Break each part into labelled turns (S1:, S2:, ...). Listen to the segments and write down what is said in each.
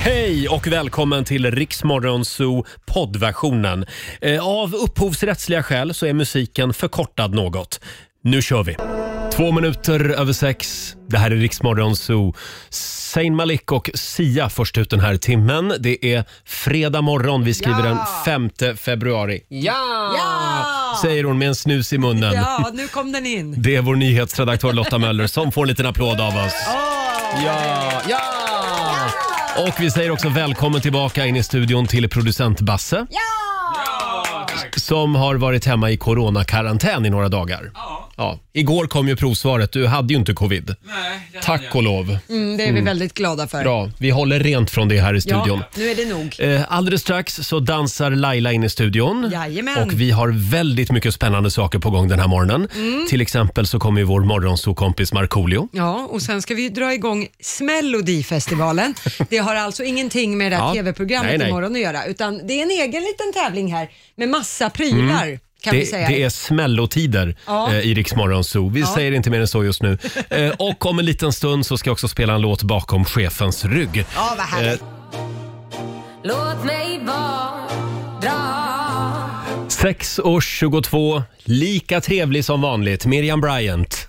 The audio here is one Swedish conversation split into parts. S1: Hej och välkommen till Riksmorgon Zoo poddversionen. Eh, Av upphovsrättsliga skäl så är musiken förkortad något. Nu kör vi! Två minuter över sex. Det här är Riksmorgon Zoo. Zayn Malik och Sia först ut den här timmen. Det är fredag morgon. Vi skriver den 5 februari. Ja! Säger hon med en snus i munnen.
S2: Ja, nu kom den in.
S1: Det är vår nyhetsredaktör Lotta Möller som får en liten applåd av oss. Ja, ja! Och vi säger också välkommen tillbaka in i studion till producent Basse. Som har varit hemma i coronakarantän i några dagar. Ja. Igår kom ju provsvaret. Du hade ju inte covid.
S3: Nej, det
S1: Tack och lov.
S2: Mm, det är vi väldigt glada för.
S1: Bra. Vi håller rent från det här i studion.
S2: Ja, nu är det nog.
S1: Eh, Alldeles strax så dansar Laila in i studion.
S2: Jajamän.
S1: Och vi har väldigt mycket spännande saker på gång den här morgonen.
S2: Mm.
S1: Till exempel så kommer ju vår morgonsokompis Markoolio.
S2: Ja, och sen ska vi dra igång Smällodifestivalen. Det har alltså ingenting med det här
S1: Ja.
S2: TV-programmet
S1: Nej, nej.
S2: imorgon att göra, utan det är en egen liten tävling här med massa prylar. Kan vi
S1: Mm. Det,
S2: säga.
S1: det är smällotider
S2: Ja.
S1: eh, i Rix Morgon Zoo. Vi säger inte mer än så just nu. Eh, och om en liten stund så ska jag också spela en låt bakom chefens rygg.
S2: Ja, vad härligt.
S1: Eh,
S4: Låt mig vara bra
S1: 6 år 22, lika trevlig som vanligt, Miriam Bryant.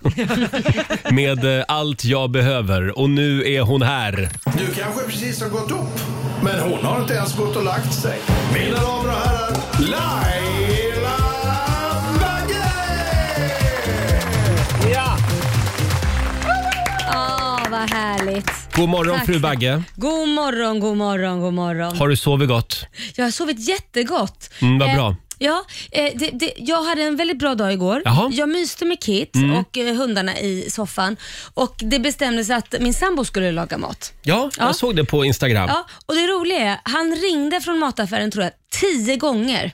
S1: Med eh, Allt jag behöver. Och nu är hon här.
S5: Du kanske precis har gått upp, men hon har inte ens gått och lagt sig. Mina damer och herrar, Laila Bagge!
S4: Åh, vad härligt.
S1: God morgon
S4: Tack,
S1: fru
S4: tack.
S1: Bagge.
S4: God morgon, god morgon, god morgon.
S1: Har du sovit gott?
S4: Jag har sovit jättegott.
S1: Mm, vad bra.
S4: Eh, ja, eh, det, det, jag hade en väldigt bra dag igår.
S1: Jaha. Mm.
S4: Jag myste med Kit och eh, hundarna i soffan och det bestämdes att min sambo skulle laga mat.
S1: Ja, jag
S4: Ja.
S1: såg det på Instagram.
S4: Ja, och det roliga är, han ringde från mataffären tror jag tio gånger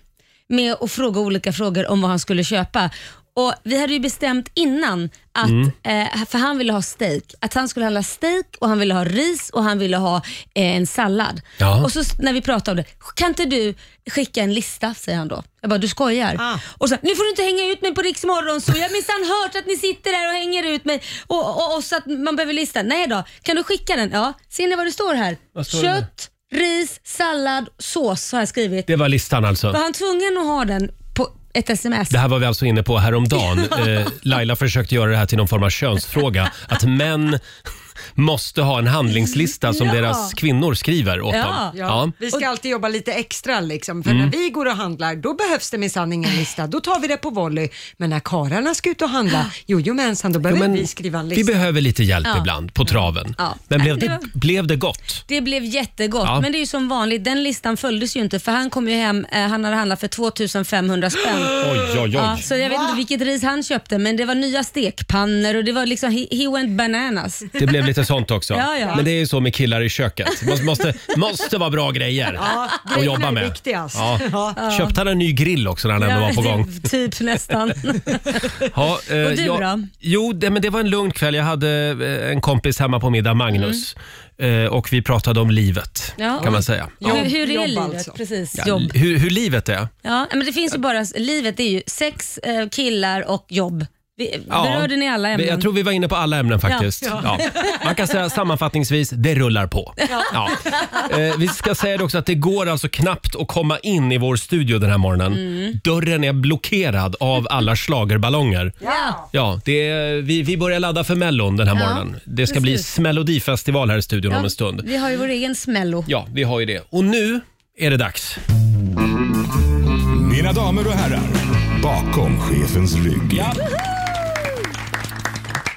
S4: med att fråga olika frågor om vad han skulle köpa. Och Vi hade ju bestämt innan, att,
S1: Mm.
S4: eh, för han ville ha steak, att han skulle handla steak och han ville ha ris och han ville ha eh, en sallad.
S1: Ja.
S4: Och så s- när vi pratade om det, kan inte du skicka en lista, säger han då. Jag bara, du skojar?
S2: Ah.
S4: Och så, nu får du inte hänga ut mig på Riks morgon, så Jag har minsann hört att ni sitter där och hänger ut mig och, och, och så att man behöver lista. Nej då, kan du skicka den? Ja, ser ni vad det står här?
S1: Vad står det
S4: Kött, ris, sallad, sås har jag skrivit.
S1: Det var listan alltså.
S4: Var han tvungen att ha den på ett sms?
S1: Det här var vi alltså inne på häromdagen. Eh, Laila försökte göra det här till någon form av könsfråga. Att män måste ha en handlingslista som
S4: Ja.
S1: deras kvinnor skriver åt
S4: Ja.
S1: dem.
S2: Ja,
S1: Ja. Mm.
S2: Vi ska alltid jobba lite extra liksom, för när vi går och handlar då behövs det minsann ingen lista. Då tar vi det på volley. Men när karlarna ska ut och handla, jojomensan, då behöver
S1: Jo, men
S2: vi skriva en
S1: vi
S2: lista.
S1: behöver lite hjälp
S4: Ja.
S1: ibland på traven.
S4: Ja.
S1: Men
S4: Nej,
S1: blev
S4: men det
S1: det,
S4: var-
S1: blev det gott?
S4: Det blev jättegott,
S1: Ja.
S4: men det är ju som vanligt, den listan följdes ju inte för han kom ju hem, eh, han hade handlat för 2500 spänn.
S1: Oj, oj, oj.
S4: Ja, så jag vet inte vilket ris han köpte men det var nya stekpannor och det var liksom, he, he went bananas.
S1: Det blev lite sånt också.
S4: Ja, ja.
S1: Men det är ju så med killar i köket. Måste, måste, måste vara bra grejer
S2: Ja,
S1: att
S2: grejerna
S1: jobba
S2: är
S1: med.
S2: viktigast.
S1: Ja.
S2: Ja.
S1: Köpte han en ny grill också när han ändå var på gång?
S4: typ, typ nästan.
S1: Ja, eh,
S4: Och du
S1: jag,
S4: då?
S1: Jo, det, men det var en lugn kväll. Jag hade eh, en kompis hemma på middag, Magnus. Eh, och vi pratade om livet,
S4: Ja.
S1: kan man säga.
S2: Ja.
S4: hur, hur är
S2: Jobb
S4: livet?
S2: alltså.
S4: Precis,
S1: Ja,
S4: jobb.
S1: l- Hur, hur livet är?
S4: Ja, men det finns ju bara, livet är ju sex, eh, killar och jobb. Vi,
S1: Ja.
S4: Berörde ni alla ämnen?
S1: Jag tror vi var inne på alla ämnen faktiskt. Ja. Man kan säga sammanfattningsvis, det rullar på. Ja. Eh, vi ska säga det också att det går alltså knappt att komma in i vår studio den här morgonen.
S4: Mm.
S1: Dörren är blockerad av alla schlagerballonger.
S4: ja.
S1: Ja, det är, vi, vi börjar ladda för Mellon den här
S4: Ja,
S1: morgonen. Det ska bli
S4: precis.
S1: Smällodifestival här i studion om
S4: Ja,
S1: en stund.
S4: Vi har ju vår egen smällo.
S1: Ja, vi har ju det. Och nu är det dags.
S5: Mina damer och herrar, bakom chefens rygg.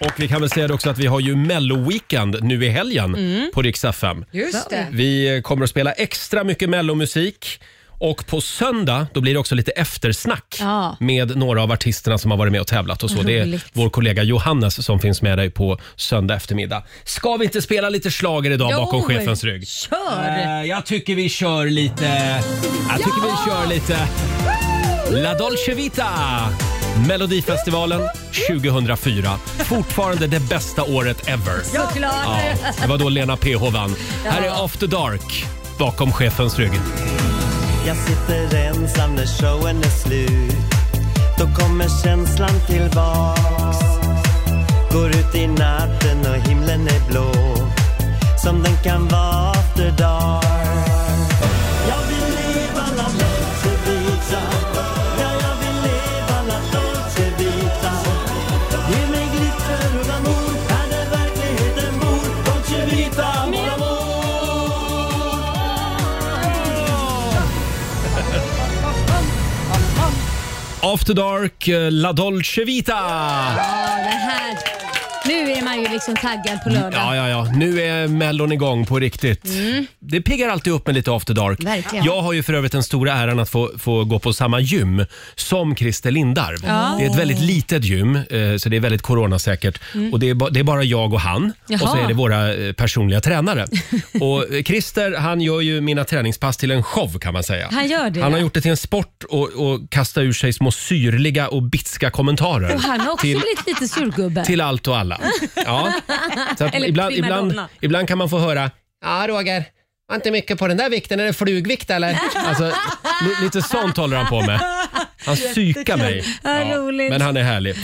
S1: Och vi kan väl säga det också att vi har ju Mello-weekend nu i helgen
S4: Mm.
S1: på Rix FM.
S2: Just det.
S1: Vi kommer att spela extra mycket Mello-musik. Och på söndag då blir det också lite eftersnack
S4: Ja.
S1: med några av artisterna som har varit med och tävlat. Och så. Det är
S4: Roligt.
S1: vår kollega Johannes som finns med dig på söndag eftermiddag. Ska vi inte spela lite slager idag bakom
S4: Jo,
S1: chefens rygg?
S4: Kör!
S1: Eh, Jag tycker vi kör lite... Jag tycker vi kör lite... La Dolce Vita! Melodifestivalen 2004. Fortfarande det bästa året ever.
S4: Såklart!
S1: Ja, det var då Lena PH vann. Här är After Dark bakom chefens rygg.
S6: Jag sitter ensam när showen är slut Då kommer känslan tillbaks Går ut i natten och himlen är blå Som den kan vara after dark
S1: After Dark, eh, La Dolce Vita!
S4: Ja, det här. Nu är man ju liksom taggad på lördag.
S1: Mm, Ja,
S4: Mm.
S1: ja, ja. Nu är Mellon igång på riktigt. Det piggar alltid upp med lite after dark.
S4: Verkligen.
S1: Jag har ju för övrigt den stora äran att få, få gå på samma gym som Christer Lindarw. Det är ett väldigt litet gym, eh, så det är väldigt coronasäkert. Och det, är ba, det är bara jag och han och så
S4: Mm. Jaha.
S1: är det våra eh, personliga tränare. och eh, Christer, han gör ju mina träningspass till en show kan man säga.
S4: Han gör det.
S1: Han har gjort det till en sport och, och kasta ur sig små syrliga och bitska kommentarer.
S4: Och han har också
S1: till-
S4: blivit lite surgubbe.
S1: till allt och alla. Ja. Så att
S4: Eller
S1: ibland,
S4: primadonna.
S1: ibland, ibland kan man få höra Ja, Roger. Var inte mycket på den där vikten. Är det flugvikt eller? Alltså, li- lite sånt håller han på med. Han psykar mig.
S4: Ja, roligt.
S1: men han är härlig.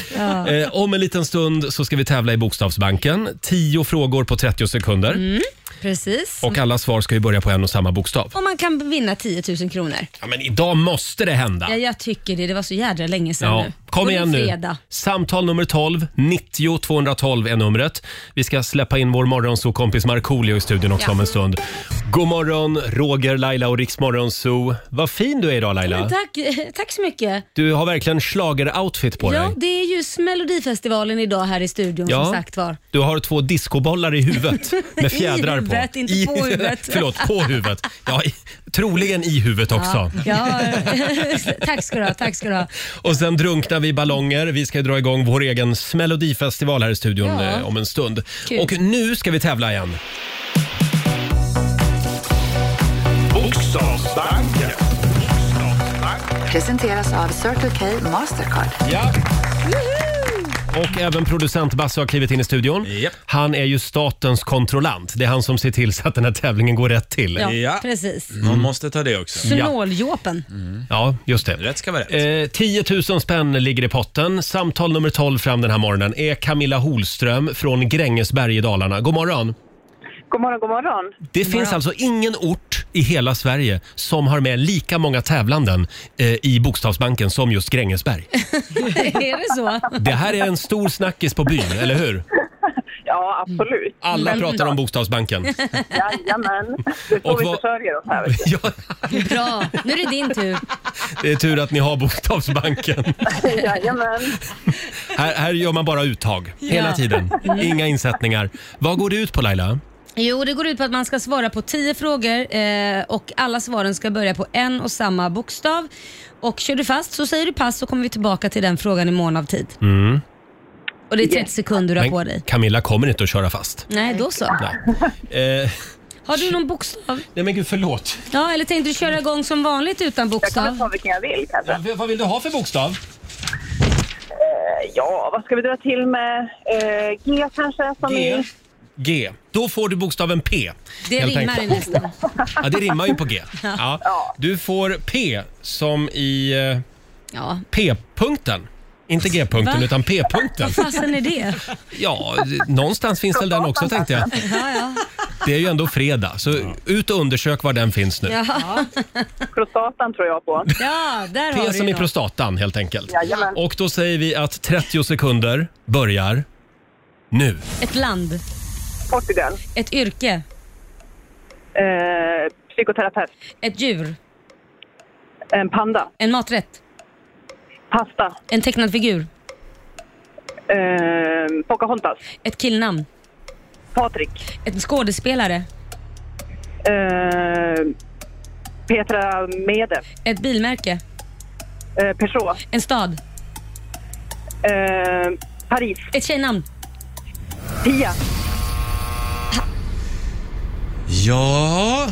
S1: Eh, om en liten stund så ska vi tävla i Bokstavsbanken. 10 frågor på 30 sekunder.
S4: Mm. Precis. Och,
S1: Och alla svar ska ju börja på en och samma bokstav.
S4: man kan vinna 10 000 kronor.
S1: Ja, men idag måste det hända.
S4: Ja, jag tycker det. Det var så jädra länge sedan
S1: Ja,
S4: nu.
S1: kom
S4: Och det är
S1: igen nu.
S4: fredag.
S1: Samtal nummer 12, 90 212 är numret. Vi ska släppa in vår morgonsokompis Markoolio i studion också
S4: Ja.
S1: om en stund. God morgon, Roger, Laila och Riksmorgonso. Vad fin du är idag Laila.
S4: Tack, eh, tack så mycket.
S1: Du har verkligen schlageroutfit på
S4: Ja,
S1: dig.
S4: det är just Melodifestivalen idag här i studion
S1: Ja.
S4: som sagt var.
S1: Du har två discobollar i huvudet med fjädrar
S4: I huvudet,
S1: på.
S4: inte på huvudet.
S1: Förlåt, på huvudet. Ja, i, troligen i huvudet också.
S4: Ja, tack ska du ha. Tack ska du ha.
S1: Och sen drunknar vi i ballonger. Vi ska dra igång vår egen Melodifestival här i studion
S4: Ja.
S1: eh, om en stund.
S4: Kul.
S1: Och nu ska vi tävla igen.
S5: Bokstavsbanken.
S3: Presenteras av Circle K Mastercard.
S1: Ja. Och även producent Basse har klivit in i studion.
S7: Japp.
S1: Han är ju statens kontrollant. Det är han som ser till så att den här tävlingen går rätt till.
S4: Ja,
S7: Ja.
S4: precis.
S7: Man måste ta det också.
S4: Snåljåpen.
S1: Ja, just det.
S7: Rätt ska vara rätt.
S1: Eh, 10 000 spänn ligger i potten. Samtal nummer 12 fram den här morgonen är Camilla Holström från Grängesberg i Dalarna. God morgon!
S8: God morgon, god morgon.
S1: Det finns alltså ingen ort i hela Sverige som har med lika många tävlanden eh, i Bokstavsbanken som just Grängesberg.
S4: är det så?
S1: Det här är en stor snackis på byn, eller hur?
S8: Ja, absolut.
S1: Alla
S4: Mm.
S1: pratar om Bokstavsbanken.
S8: Jajamän. Det
S1: Och
S8: står vi
S1: vad-
S8: försörjer oss här. vet du.
S1: Ja,
S4: Bra. Nu är det din tur.
S1: det är tur att ni har Bokstavsbanken.
S8: Jajamän.
S1: Här, här gör man bara uttag hela
S4: Ja.
S1: tiden. Inga insättningar. Vad går det ut på Laila?
S4: Jo, det går ut på att man ska svara på 10 frågor eh, och alla svaren ska börja på en och samma bokstav. Och kör du fast så säger du pass så kommer vi tillbaka till den frågan i mån av tid.
S1: Mm.
S4: Och det är 30 sekunder du har på dig.
S1: Camilla kommer inte att köra fast.
S4: Nej, då så.
S1: Nej. Eh,
S4: Har du någon bokstav?
S1: nej men gud, förlåt.
S4: Ja, eller tänkte du köra igång som vanligt utan
S8: Jag kan väl ta
S4: bokstav?
S8: vilken jag vill kanske.
S1: V- vad vill du ha för bokstav?
S8: Eh, Ja, vad ska vi dra till med? Eh, G kanske? Som
S1: G.
S8: I...
S1: G. Då får du bokstaven P.
S4: Det
S1: helt
S4: rimmar i
S1: enkelt.
S4: nästa.
S1: Ja, det rimmar ju på G. Ja. Du får P som i eh,
S4: Ja.
S1: P-punkten. Inte G-punkten,
S4: Va?
S1: utan P-punkten.
S4: Fasen är det?
S1: Ja, d- någonstans finns väl den också tänkte jag.
S4: Ja, ja.
S1: Det är ju ändå fredag, så ut och undersök var den finns nu.
S4: Ja,
S8: Prostatan tror jag på.
S4: ja där har
S1: P
S4: du
S1: som i
S4: något.
S1: prostatan helt enkelt.
S8: Jajamän.
S1: Och då säger vi att 30 sekunder börjar nu.
S4: Ett land,
S8: Portugal.
S4: ett yrke,
S8: Eh, psykoterapeut.
S4: ett djur,
S8: En panda.
S4: en maträtt,
S8: Pasta.
S4: en tecknad figur,
S8: Eh, Pocahontas.
S4: ett killnamn,
S8: Patrik.
S4: en skådespelare,
S8: Eh, Petra Mede.
S4: ett bilmärke,
S8: Eh, Peugeot.
S4: en stad,
S8: Eh, Paris.
S4: ett tjejnamn.
S8: Pia.
S7: Ja,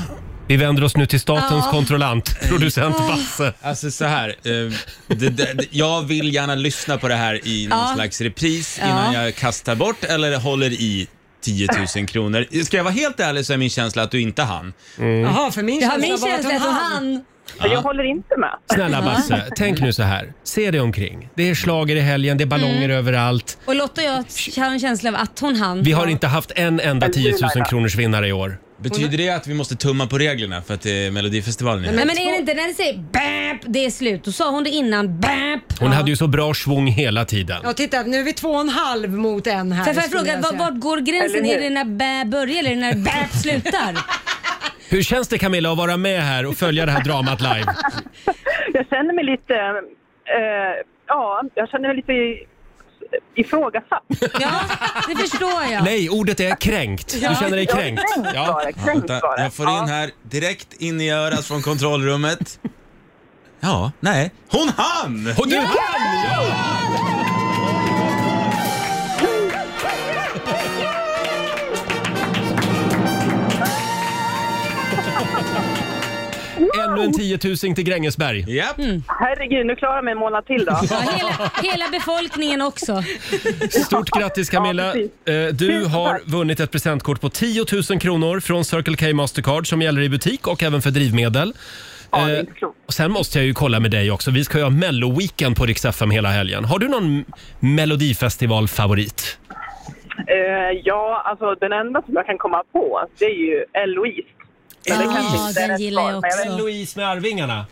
S1: Vi vänder oss nu till statens
S4: Ja.
S1: kontrollant, producent Basse.
S7: alltså så här. eh, Det, det, det, jag vill gärna lyssna på det här i någon
S4: Ja.
S7: slags repris innan
S4: Ja.
S7: jag kastar bort eller håller i 10 000 kronor. Ska jag vara helt ärlig så är min känsla att du inte hann.
S1: Mm.
S7: Mm.
S2: Jaha, för min
S4: Jag har
S2: känsla
S4: min
S2: var
S4: känsla
S2: att
S4: att
S2: hon hann.
S4: han...
S8: Jag håller inte med.
S1: Snälla Basse, tänk nu så här. Se dig omkring. Det är slager i helgen, det är ballonger
S4: Mm.
S1: överallt.
S4: Och Lotta och jag har en känsla av att hon hann.
S1: Vi har inte haft en enda 10 000 kronors vinnare i år.
S7: Betyder det att vi måste tumma på reglerna för att det är Melodifestivalen?
S4: Nej
S7: Är
S4: men är det inte när det säger BAP, det är slut. Då sa hon det innan BAP.
S1: Hon hade ju så bra svung hela tiden.
S2: Ja, titta, nu är vi två och en halv mot en här.
S4: Får jag
S2: skulle
S4: fråga,
S2: jag
S4: var,
S2: säga.
S4: vart går gränsen?
S8: Eller hur?
S4: Är det när BÄ börjar eller är det när BÄP slutar?
S1: Hur känns det Camilla att vara med här och följa det här dramat live?
S8: Jag känner mig lite Eh, ja, jag känner mig lite ifrågasatt.
S4: Ja, det förstår jag.
S1: Nej, ordet är kränkt. Du känner dig kränkt.
S8: Ja,
S1: Ja.
S8: kränkt
S7: Vänta,
S8: var det.
S7: jag får in här direkt in i örat från kontrollrummet. Ja, nej. Hon hann!
S1: Och du hann! Ja! Ännu en 10 000 till Grängesberg.
S7: Japp.
S8: Herregud, nu klarar jag mig en månad till då.
S4: Mm. Ja, hela, hela befolkningen också.
S1: Stort grattis Camilla.
S8: Ja,
S1: Eh, Du
S8: Tusen
S1: har
S8: tack.
S1: vunnit ett presentkort på 10 000 kronor från Circle K Mastercard som gäller i butik och även för drivmedel.
S8: Ja, det är
S1: Eh,
S8: inte klokt.
S1: Och sen måste jag ju kolla med dig också. Vi ska ju ha Mello-weekend på Rix FM hela helgen. Har du någon Melodifestival-favorit?
S8: Eh, ja, alltså den enda som jag kan komma på, det är ju Eloise. Men det
S4: Ja,
S8: kanske inte är
S4: den
S8: rätt
S4: gillar
S8: svar,
S4: jag
S8: men
S4: också.
S8: vet-
S1: Louise med Arvingarna.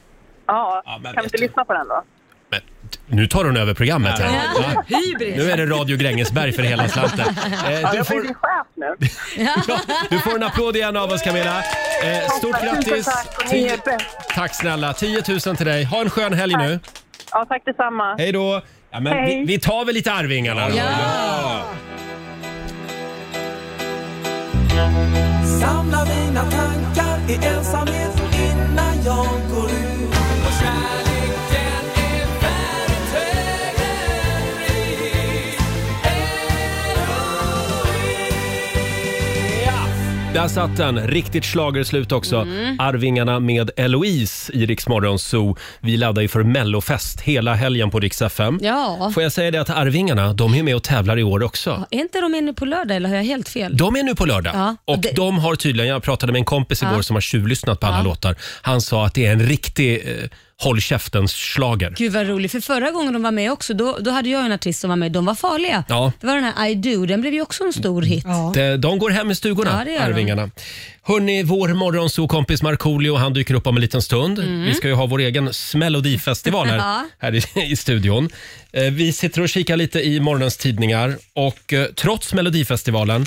S8: Ja,
S7: Ja,
S8: kan
S7: men
S8: vi
S7: vet
S8: inte
S7: du.
S8: lyssna på den då?
S1: Men, t- nu tar hon över programmet här. Ja.
S2: Hybris.
S1: Nu är det Radio Grängesberg för hela slanten. Eh,
S8: Ja,
S1: du,
S8: jag får
S1: får,
S8: bli chef nu.
S1: ja, du får en applåd igen av oss Camilla. Eh, stort
S8: Tusen
S1: grattis!
S8: tack, och ni är bäst.
S1: Tack snälla! 10 000 till dig. Ha en skön helg nu.
S8: Ja, tack detsamma.
S1: Hej då! Ja, men vi,
S8: Hej.
S1: vi tar väl lite Arvingarna då.
S6: Samla mina tankar i ensamhet innan jag går ut. Och kärleken är värd ett högre pris.
S1: Där satt den. Riktigt schlagerslut också.
S8: Mm.
S1: Arvingarna med Eloise i Rix Morgon Zoo. Vi laddar ju för Mellofest hela helgen på Rix FM.
S4: Ja.
S1: Får jag säga det att Arvingarna, de är med och tävlar i år också.
S4: Är inte de inne på lördag eller har jag helt fel?
S1: De är nu på lördag
S4: Ja, och
S1: och
S4: det-
S1: de har tydligen, jag pratade med en kompis igår
S4: Ja.
S1: som har tjuvlyssnat på alla
S4: Ja.
S1: låtar. Han sa att det är en riktig eh, håll käftens slager.
S4: Gud vad roligt, för förra gången de var med också, då, då hade jag en artist som var med, de var farliga.
S1: Ja.
S4: Det var den här I Do, den blev ju också en stor hit.
S1: De, de går hem i
S4: Ja,
S1: stugorna,
S4: det gör de.
S1: Arvingarna. Hörni, vår morgonsokompis Markoolio, han dyker upp om en liten stund. Vi ska ju ha vår egen Smällodifestival här,
S4: Mm. Ja.
S1: här i, i studion. Eh, Vi sitter och kikar lite i morgonens tidningar och eh, trots Melodifestivalen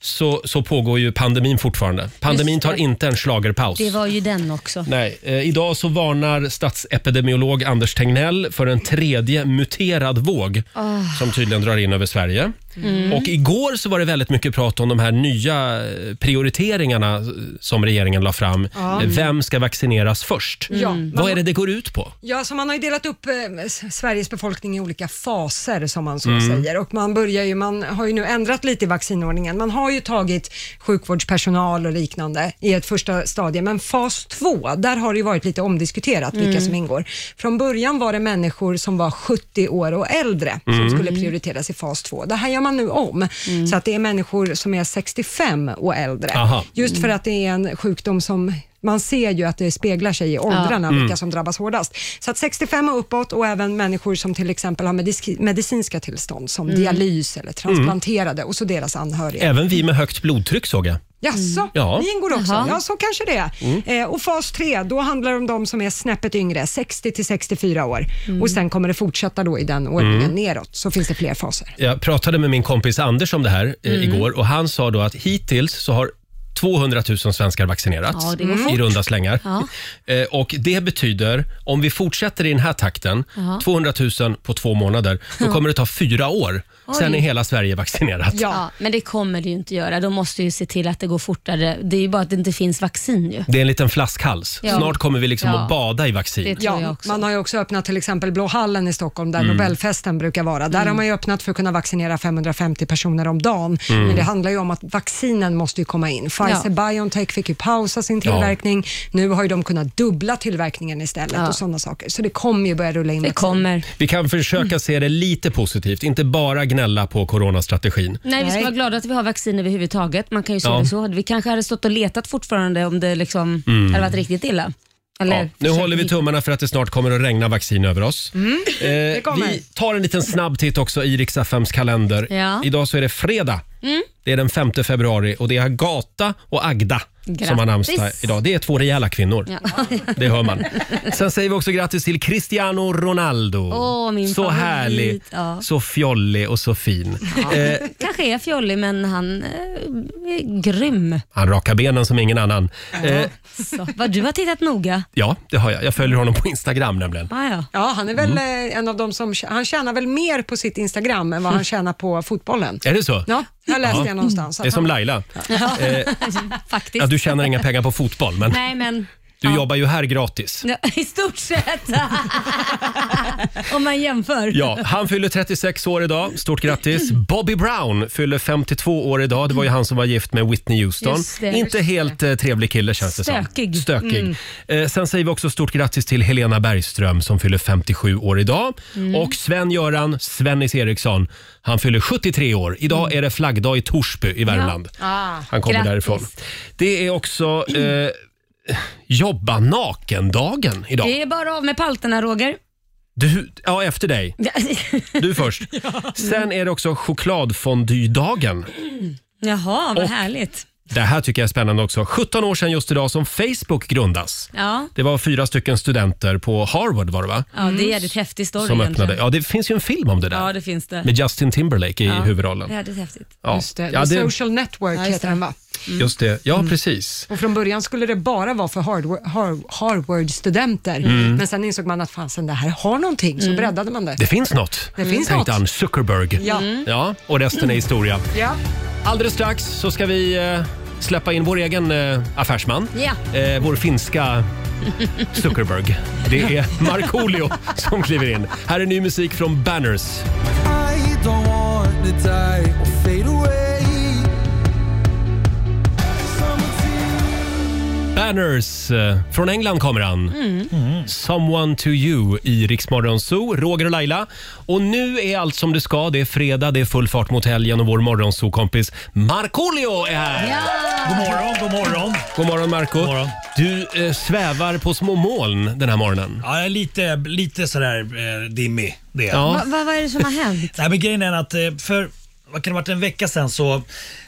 S1: så, så pågår ju pandemin fortfarande. Pandemin
S4: Just
S1: tar
S4: det.
S1: inte en schlagerpaus.
S4: Det var ju den också.
S1: Nej, eh, idag så varnar statsepidemiolog Anders Tegnell för en tredje muterad våg
S4: Ah,
S1: som tydligen drar in över Sverige.
S6: Mm.
S4: mm.
S1: Och igår så var det väldigt mycket prat om de här nya eh, prioriteringarna eh, som regeringen la fram. Eh, Vem ska vaccineras först?
S2: Ja.
S1: Vad är det det går ut på?
S2: Ja, så man har ju delat upp eh, S- Sveriges befolkning i olika faser som man så säger och man börjar ju, man har ju nu ändrat lite i vaccinordningen. Man har ju tagit sjukvårdspersonal och liknande i ett första stadie, men fas två, där har det ju varit lite omdiskuterat vilka som ingår. Från början var det människor som var 70 år och äldre som skulle prioriteras i fas två. Det här gör man nu om, så att det är människor som är 65 och äldre.
S1: Aha.
S2: Just för att det är en sjukdom som man ser ju att det speglar sig i åldrarna, vilka som drabbas hårdast. Så att 65 och uppåt och även människor som till exempel har medisk- medicinska tillstånd som dialys eller transplanterade och så deras anhöriga.
S1: Mm. Även vi med högt blodtryck såg jag.
S2: Jaså,
S1: Ja. Mm.
S2: ni ingår också?
S4: Jaha.
S2: Ja, så kanske det är. Eh, och fas 3, då handlar det om de som är snäppet yngre, 60 till 64 år.
S1: Mm.
S2: Och sen kommer det fortsätta då i den ordningen neråt, så finns det fler faser.
S1: Jag pratade med min kompis Anders om det här eh,
S4: Mm.
S1: igår och han sa då att hittills så har 200 000 svenskar vaccinerats
S4: Ja, det går fort.
S1: i runda slängar. Eh, Och det betyder, om vi fortsätter i den här takten, 200 000 på två månader, då kommer det ta fyra år. Sen är hela Sverige vaccinerat.
S4: Ja. men det kommer det ju inte göra. De måste ju se till att det går fortare. Det är ju bara att det inte finns vaccin ju.
S1: Det är en liten flaskhals.
S4: Ja.
S1: Snart kommer vi liksom
S4: Ja.
S1: att bada i vaccin.
S4: Det tror jag
S2: Ja,
S4: också.
S2: man har ju också öppnat till exempel Blå hallen i Stockholm
S1: Mm.
S2: där Nobelfesten brukar vara.
S4: Mm.
S2: Där har man ju öppnat för att kunna vaccinera 550 personer om dagen.
S1: Mm.
S2: Men det handlar ju om att vaccinen måste ju komma in. Pfizer-Biontech fick ju pausa sin
S1: Ja.
S2: tillverkning. Nu har ju de kunnat dubbla tillverkningen istället och sådana saker. Så det kommer ju börja rulla in
S4: Det
S2: vaccin.
S4: kommer.
S1: Vi kan försöka se det lite positivt, inte bara gnälla på coronastrategin.
S4: Nej, vi ska
S2: Nej.
S4: vara glada att vi har vaccin överhuvudtaget. Man kan ju se
S1: Ja.
S4: det så. Vi kanske hade stått och letat fortfarande om det liksom
S1: Mm.
S4: hade varit riktigt illa. Eller
S1: Ja, nu håller vi tummarna för att det snart kommer att regna vaccin över oss. Eh,
S4: Mm.
S2: kommer.
S1: vi tar en liten snabb titt också i Riksaffems kalender.
S4: Ja. Mm.
S1: Idag så är det fredag. Det är den 5 februari och det är Agata och Agda som har namnsdag
S4: Grattis.
S1: idag. Det är två rejäla kvinnor.
S4: Ja.
S1: Det hör man. Sen säger vi också grattis till Cristiano Ronaldo.
S4: Åh, min
S1: så
S4: favorit.
S1: härlig,
S4: Ja.
S1: så fjollig och så fin. Eh,
S4: Kanske är fjollig men han eh, är grym.
S1: han rakar benen som ingen annan. Eh,
S4: Så, vad du har tittat noga.
S1: ja, det har jag. Jag följer honom på Instagram nämligen.
S4: Ah, ja.
S2: Ja, han är väl
S1: Mm.
S2: eh, en av de som... Han tjänar väl mer på sitt Instagram än vad han tjänar på fotbollen.
S1: Är det så?
S2: Ja, jag läste jag någonstans.
S1: Det är
S2: att
S1: som
S2: han-
S1: Laila. Eh,
S4: Faktiskt.
S1: Ja, du tjänar inga pengar på fotboll, men
S4: Nej men
S1: du jobbar ju här gratis.
S4: ja, i stort sett. Om man jämför.
S1: Ja, han fyller 36 år idag. Stort grattis. Bobby Brown fyller 52 år idag. Det var ju han som var gift med Whitney Houston.
S4: Just det.
S1: Inte helt eh, trevlig kille känns det som.
S4: Stökig. Mm.
S1: Stökig. Eh, sen säger vi också stort grattis till Helena Bergström som fyller 57 år idag.
S4: Mm.
S1: Och Sven-Göran Svennis Eriksson, han fyller 73 år. Idag är det flaggdag i Torsby i Värmland.
S4: Mm. Ah,
S1: Han kommer
S4: grattis.
S1: därifrån. Det är också eh, jobba naken-dagen idag.
S4: Det är bara av med palterna Roger.
S1: Du, ja, efter dig. Du först. Sen är det också chokladfondydagen.
S4: Jaha, vad härligt.
S1: Det här tycker jag är spännande också. 17 år sedan just idag som Facebook grundas.
S4: Ja,
S1: Det var fyra stycken studenter på Harvard var det va?
S4: ja det är en jävligt häftig story
S1: Som
S4: egentligen.
S1: öppnade. Ja, det finns ju en film om det där.
S4: Ja, det finns det.
S1: Med Justin Timberlake i
S4: Ja,
S1: huvudrollen.
S4: Det är jävligt häftigt.
S1: Ja.
S2: Just det,
S1: ja,
S2: The
S1: det,
S2: Social Mm. Network
S4: just Mm.
S2: heter den va?
S1: just det. Ja, precis.
S2: Och från början skulle det bara vara för Harvard- Har- Harvard-studenter,
S9: Mm.
S2: men sen insåg man att fansen det här har någonting, så breddade man det.
S1: Det finns något,
S2: Det finns
S1: tänkte
S2: något.
S1: han Zuckerberg.
S2: Ja.
S1: ja, och resten är historia.
S2: Ja.
S1: Alldeles strax så ska vi eh, släppa in vår egen eh, affärsman.
S4: Ja.
S1: Eh, vår finska Zuckerberg. Det är Markoolio som kliver in. Här är ny musik från Banners.
S6: I don't want to die or fade away.
S1: Banners, eh, från England kommer han.
S4: Mm.
S1: Mm. Someone to you i Riksmorgon Zoo, Roger och Laila. Och nu är allt som det ska. Det är fredag, det är full fart mot helgen och vår morgonzoo-kompis Markoolio är här.
S4: Ja.
S9: God morgon, god morgon.
S1: God morgon Marco.
S9: God morgon.
S1: Du eh, svävar på små moln den här morgonen.
S9: Ja, jag är lite, lite sådär eh, dimmig. Det. är jag.
S1: Ja.
S4: Va, va, vad är det som har hänt?
S9: Nej, men grejen är att eh, för vad kan det ha varit en vecka sedan så,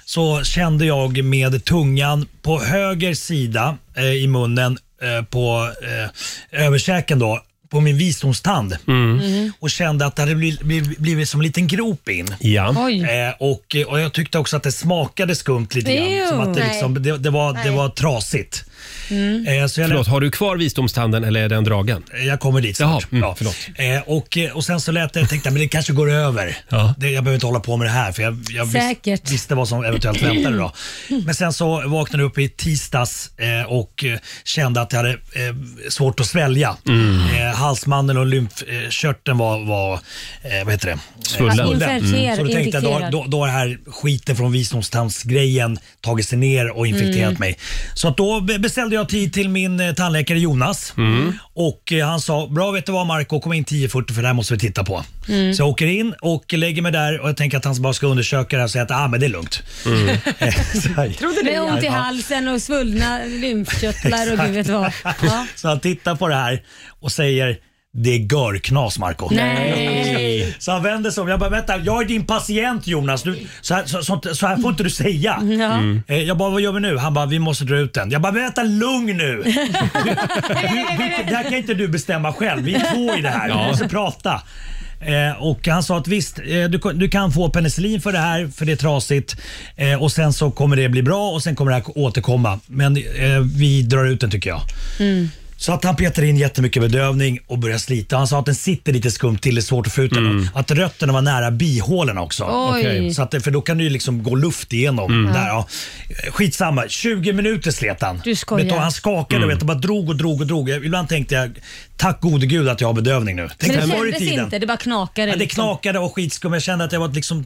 S9: så kände jag med tungan på höger sida eh, i munnen eh, på eh, överkäken då på min visdomstand
S1: Mm.
S4: Mm.
S9: och kände att det hade blivit, blivit, blivit som en liten grop in.
S1: Ja.
S4: Oj.
S9: Eh, och, och jag tyckte också att det smakade skumt lite grann.
S4: Ew.
S9: Som att det, liksom, det, det, var, det var trasigt.
S4: Mm.
S9: Eh, så jag lät-
S1: Förlåt, har du kvar visdomstanden eller är den dragen?
S9: Jag kommer dit snart.
S1: Jaha, mm,
S9: ja.
S1: förlåt.
S9: Eh, och, och sen så lät det, tänkte jag, men det kanske går över.
S1: Ja.
S9: Det, jag behöver inte hålla på med det här för jag, jag vis-
S4: Säkert. Mm.
S9: visste vad som eventuellt väntade. Då. Men sen så vaknade jag upp i tisdags eh, och eh, kände att jag hade eh, svårt att svälja.
S1: Mm.
S9: Eh, halsmandeln och lymfkörteln var, var eh, vad heter det?
S1: Svullen.
S4: Infekterad,
S9: Så då tänkte jag, då, har-
S4: infekterad.
S9: då, då har den här skiten från visdomstandsgrejen tagit sig ner och infekterat mig. Så att då be- beställde jag tid till min eh, tandläkare Jonas och eh, han sa, bra vet du vad Marco kom in 10.40 för det här måste vi titta på. Så jag åker in och lägger mig där och jag tänker att han bara ska undersöka det här och säga att ah, men det är lugnt. Eh, Så här.
S4: Med ont i
S9: Ja.
S4: halsen och svullna lymfkörtlar och gud vet vad. Ja.
S9: Så han tittar på det här och säger det är görknas Marco.
S4: Nej.
S9: Så han vänder sig om. Jag bara, vänta, jag är din patient Jonas. Du, så, här, så, så, så här får inte du säga.
S4: Ja.
S9: Eh, Jag bara, vad gör vi nu? Han bara, vi måste dra ut den. Jag bara, vänta, lugn nu. Du, du, du, det här kan inte du bestämma själv. Vi är två i det här. Vi måste prata. Eh, och Han sa att visst, eh, du, du kan få penicillin för det här, för det är trasigt. Eh, och Sen så kommer det bli bra och sen kommer det här återkomma. Men eh, vi drar ut den tycker jag.
S4: Mm.
S9: Så att han petade in jättemycket bedövning och började slita. Han sa att den sitter lite skumt till, det är svårt att få ut den. Att rötterna var nära bihålorna också.
S4: Oj.
S1: Okej.
S9: Så att, det- för då kan det ju liksom gå luft igenom. Där, ja. Skitsamma, 20 minuter slet han.
S4: Du skojar.
S9: Vet du, han skakade vet du, bara drog och drog och drog. Jag- Ibland tänkte jag, tack gode gud att jag har bedövning nu.
S4: Men
S9: Tänkte
S4: det
S9: jag, förr i
S4: kändes inte, det bara knakade.
S9: Ja, det
S4: liksom.
S9: knakade och skitskum. Jag kände att jag var, liksom,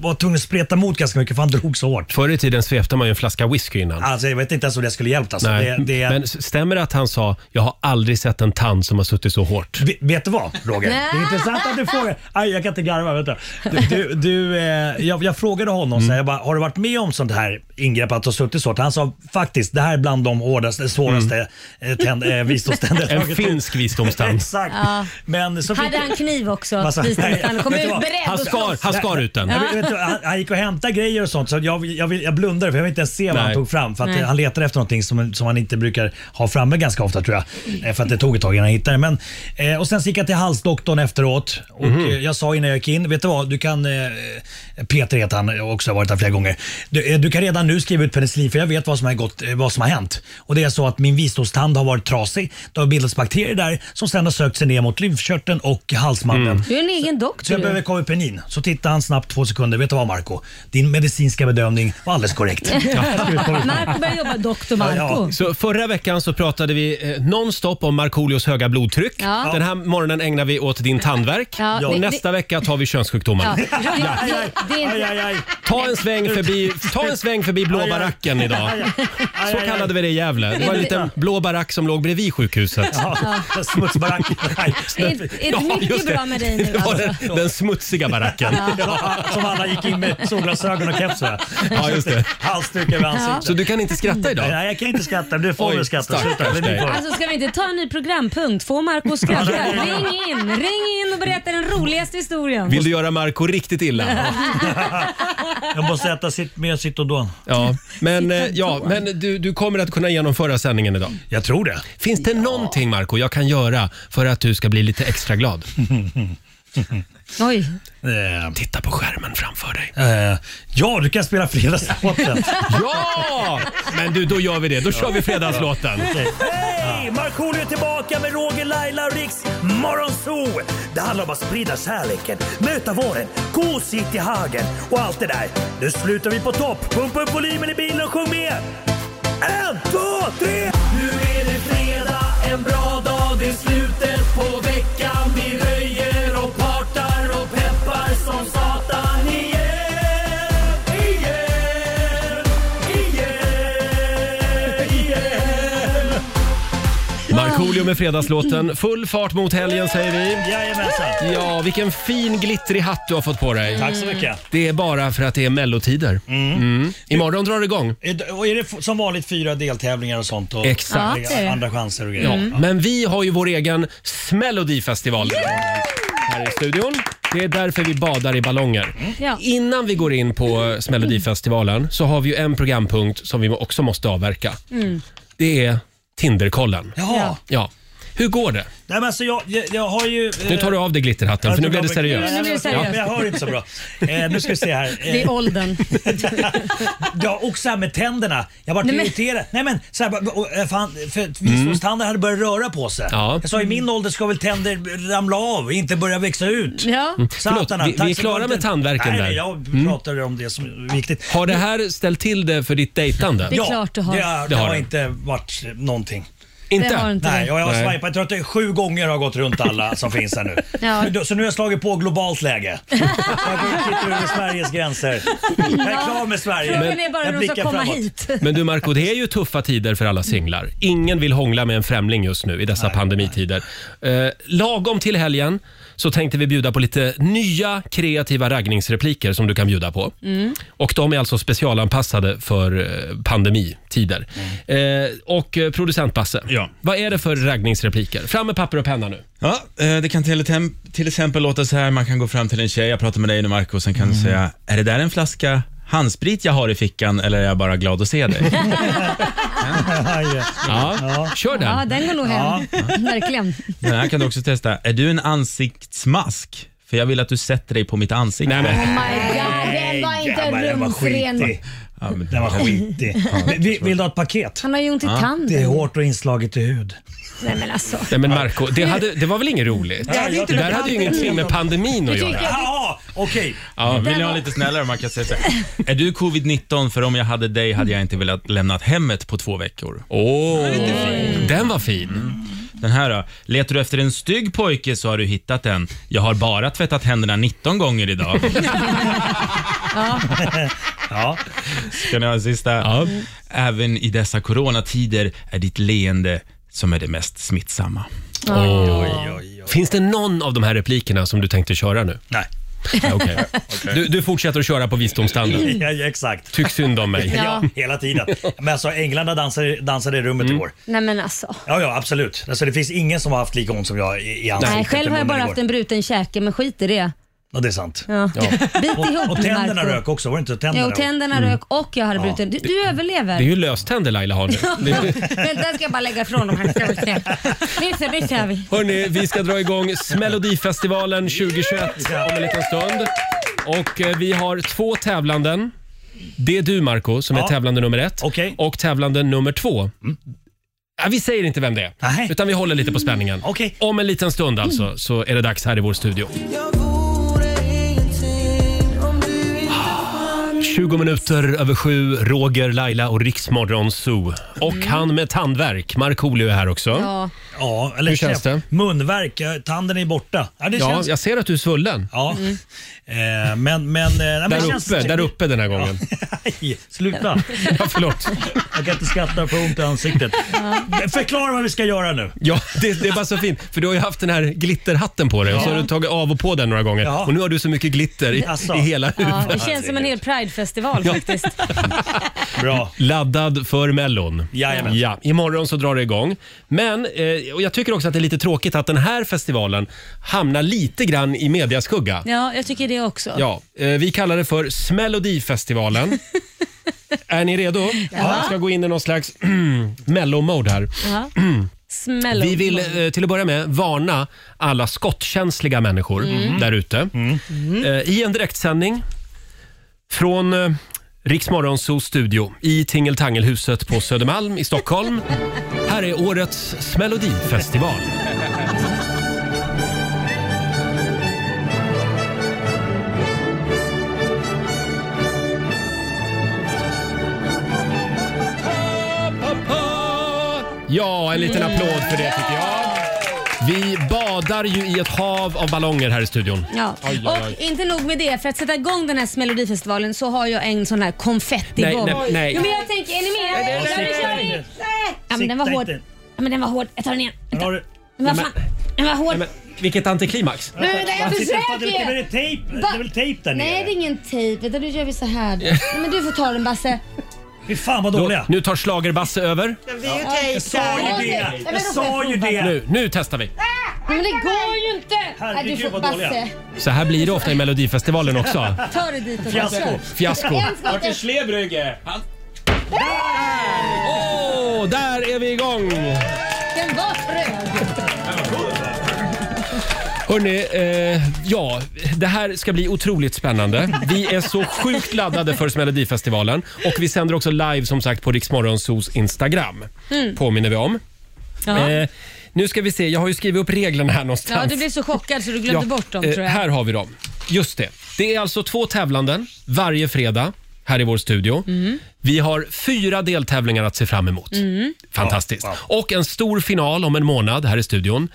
S9: var tvungen att spreta emot ganska mycket för han drog så hårt.
S1: Förr i tiden svepte man ju en flaska whisky innan.
S9: Alltså, jag vet inte ens om det skulle hjälpt. Alltså.
S1: Nej.
S9: Det, det,
S1: Men s- stämmer det att han sa jag har aldrig sett en tand som har suttit så hårt?
S9: Ve- Vet du vad Roger? Det är intressant att du frågar. Aj,
S1: Mm.
S9: jag kan inte garva. Vänta. Du, du, du, eh, jag, jag frågade honom så här, jag bara, har du varit med om sånt här ingrepp att ha suttit så hårt. Han sa faktiskt det här är bland de hårdaste, svåraste mm. tänd, eh, visdomständer jag
S1: En
S9: tagit ut."
S1: finsk visdomstand.
S9: Exakt.
S4: Ja.
S9: Men så fick-
S4: Hade han kniv också?
S9: Massa-
S4: Visdomsmannen kom
S9: Vet du
S4: ut
S9: vad?
S4: beredd
S1: Han
S4: och
S1: skar, han skar ut den.
S9: Jag vet- vet du, han, han gick och hämtade grejer och sånt så jag, jag, vill, jag blundade för jag vill inte ens se vad
S1: Nej.
S9: han tog fram. För att
S4: Nej.
S9: Han letade efter någonting som, som han inte brukar ha framme ganska ofta tror jag. Eh, För att det tog ett tag innan han hittade det. Men, eh, och sen så gick jag till halsdoktorn efteråt och
S1: Mhm.
S9: eh, jag sa innan jag gick in, vet du vad, du kan, eh, Peter heter han, jag har också varit här flera gånger. Du, eh, du kan redan nu skriva ut penicillin för jag vet vad som, har gått, eh, vad som har hänt. Och Det är så att min visdomstand har varit trasig. Det har bildats bakterier där som sedan har sökt sig ner mot lymfkörteln och halsmandeln.
S4: Du är en egen
S9: Mm. Så
S4: doktor
S9: jag behöver
S4: du.
S9: Kovipenin. Så tittar han snabbt två sekunder. Vet du vad Marco? Din medicinska bedömning var alldeles korrekt.
S4: Marco börjar jobba doktor Marco.
S9: Ja,
S1: Så förra veckan så pratade vi eh, nonstop om Markoolios höga blodtryck.
S4: Ja.
S1: Den här morgonen ägnar vi åt din tandvärk.
S4: Ja,
S1: Och
S4: det-
S1: nästa vecka tar vi könssjukdomar.
S4: Ja. Det, det, det,
S9: Aj,
S4: är-
S9: aj, aj.
S1: Ta, en sväng förbi, ta en sväng förbi blå baracken idag. Så kallade vi det i Gävle. Det var en liten blå barack som låg bredvid sjukhuset.
S9: Ja, Smutsbarack. Nej,
S4: det är inte mycket
S1: just det.
S4: bra med dig
S1: Det
S4: nu
S1: var
S4: alltså.
S1: den, den smutsiga baracken.
S9: Ja, som alla gick in med solglasögon och keps. va?
S1: Ja, just det.
S9: Halsduk över ansiktet.
S1: Så du kan inte skratta idag?
S9: Nej, jag kan inte skratta. men Du får
S1: Oj,
S9: väl skratta.
S1: stackars
S9: Sluta. Men
S1: dig.
S9: ni får.
S4: Alltså ska vi inte ta en ny programpunkt? Få Marco att skratta. Ring in, ring in och berätta den roligaste historien.
S1: Vill du göra Marco riktigt illa?
S9: Jag måste äta sitt, mer Citodon.
S1: Ja, men, eh, ja, men du, du kommer att kunna genomföra sändningen idag.
S9: Jag tror det.
S1: Finns det någonting Marco jag kan göra för att du ska bli lite extra glad?
S4: Oj,
S9: Eh,
S1: Titta på skärmen framför dig.
S9: eh, ja, du kan spela fredagslåten.
S1: Ja! Men du, då gör vi det. Då kör vi fredagslåten.
S9: Hej! Markoolio är tillbaka med Roger, Laila och Riks Morgonzoo! Det handlar om att sprida kärleken, möta våren, gosigt i hagen och allt det där. Nu slutar vi på topp! Pumpa upp volymen i bilen och sjung med! En, två, tre! Nu är det fredag, en bra dag, det är slutet på veckan. Vi röjer och partar och peppar som satan igen, igen, igen, igen.
S1: Markoolio med fredagslåten. Full fart mot helgen säger vi.
S9: Jajamensan.
S1: Ja, vilken fin glittrig hatt du har fått på dig.
S9: Tack så mycket.
S1: Det är bara för att det är mellotider. Mm. Imorgon drar det igång.
S9: Är- Och är det f- som vanligt fyra deltävlingar och sånt? Och
S1: Exakt.
S4: Ja, det är det.
S9: Andra chanser och
S1: Ja,
S9: grejer.
S1: men vi har ju vår egen Smelodifestival här i studion. Det är därför vi badar i ballonger.
S4: Ja.
S1: Innan vi går in på eh, Smelodifestivalen så har vi ju en programpunkt som vi också måste avverka.
S4: Mm.
S1: Det är Tinderkollen.
S9: Jaha.
S1: Ja. Hur går
S9: Nej,
S1: det?
S9: men alltså jag, jag, jag har ju... eh,
S1: Nu tar du av dig glitterhatten för nu blev det seriöst.
S4: Nu blir det seriöst.
S9: Men jag hör inte så bra. Eh, nu ska vi se här.
S4: det
S9: Eh,
S4: är åldern.
S9: ja, och så här med tänderna. Jag vart
S4: Nej, men-
S9: irriterad. Nej men, så här, bara- och, eh, fan, för visdomstanden hade börjat röra på sig.
S1: Ja.
S9: Jag sa i min ålder ska väl tänder ramla av, inte börja växa ut.
S4: Ja.
S1: Förlåt,
S9: Satana,
S1: vi- vi
S9: tack
S1: är
S9: så
S1: klara
S9: mycket.
S1: med tandvärken
S9: Nej,
S1: där. Mm.
S9: Nej, jag pratade om det som är viktigt.
S1: Har det här ställt till det för ditt dejtande?
S4: Det- är klart du har.
S9: Det, har-
S1: Det
S9: det
S1: har
S9: har
S1: du.
S9: inte varit någonting.
S4: Det har
S1: Inte?
S4: inte
S9: Nej,
S4: det.
S9: och jag har
S1: Nej.
S9: swipat. Jag tror att det är sju gånger jag har gått runt alla som finns här nu.
S4: Ja.
S9: Men då- Så nu har jag slagit på globalt läge. Jag tittar över Sveriges gränser. Jag är klar med Sverige.
S4: Frågan är bara
S9: jag
S4: när de ska
S9: blickar
S4: komma
S9: framåt.
S4: hit.
S1: Men du Marco, det är ju tuffa tider för alla singlar. Ingen vill hångla med en främling just nu i dessa pandemitider. Eh, lagom till helgen så tänkte vi bjuda på lite nya kreativa raggningsrepliker som du kan bjuda på. Och de är alltså specialanpassade för eh, pandemitider. Eh, och eh, producent Basse,
S7: Ja.
S1: vad är det för raggningsrepliker? Fram med papper och penna nu.
S7: Ja, eh, det kan till, tem- till exempel låta så här, man kan gå fram till en tjej, jag pratar med dig nu Marco, och sen kan
S1: Mm.
S7: du säga, är det där en flaska handsprit jag har i fickan eller är jag bara glad att se dig?
S9: Aj,
S1: Ja, kör den.
S4: Ja, den går nog hem. Verkligen.
S7: Den här kan du också testa, är du en ansiktsmask? För jag vill att du sätter dig på mitt ansikte.
S1: Nej, men,
S4: Oh my god, den var inte
S9: jävlar, den var
S4: rumsren.
S9: skitig.
S7: Ja, men-
S9: Den var skitig. Men vi- Vill du ha ett paket?
S4: Han har ju ont i
S9: Det är
S4: tanden.
S9: hårt och inslaget i hud.
S4: Nej men alltså.
S1: nej, men Marco, det, hade, det var väl inget roligt?
S9: hade ju inte
S1: det där hade ju ingenting med pandemin att göra.
S9: Jaha, okej.
S7: Ja, vill
S4: Den
S7: ni
S4: var-
S7: ha lite snällare man kan säga så här. Är du covid-19 för om jag hade dig hade jag inte velat lämnat hemmet på två veckor.
S1: Åh, den var fin.
S7: Den här då. Letar du efter en stygg pojke så har du hittat en. Jag har bara tvättat händerna 19 gånger idag.
S9: Ja.
S7: Ska ni ha en sista?
S1: Ja.
S7: Även i dessa coronatider är ditt leende som är det mest smittsamma.
S1: Finns det någon av de här replikerna som du tänkte köra nu?
S9: Nej.
S1: Ja, okej. du, du fortsätter att köra på visdomstanden.
S9: Ja, ja, exakt.
S1: Tyck synd om mig.
S9: Ja.
S4: Ja.
S9: hela tiden. Men alltså änglarna dansade, dansade i rummet
S1: Mm.
S9: igår.
S4: Nej men alltså.
S9: Ja, ja absolut. Alltså, det finns ingen som har haft lika ont som jag i, i ansiktet.
S4: Nej, själv har
S9: eller
S4: jag bara
S9: munnen
S4: haft
S9: igår.
S4: en bruten käke, men skit i det.
S9: Ja, det är sant.
S4: Ja. Bit ihop
S9: Och tänderna
S4: Marco.
S9: rök också, var det inte? Tänderna
S4: Ja, och
S9: rök? Mm.
S4: tänderna rök och jag hade bruten. Du, du överlever.
S1: Mm. Det är ju löständer Laila har nu. Det-
S4: Vänta, jag ska bara lägga ifrån dem här. Ska vi se. Nu så, nu kör vi.
S1: Hörni, vi ska dra igång Melodifestivalen 2021 om en liten stund. Och eh, vi har två tävlanden. Det är du Marco som är
S9: Ja.
S1: tävlande nummer ett
S9: Okej. Mm.
S1: och tävlande nummer två. Ja, vi säger inte vem det är,
S9: Nej.
S1: utan vi håller lite på spänningen.
S9: Mm, Okej. Mm.
S1: Om en liten stund alltså så är det dags här i vår studio. 20 minuter över sju, Roger, Laila och Riksmorgon Zoo. Och
S9: Mm.
S1: han med tandvärk, Markoolio är här också.
S4: Ja.
S9: Ja, eller
S1: Hur känns
S9: knäpp-
S1: det?
S9: Munvärk, eh, tanden är borta. Ja, det
S1: Ja,
S9: känns...
S1: jag ser att du är svullen.
S9: Ja.
S4: Mm.
S9: Eh, men, men... eh, Nej, men
S1: Där
S9: det känns...
S1: uppe, där uppe den här gången.
S9: Nej, sluta.
S1: Ja, förlåt.
S9: Jag kan inte skratta för ont i ansiktet. Förklara vad vi ska göra nu.
S1: Ja, det, det är bara så fint. För du har ju haft den här glitterhatten på dig och så har du tagit av och på den några gånger.
S9: Ja.
S1: Och nu har du så mycket glitter i,
S9: Jaså?
S1: i hela huvudet.
S4: Ja, det känns som en hel pridefestival faktiskt.
S9: Bra.
S1: Laddad för Mellon.
S9: Jajamän.
S1: Ja, imorgon så drar det igång. Men eh, och jag tycker också att det är lite tråkigt att den här festivalen hamnar lite grann i mediaskugga.
S4: Ja, jag tycker det också.
S1: Ja, eh, vi kallar det för Smällodifestivalen. är ni redo? Jag ska gå in i någon slags mello-mode här.
S4: Ja. Smäll
S1: Vi
S4: upp.
S1: vill eh, till att börja med varna alla skottkänsliga människor
S4: Mm.
S1: där ute. Eh, I en direktsändning från eh, Riksmorgonsos studio i Tingeltangelhuset på Södermalm i Stockholm. Här är årets Smällodifestival. Ja, en liten
S4: Mm.
S1: applåd för det tycker jag. Vi badar ju i ett hav av ballonger här i studion.
S4: Ja.
S1: Oj, oj, oj.
S4: Och inte nog med det, för att sätta igång den här Melodifestivalen så har jag en sån här konfettibomb.
S1: Nej, nej, nej.
S4: Jo, men jag tänker, är ni med? Nej,
S9: nej, nej.
S4: Ja, men den var
S9: Sikta
S4: hård.
S9: inte.
S4: Ja, men den var hård. Jag tar den igen.
S9: Där har du-
S4: Men vad fan? Den var hård.
S1: Nej, men, vilket antiklimax.
S4: Men vänta, jag
S9: Vad sitter- vad-
S4: försöker
S9: Det är väl
S4: ju!
S9: tejp? Det
S4: Va?
S9: är väl tejp där
S4: Nej, det är
S9: nere?
S4: ingen tejp. Utan nu gör vi så här. Nej, men du får ta den Basse.
S9: Fy fan vad dåliga.
S1: Nu tar schlagerbasse över.
S9: Jag sa ju
S4: Ja,
S9: det.
S4: men
S9: Jag
S4: då
S9: sa
S4: får
S9: ju
S4: jag
S9: det.
S1: Nu, nu testar vi.
S4: Nej, men det går ju inte! Nej,
S9: Herregud,
S4: du får
S9: vad
S4: Basse.
S9: dåliga.
S1: Så här blir det ofta i Melodifestivalen också.
S4: Ta dig dit och
S9: Fiasko.
S1: Fiasko.
S4: En skott efter.
S7: Schlebrügge.
S1: Åh, där är vi igång!
S4: Den var fröjd.
S1: Hörni, eh, ja, det här ska bli otroligt spännande. Vi är så sjukt laddade för Melodifestivalen och vi sänder också live som sagt på Riksmorgonsos Instagram.
S4: Mm.
S1: Påminner vi om. Eh, nu ska vi se, jag har ju skrivit upp reglerna här någonstans.
S4: Ja, du blev så chockad så du glömde bort dem
S1: eh,
S4: tror jag.
S1: Här har vi dem. Just det. Det är alltså två tävlanden varje fredag här i vår studio.
S4: Mm.
S1: Vi har fyra deltävlingar att se fram emot. Fantastiskt. Och en stor final om en månad här i studion.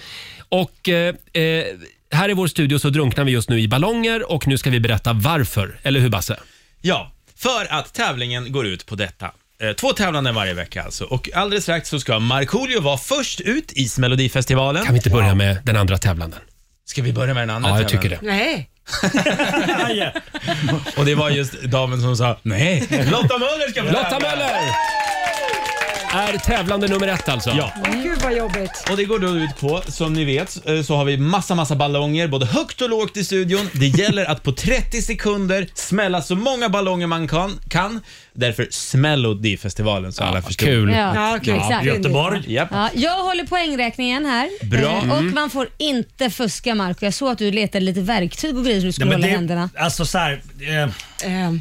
S1: Och eh, eh, här i vår studio så drunknar vi just nu i ballonger och nu ska vi berätta varför. Eller hur Basse?
S7: Ja, för att tävlingen går ut på detta. Eh, Två tävlanden varje vecka alltså. Och alldeles strax så ska Markoolio vara först ut i Melodifestivalen.
S1: Kan vi inte börja med den andra tävlanden?
S7: Ska vi börja med den andra
S1: Ja, jag
S7: tävlingen?
S1: tycker det.
S2: Nej.
S9: Aj.
S7: Och det var just damen som sa nej. Lotta Möller ska få
S1: Lotta
S7: tävla.
S1: Möller! Är tävlande nummer ett alltså.
S7: Ja.
S2: Åh, gud vad jobbigt.
S7: Och det går då ut på, som ni vet, eh, så har vi massa, massa ballonger, både högt och lågt i studion. Det gäller att på 30 sekunder smälla så många ballonger man kan. kan. Därför Smällodifestivalen, så alla förstår.
S1: Kul.
S2: Ja, okej.
S4: exakt.
S9: Göteborg. Mm.
S7: Japp.
S4: Ja, jag håller poängräkningen här.
S7: Bra.
S4: Eh, Och man får inte fuska Marco. Jag såg att du letade lite verktyg och grejer som du skulle
S9: Nej, men
S4: hålla i
S9: det,
S4: händerna. Ehm.
S9: alltså så här, eh,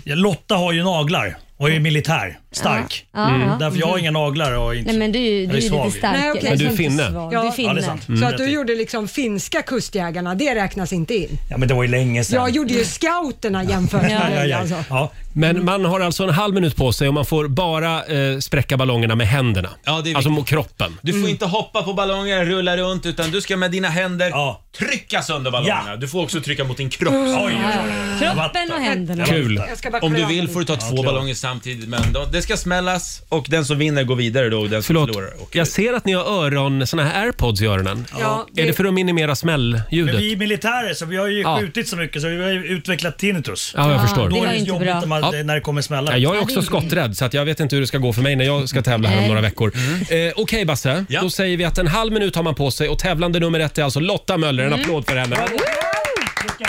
S2: Eh,
S9: Lotta har ju naglar och är militär. Stark. Mm.
S4: Ja, ja. Mm.
S9: Därför jag har inga naglar och inte...
S4: Nej men du, är ju- du
S9: Jag
S4: är
S9: är
S4: ju
S9: svag.
S4: lite stark.
S2: Nej, okej. Men
S1: du är
S4: Jag inte
S1: finne.
S4: svag.
S2: Ja.
S4: Du är
S2: Ja, det
S9: Ja,
S4: finne.
S9: det är sant.
S2: Så att du gjorde liksom finska kustjägarna, det räknas inte in.
S9: Ja, men det var ju länge sedan.
S2: Jag gjorde ju scouterna jämfört med
S9: Ja,
S2: dig
S9: ja,
S2: alltså.
S9: ja.
S1: Men man har alltså en halv minut på sig och man får bara eh, spräcka ballongerna med händerna.
S7: Ja, det är
S1: alltså
S7: viktigt.
S1: mot kroppen.
S7: Du får
S4: Mm.
S2: Mm.
S7: inte hoppa på ballonger, rulla runt, utan du ska med dina händer
S9: Ja.
S7: trycka sönder ballongerna.
S9: Ja.
S7: Du får också trycka mot din kropp.
S2: Mm.
S9: Oj, oj, oj.
S4: Kroppen och händerna.
S1: Kul.
S2: Jag ska bara
S7: Om du
S2: kolla
S7: vill
S2: av.
S7: får du ta två ballonger samtidigt, men då, det ska smällas och den som vinner går vidare då och den som
S1: Förlåt,
S7: förlorar åker
S1: jag
S7: ut.
S1: ser att ni har öron, såna här airpods i öronen.
S2: Ja,
S1: Är det för att minimera
S9: Men
S1: smällljudet?
S9: vi är militärer så vi har ju
S1: Ja.
S9: skjutit så mycket så vi har ju utvecklat tinnitus.
S1: Ja, jag
S4: Ah,
S1: förstår.
S9: Då
S4: Det
S9: är
S4: var
S9: det
S4: inte
S9: jobbigt
S4: bra.
S9: när man- Mm.
S1: Ja.
S9: när det kommer smällar.
S1: Ja, jag är också skotträdd så att jag vet inte hur det ska gå för mig när jag ska tävla här om
S4: Nej.
S1: några veckor. Eh, Okej Basse,
S7: Ja.
S1: då säger vi att en halv minut har man på sig och tävlande nummer ett är alltså Lotta Möller. En applåd för henne.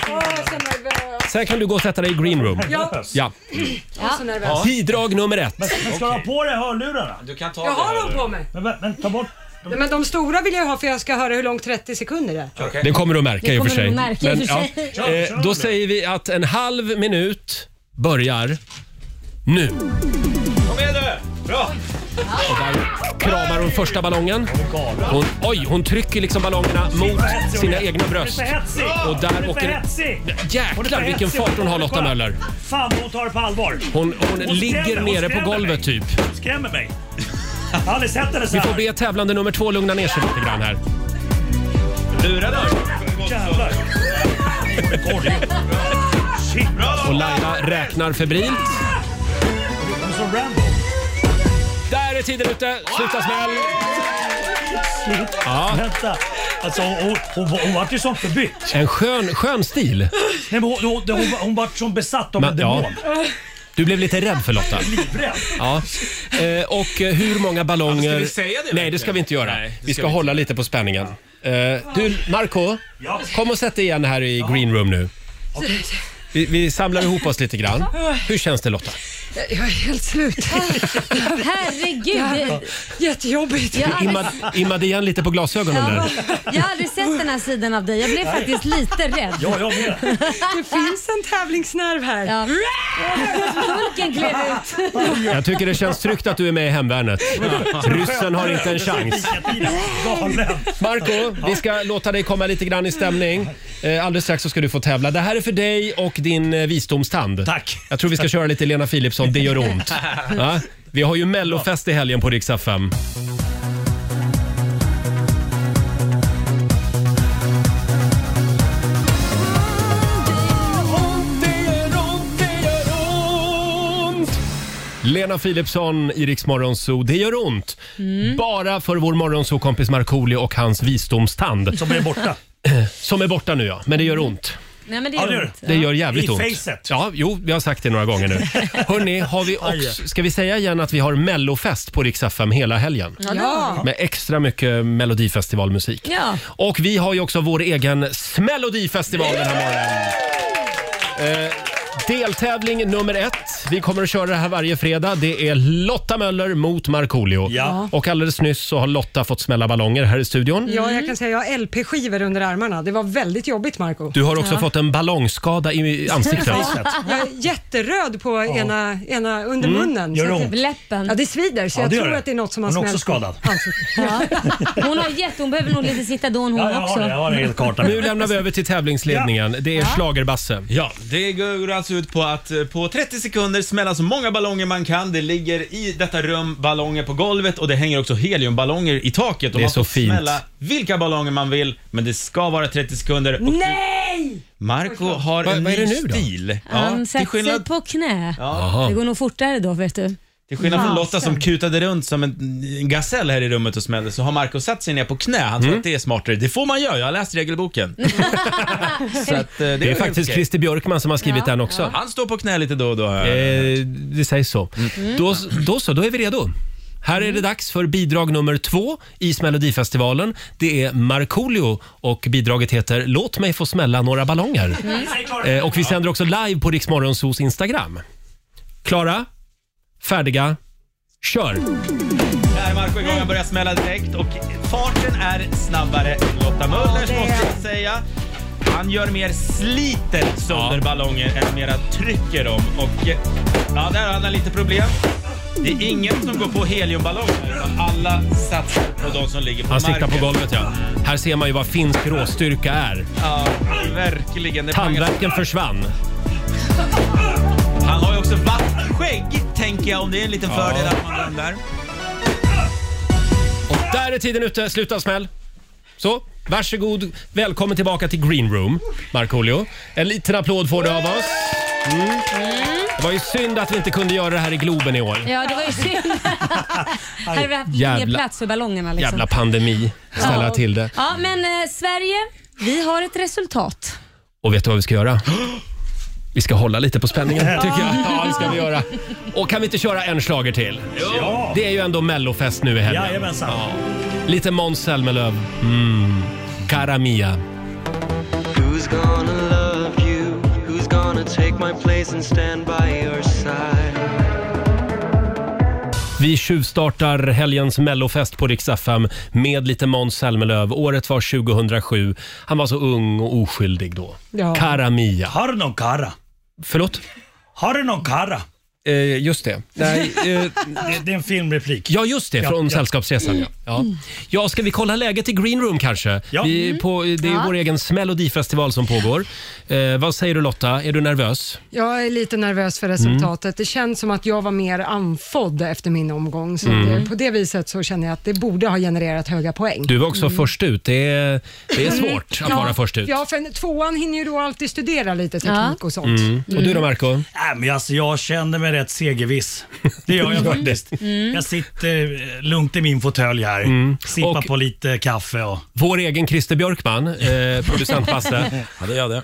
S2: Åh, så nervös.
S1: Sen kan du gå och sätta dig i green room.
S9: Ja.
S1: Ja.
S2: Jag är så nervös.
S1: Bidrag nummer ett.
S9: Men ska du ha på dig hörlurarna?
S7: Du kan ta
S2: Jag
S7: det
S2: har
S7: här
S2: dem
S7: nu.
S2: på mig.
S9: Men, vä- men ta bort...
S2: Nej, Men de stora vill jag ha för jag ska höra hur långt 30 sekunder är.
S7: Okej.
S1: Det kommer du att märka
S4: Det
S1: i och för sig.
S4: kommer du att märka i och för
S1: ja.
S4: sig.
S9: Kör,
S1: Eh,
S9: kör
S1: Då
S9: nu.
S1: säger vi att en halv minut börjar nu.
S7: Kom igen nu! Bra!
S1: Och där kramar hon första ballongen. Hon, oj, hon trycker liksom ballongerna mot sina egna bröst.
S9: Hon är för hetsig!
S1: Och där
S9: Hon är för
S1: åker-
S9: hetsig! Hon är
S1: Jäklar
S9: för
S1: vilken
S9: hetsig.
S1: fart hon har Lotta
S9: Kolla.
S1: Möller.
S9: Fan hon tar det på allvar.
S1: Hon, hon
S9: skrämmer-
S1: ligger
S9: hon
S1: nere
S9: skrämmer
S1: på golvet
S9: mig.
S1: typ.
S9: Hon skrämmer mig. Jag har aldrig sett henne så
S1: Vi
S9: här.
S1: får be tävlande nummer två lugna ner sig lite grann här.
S7: Lura dig!
S9: Jävlar. Shit,
S1: Och Laila räknar febrilt.
S9: hon är som Rambo.
S1: Där är tiden ute! Sluta smäll!
S9: Shit. Vänta. Alltså hon, hon, hon, hon vart ju som förbytt.
S1: En skön, skön stil.
S9: Nej, men hon, hon, hon, hon vart som besatt av en
S1: Men, ja.
S9: demon.
S1: Du blev lite rädd för Lotta.
S9: Livrädd.
S1: Ja. Eh, och eh, hur många ballonger...
S7: Ja, men ska vi säga det
S1: Nej, det ska vi inte göra.
S7: Nej, det
S1: vi
S7: ska
S1: ska
S7: vi
S1: hålla lite på spänningen. Eh, du, Marco,
S9: Ja.
S1: kom och sätt dig igen här i green room nu. Vi, vi samlar ihop oss lite grann. Hur känns det Lotta?
S2: Jag jag är helt slut.
S4: Herregud.
S2: Jättejobbigt.
S4: Jag har, aldrig,
S1: Imma, immade igen lite på glasögonen där.
S4: jag har aldrig sett den här sidan av dig. Jag blev faktiskt lite rädd.
S9: Ja, jag med.
S2: Det finns en tävlingsnerv här.
S4: Ja. Hulken klev ut.
S1: Jag tycker det känns tryggt att du är med i Hemvärnet. Ryssen har inte en chans.
S9: Galen.
S1: Marco, vi ska låta dig komma lite grann i stämning. Eh, Alldeles strax så ska du få tävla. Det här är för dig och din eh, visdomstand.
S9: Tack.
S1: Jag tror vi ska köra lite Lena Philipsson, det gör ont. Ja? Vi har ju mellofest i helgen på Rix FM. Lena Philipsson i Rix Morgonzoo. Det gör ont. Bara för vår morgonzoo-kompis Markoolio och hans visdomstand.
S9: Som är borta.
S1: Som är borta nu ja, men det gör ont.
S4: Nej, men det
S9: Ja, det
S4: är
S9: gör
S4: ont.
S1: Det gör jävligt
S9: I
S1: ont.
S9: facet.
S1: Ja, jo, vi har sagt det några gånger nu. Hörrni, har vi också, ska vi säga igen att vi har mellofest på Rix FM hela helgen?
S2: Ja.
S1: Med extra mycket melodifestivalmusik.
S4: Ja.
S1: Och vi har ju också vår egen Smelodifestival den här morgonen. Eh, deltävling nummer ett. Vi kommer att köra det här varje fredag. Det är Lotta Möller mot Markoolio.
S9: Ja.
S1: Och alldeles nyss så har Lotta fått smälla ballonger här i studion.
S2: ja,
S4: Mm.
S2: jag kan säga jag har LP-skivor under armarna. Det var väldigt jobbigt Marco.
S1: Du har också fått en ballongskada i ansiktet.
S2: Jag är jätteröd på ena, ena under
S1: Mm.
S2: munnen.
S9: Gör
S2: så
S9: det
S2: att
S9: ont?
S4: Läppen.
S2: Ja, det svider så
S9: Ja,
S2: jag
S9: det gör
S2: tror
S9: det.
S2: att det är något som Alltså, har
S9: Hon är också
S2: smält
S9: skadad.
S2: på ansiktet.
S4: Ja. Hon har jätte, hon behöver nog lite Citadon hon
S9: Ja, jag
S4: också.
S9: har det. Jag har en hel karta.
S1: Nu lämnar vi över till tävlingsledningen. Det är Schlagerbasse.
S7: Ja, det går alltså ut på att eh, på 30 sekunder smälla så många ballonger man kan. Det ligger i detta rum ballonger på golvet och det hänger också heliumballonger i taket. Och
S1: Det är
S7: man
S1: så
S7: får
S1: fint.
S7: smälla vilka ballonger man vill, men det ska vara 30 sekunder. Och
S2: Nej!
S7: Marco har
S1: Vad-
S7: en
S1: vad är det
S7: ny
S1: nu då?
S7: stil.
S4: Han
S7: till
S4: sätter sig
S7: skillnad,
S4: på knä.
S1: Jaha.
S4: Det går nog fortare då vet du.
S7: till skillnad från Lotta som kutade runt som en en gasell här i rummet och smällde, så har Marco satt sig ner på knä. Han tror
S1: Mm.
S7: att det är smartare. Det får man göra, jag har läst regelboken.
S4: Mm.
S7: så att, eh, det,
S1: Det är faktiskt Christer Björkman som har skrivit den också.
S7: Han står på knä lite då och då. har jag Mm.
S1: Eh, det sägs så. Mm. Då, då så, då är vi redo. Här är det dags för bidrag nummer två i Melodifestivalen. Det är Markoolio och bidraget heter “Låt mig få smälla några ballonger”. Eh, och vi sänder också live på Rix Morgonzoos Instagram. Klara, färdiga, kör!
S7: Där är Marco igång, han börjar smälla direkt och farten är snabbare än Lotta Möllers måste jag säga. Han gör mer sliter sönder ballonger än mera trycker dem och eh, ja, där har han lite problem. Det är ingen som går på heliumballonger utan alla satsar på de som ligger på
S1: Han siktar
S7: marken.
S1: på golvet ja. Här ser man ju vad finsk råstyrka är.
S7: Ja, verkligen. Det pangar-
S1: Tandvärken försvann.
S7: Han har ju också vatt skägg, tänker jag, om det är en liten fördel att man ramlar.
S1: Och där är tiden ute. Sluta smäll. Så, varsågod. Välkommen tillbaka till Green Room, Markoolio. En liten applåd får du av oss. Mm. Det var ju synd att vi inte kunde göra det här i Globen i år.
S4: Ja, det var ju synd. Här hade vi haft mer
S1: Jävla-
S4: plats för ballongerna. Liksom.
S1: Jävla pandemi ställa
S4: Ja.
S1: till det.
S4: Ja, men eh, Sverige, vi har ett resultat.
S1: Och vet du vad vi ska göra? Vi ska hålla lite på spänningen tycker jag. Ja, det ska vi göra. Och kan vi inte köra en schlager till?
S9: Ja.
S1: Det är ju ändå mellofest nu i helgen.
S9: Jajamensan.
S1: Lite Måns Zelmerlöw. Mm. Cara Mia.
S6: Who's gonna love you? Who's gonna take my place and stand by your side?
S1: Vi tjuvstartar helgens mellofest på Rix FM med lite Måns Zelmerlöw. Året var 2007. Han var så ung och oskyldig då.
S2: Ja.
S1: Cara Mia.
S9: Har du någon kara?
S1: Förlåt?
S9: Har du någon kara?
S1: Eh, just det. Nej, eh,
S9: Det, det är en filmreplik.
S1: Ja, just det. Från
S9: ja.
S1: Sällskapsresan. Ja. Ja. ja, ska vi kolla läget i Green Room kanske?
S9: Ja.
S1: Vi, på, det är
S4: Ja.
S1: vår egen Melodifestival som pågår. Eh, vad säger du Lotta? Är du nervös?
S2: Jag är lite nervös
S1: Mm.
S2: för resultatet. Det känns som att jag var mer anfodd efter min omgång, så det, på det viset så känner jag att det borde ha genererat höga poäng.
S1: Mm. Du var också
S4: Mm.
S1: först ut. Det är, det är svårt att vara först ut.
S2: Ja, för en- tvåan hinner ju då alltid studera lite teknik
S4: Ja.
S2: och sånt.
S1: Mm. Och du då Marco?
S9: Nej, men alltså, jag känner mig rätt segerviss. Det gör jag faktiskt.
S1: Mm.
S9: Jag sitter eh, lugnt i min fåtölj här. Sippar
S1: Och-
S9: på lite kaffe och...
S1: Vår egen Christer Björkman, eh, producent Basse.
S7: Ja, det gör det.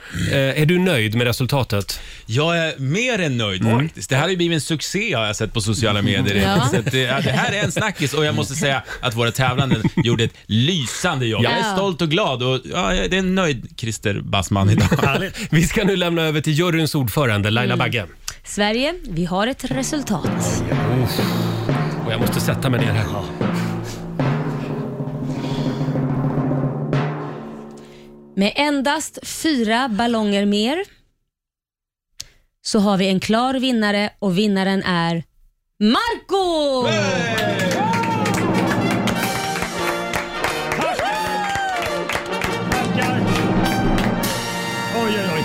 S1: Eh, är du nöjd med resultatet? Mm.
S7: Jag är mer än nöjd faktiskt. Det här har ju blivit en succé har jag sett på sociala medier.
S4: Ja.
S7: Så att det, ja, det här är en snackis och jag måste säga att våra tävlande gjorde ett lysande jobb. Jag är
S4: Ja.
S7: stolt och glad och ja, jag- det är en nöjd Christer Bassman idag.
S9: Härligt.
S1: Vi ska nu lämna över till juryns ordförande Laila
S9: Mm.
S1: Bagge.
S4: Sverige, vi har ett resultat.
S1: Och jag måste sätta mig ner här.
S4: Med endast fyra ballonger mer så har vi en klar vinnare och vinnaren är Marco!
S9: Tackar! Oj, oj, oj.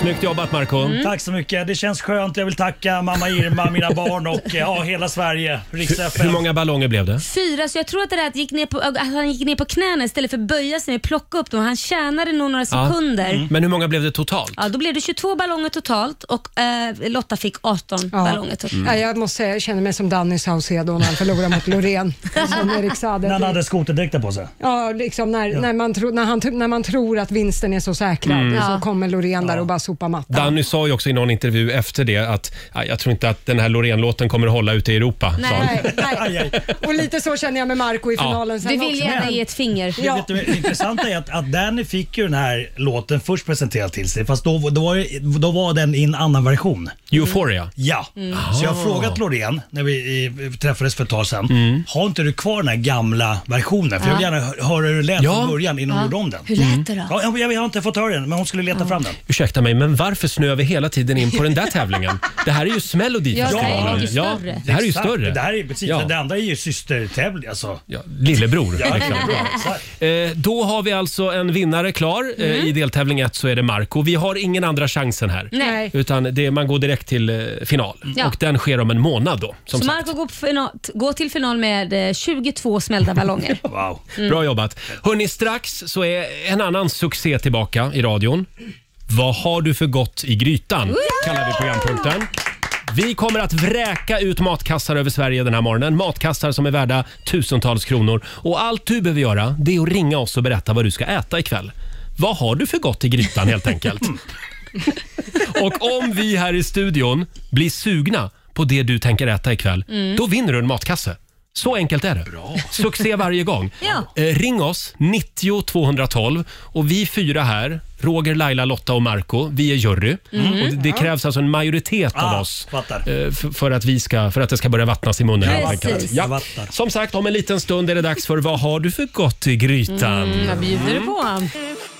S1: Snyggt jobbat Marco.
S9: Tack så mycket. Det känns skönt. Jag vill tacka mamma Irma, mina barn och eh, ja, hela Sverige. Riks
S1: Hur
S9: FM.
S1: många ballonger blev det?
S4: Fyra, så jag tror att det där att, gick ner på, att han gick ner på knäna istället för att böja sig ner och plocka upp dem. Han tjänade nog några
S1: Ja. Mm.
S4: sekunder.
S1: Men hur många blev det totalt?
S4: Ja, då blev det 22 ballonger totalt och eh, Lotta fick 18 ballonger totalt.
S2: Ja, Mm. jag måste säga, jag känner mig som Danny Saucedo när han förlorar mot Loreen. Som Erik Saade.
S9: När han hade skoterdräkten på sig.
S2: Ja, liksom när, När, man tro, när, han, när man tror att vinsten är så säkrad och så
S4: Ja.
S2: kommer Loreen där och bara sopar mattan.
S1: Danny sa ju också i någon intervju efter det att "Ja, jag tror inte att den här Loreen-låten kommer att hålla ute i Europa. sa han.
S4: Nej.
S2: Nej, nej. Och lite så känner jag med Marco i finalen sen
S4: Du vill
S2: också.
S4: gärna
S2: Men-
S4: ge ett finger.
S2: Ja.
S9: Vet du, det intressanta är att, att Danny fick ju den här låten först presenterad till sig. Fast då, då, var, ju- då var den i en annan version.
S1: Euphoria. Ah.
S9: Ja, så jag har frågat Loreen när vi eh, träffades för ett tag sedan.
S1: Mm.
S9: Har inte du kvar den här gamla versionen? För jag vill gärna hö- höra hur det lät
S1: Ja.
S9: från början innan du gjorde om den.
S4: Hur lät det då?
S9: Ja, jag, jag har inte fått höra den, men hon skulle leta fram den.
S1: Ursäkta mig, men varför snöar vi hela tiden in på den där tävlingen? Det här är ju Melodifestivalen.
S9: Ja, det här är ju
S4: större.
S1: det här är ju
S9: Exakt.
S1: större.
S9: Det här är precis,
S1: Ja.
S9: det andra är ju systertävling alltså.
S1: Ja, lillebror.
S9: Ja,
S1: liksom. Eh, då har vi alltså en vinnare klar.
S4: Mm.
S1: Eh, I deltävling 1 så är det Marco. Vi har ingen andra chansen här.
S4: Nej.
S1: Utan det, man går direkt till eh, final.
S4: Ja.
S1: Och den sker om en månad då. Som
S4: Så
S1: sagt.
S4: Marco går, på final, går till final med eh, 22 smällda ballonger.
S9: Wow.
S1: Bra jobbat. Hörni, strax så är en annan succé tillbaka i radion. Vad har du för gott i grytan? Kallar vi programpunkten. Vi kommer att vräka ut matkassar över Sverige den här morgonen. Matkassar som är värda tusentals kronor. Och allt du behöver göra det är att ringa oss och berätta vad du ska äta ikväll. Vad har du för gott i grytan helt enkelt? Och om vi här i studion blir sugna på det du tänker äta ikväll, då vinner du en matkasse. Så enkelt är det. Succé varje gång.
S4: Ja.
S1: Eh, ring oss, 90 212. Och vi fyra här, Roger, Laila, Lotta och Marco, vi är jury. Och det, det krävs alltså en majoritet av
S9: Ah,
S1: oss
S9: fattar.
S1: eh, för, för, att vi ska, för att det ska börja vattnas i munnen. helt
S4: Precis.
S1: enkelt.
S9: Jag
S1: Ja.
S9: fattar.
S1: Som sagt, om en liten stund är det dags för Mm, Vad har du för gott i grytan?
S4: Vad bjuder Mm, du på?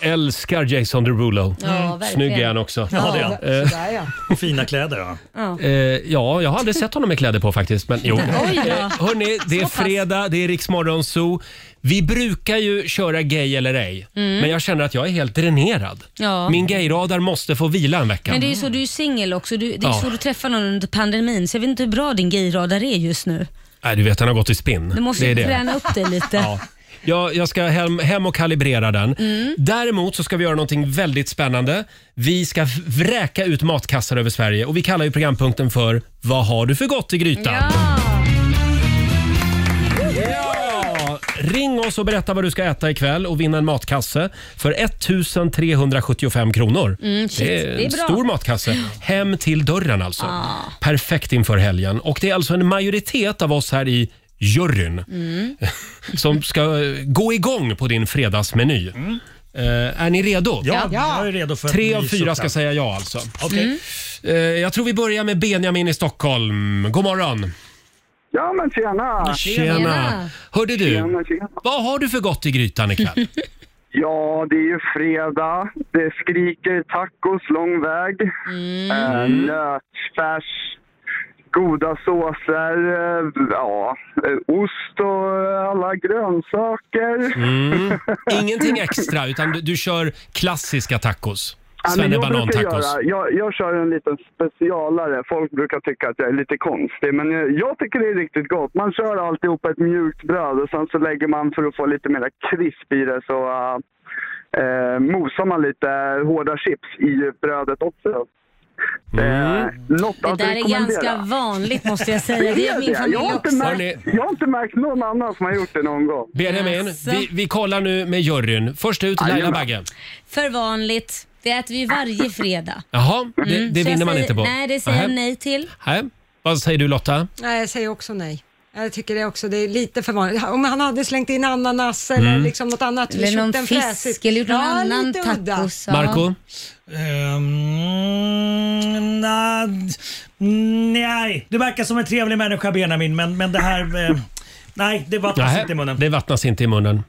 S1: Älskar Jason Derulo.
S4: Ja, verkligen.
S1: Snygg är han också.
S9: Ja, det är han.
S1: Eh,
S2: Sådär ja.
S9: Och Fina kläder ja.
S4: Ja.
S1: eh, ja, jag har aldrig sett honom med kläder på faktiskt. Men, jo. Eh,
S4: Oj då.
S1: Hörni, det är
S4: Så pass.
S1: fredag, det är Riksmorgon Zoo. Vi brukar ju köra gay eller ej, men jag känner att jag är helt dränerad.
S4: Mm. Ja.
S1: Min gayradar måste få vila en vecka.
S4: Men det är ju så, du är ju singel också. Du, det är
S1: Ja.
S4: så du träffar någon under pandemin. Så jag vet inte hur bra din gayradar är just nu.
S1: Nej, du vet, han har gått i spinn.
S4: Du måste
S1: det
S4: ju
S1: är det.
S4: träna upp dig lite.
S1: Ja. Jag, jag ska hem, hem och kalibrera den.
S4: Mm.
S1: Däremot så ska vi göra någonting väldigt spännande. Vi ska v- vräka ut matkassar över Sverige och vi kallar ju programpunkten för Vad har du för gott i grytan?
S4: Ja.
S1: Ja! Ring oss och berätta vad du ska äta ikväll och vinna en matkasse för 1375 kronor.
S4: Mm,
S1: en
S4: shit. Det är bra. Ah.
S1: stor matkasse. Hem till dörren alltså. Perfekt inför helgen. Och det är alltså en majoritet av oss här i juryn
S4: Mm.
S1: som ska eh, gå igång på din fredagsmeny. Eh, är ni redo?
S9: Mm. Ja, Jag är redo för
S1: Tre
S9: en
S1: av
S9: ny
S1: fyra ska
S9: soppa.
S1: säga ja alltså.
S9: Okej.
S4: Mm.
S1: Eh, jag tror vi börjar med Benjamin i Stockholm. God morgon!
S8: Ja, men tjena!
S1: Tjena!
S4: Tjena.
S1: Hörde du,
S8: Tjena, tjena.
S1: vad har du för gott i grytan ikväll?
S8: Ja, det är ju fredag. Det skriker tacos lång väg. Eh, nötfärs, goda såser, eh, ja, eh, ost och eh, alla grönsaker.
S1: Mm. Ingenting extra, utan du, du kör klassiska tacos.
S8: Ja, men jag, brukar
S1: Svennebanan-tacos.
S8: göra, jag, jag kör en liten specialare. Folk brukar tycka att jag är lite konstig, men jag, jag tycker det är riktigt gott. Man kör alltihopa ett mjukt bröd och sen så lägger man för att få lite mer krisp i det så uh, eh, mosar man lite hårda chips i brödet också. Eh,
S5: Mm.
S8: något
S4: Det
S8: att
S4: där är
S8: rekommendera.
S4: ganska vanligt måste jag säga. Det gör min familj
S8: jag, har inte
S4: också.
S1: Hörrni.
S8: märkt, jag har inte märkt någon annan som har gjort det någon gång.
S1: Benjamin,
S4: Alltså.
S1: vi, vi kollar nu med juryn. Först ut Laila
S8: Jajamän.
S1: Bagge.
S4: För vanligt. Det äter vi ju varje fredag.
S1: Jaha, det,
S4: Mm,
S1: det
S4: så jag
S1: vinner man
S4: säger,
S1: inte på.
S4: Nej, det säger jag
S1: Nähä.
S4: nej till.
S1: Nej. Vad säger du Lotta?
S2: Nej, jag säger också nej. Jag tycker det också, det är lite för vanligt. Om han hade slängt in ananas eller liksom något annat.
S4: Eller
S2: köpte
S4: någon
S2: en
S4: fisk
S2: fräsig-
S4: eller gjort någon
S2: Ja,
S4: annan
S2: lite udda.
S4: tacos. ja.
S1: Marco?
S9: Ehm, na, nej, du verkar som en trevlig människa Benjamin, men, men det här... Eh, nej, det var
S1: Nähä,
S9: tassigt i munnen.
S1: det vattnas inte i munnen.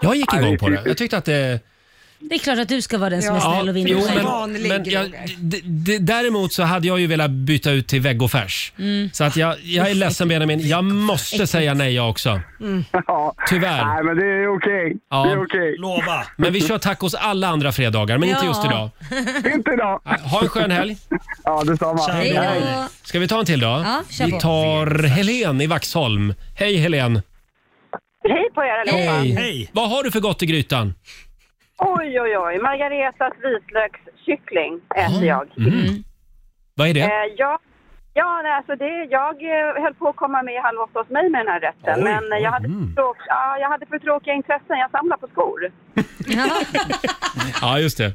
S1: Jag gick igång på det. Jag tyckte att det...
S4: Det är klart att du ska vara den som är
S2: Ja.
S4: snäll och vinner.
S2: jo,
S4: själv.
S2: men- Vanlig
S1: men jag,
S2: Roger.
S1: d, d, däremot så hade jag ju velat byta ut till vegofärs.
S4: Mm.
S1: Så att jag, jag är ledsen Benjamin, jag måste säga nej jag också.
S4: mm.
S8: Ja.
S1: Tyvärr.
S8: Nej, men det är okej.
S1: Ja.
S8: Det är okej.
S9: Lova.
S1: Men vi kör tacos alla andra fredagar, men inte
S4: Ja.
S1: just idag.
S8: Inte idag.
S1: Ha en skön helg.
S8: Ja, detsamma.
S9: Hej
S4: Hej
S9: då.
S4: då.
S1: Ska vi ta en till då?
S4: Ja, kör
S1: vi
S4: på.
S1: tar Helen i Vaxholm. Hej Helen!
S8: Hej på er allihopa.
S9: Hej.
S1: Vad har du för gott i grytan?
S8: Oj, oj, oj. Margaretas vitlökskyckling äter jag.
S4: Mm.
S1: Mm. Vad är det?
S8: Eh, jag ja, nej, alltså det, jag eh, höll på att komma med i Halv åtta hos mig med den här rätten.
S9: Oj. Mm.
S8: men eh, jag hade, för tråk, ja, jag hade för tråkiga intressen. Jag samlar på skor.
S1: Ja, just det.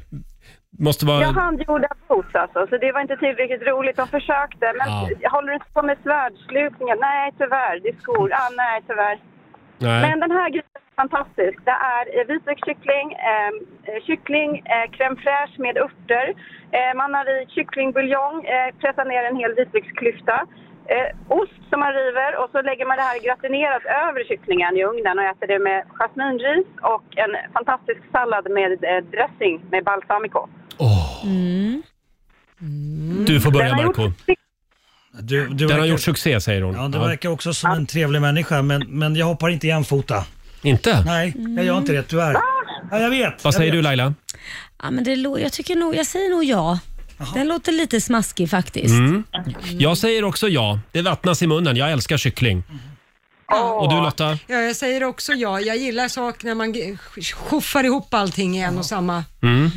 S1: Måste vara...
S8: Jag handgjorda boots alltså, så det var inte tillräckligt roligt. De försökte, men
S1: Ja.
S8: jag håller du inte på med svärdslutningar? Nej, tyvärr. Det är skor. Ah, nej, tyvärr.
S1: Nej.
S8: Men den här grejen är fantastisk. Det är eh, vitlökskyckling, eh, eh, kyckling, eh, crème fraîche med örter. Eh, man har i kycklingbuljong, eh, pressar ner en hel vitlöksklyfta. Eh, ost som man river och så lägger man det här gratinerat över kycklingen i ugnen och äter det med jasminris och en fantastisk sallad med eh, dressing med balsamico.
S1: Åh.
S4: Mm.
S1: Du får börja Marco.
S9: Du, du
S1: Den har
S9: verkar,
S1: gjort succé säger hon.
S9: ja, du
S1: Ja.
S9: verkar också som en trevlig människa, men, men jag hoppar inte jämfota.
S1: Inte?
S9: Nej, jag gör inte det tyvärr. Ja, jag vet.
S1: Vad
S9: jag
S1: säger
S9: vet.
S1: du Laila?
S4: Ja, men det lå- jag, tycker nog, jag säger nog ja. Den låter lite smaskig faktiskt.
S1: Jag säger också ja. Det vattnas i munnen. Jag älskar kyckling. Och du Lotta?
S2: Ja, jag säger också ja. Jag gillar saker när man g- sch- skuffar ihop allting i en och samma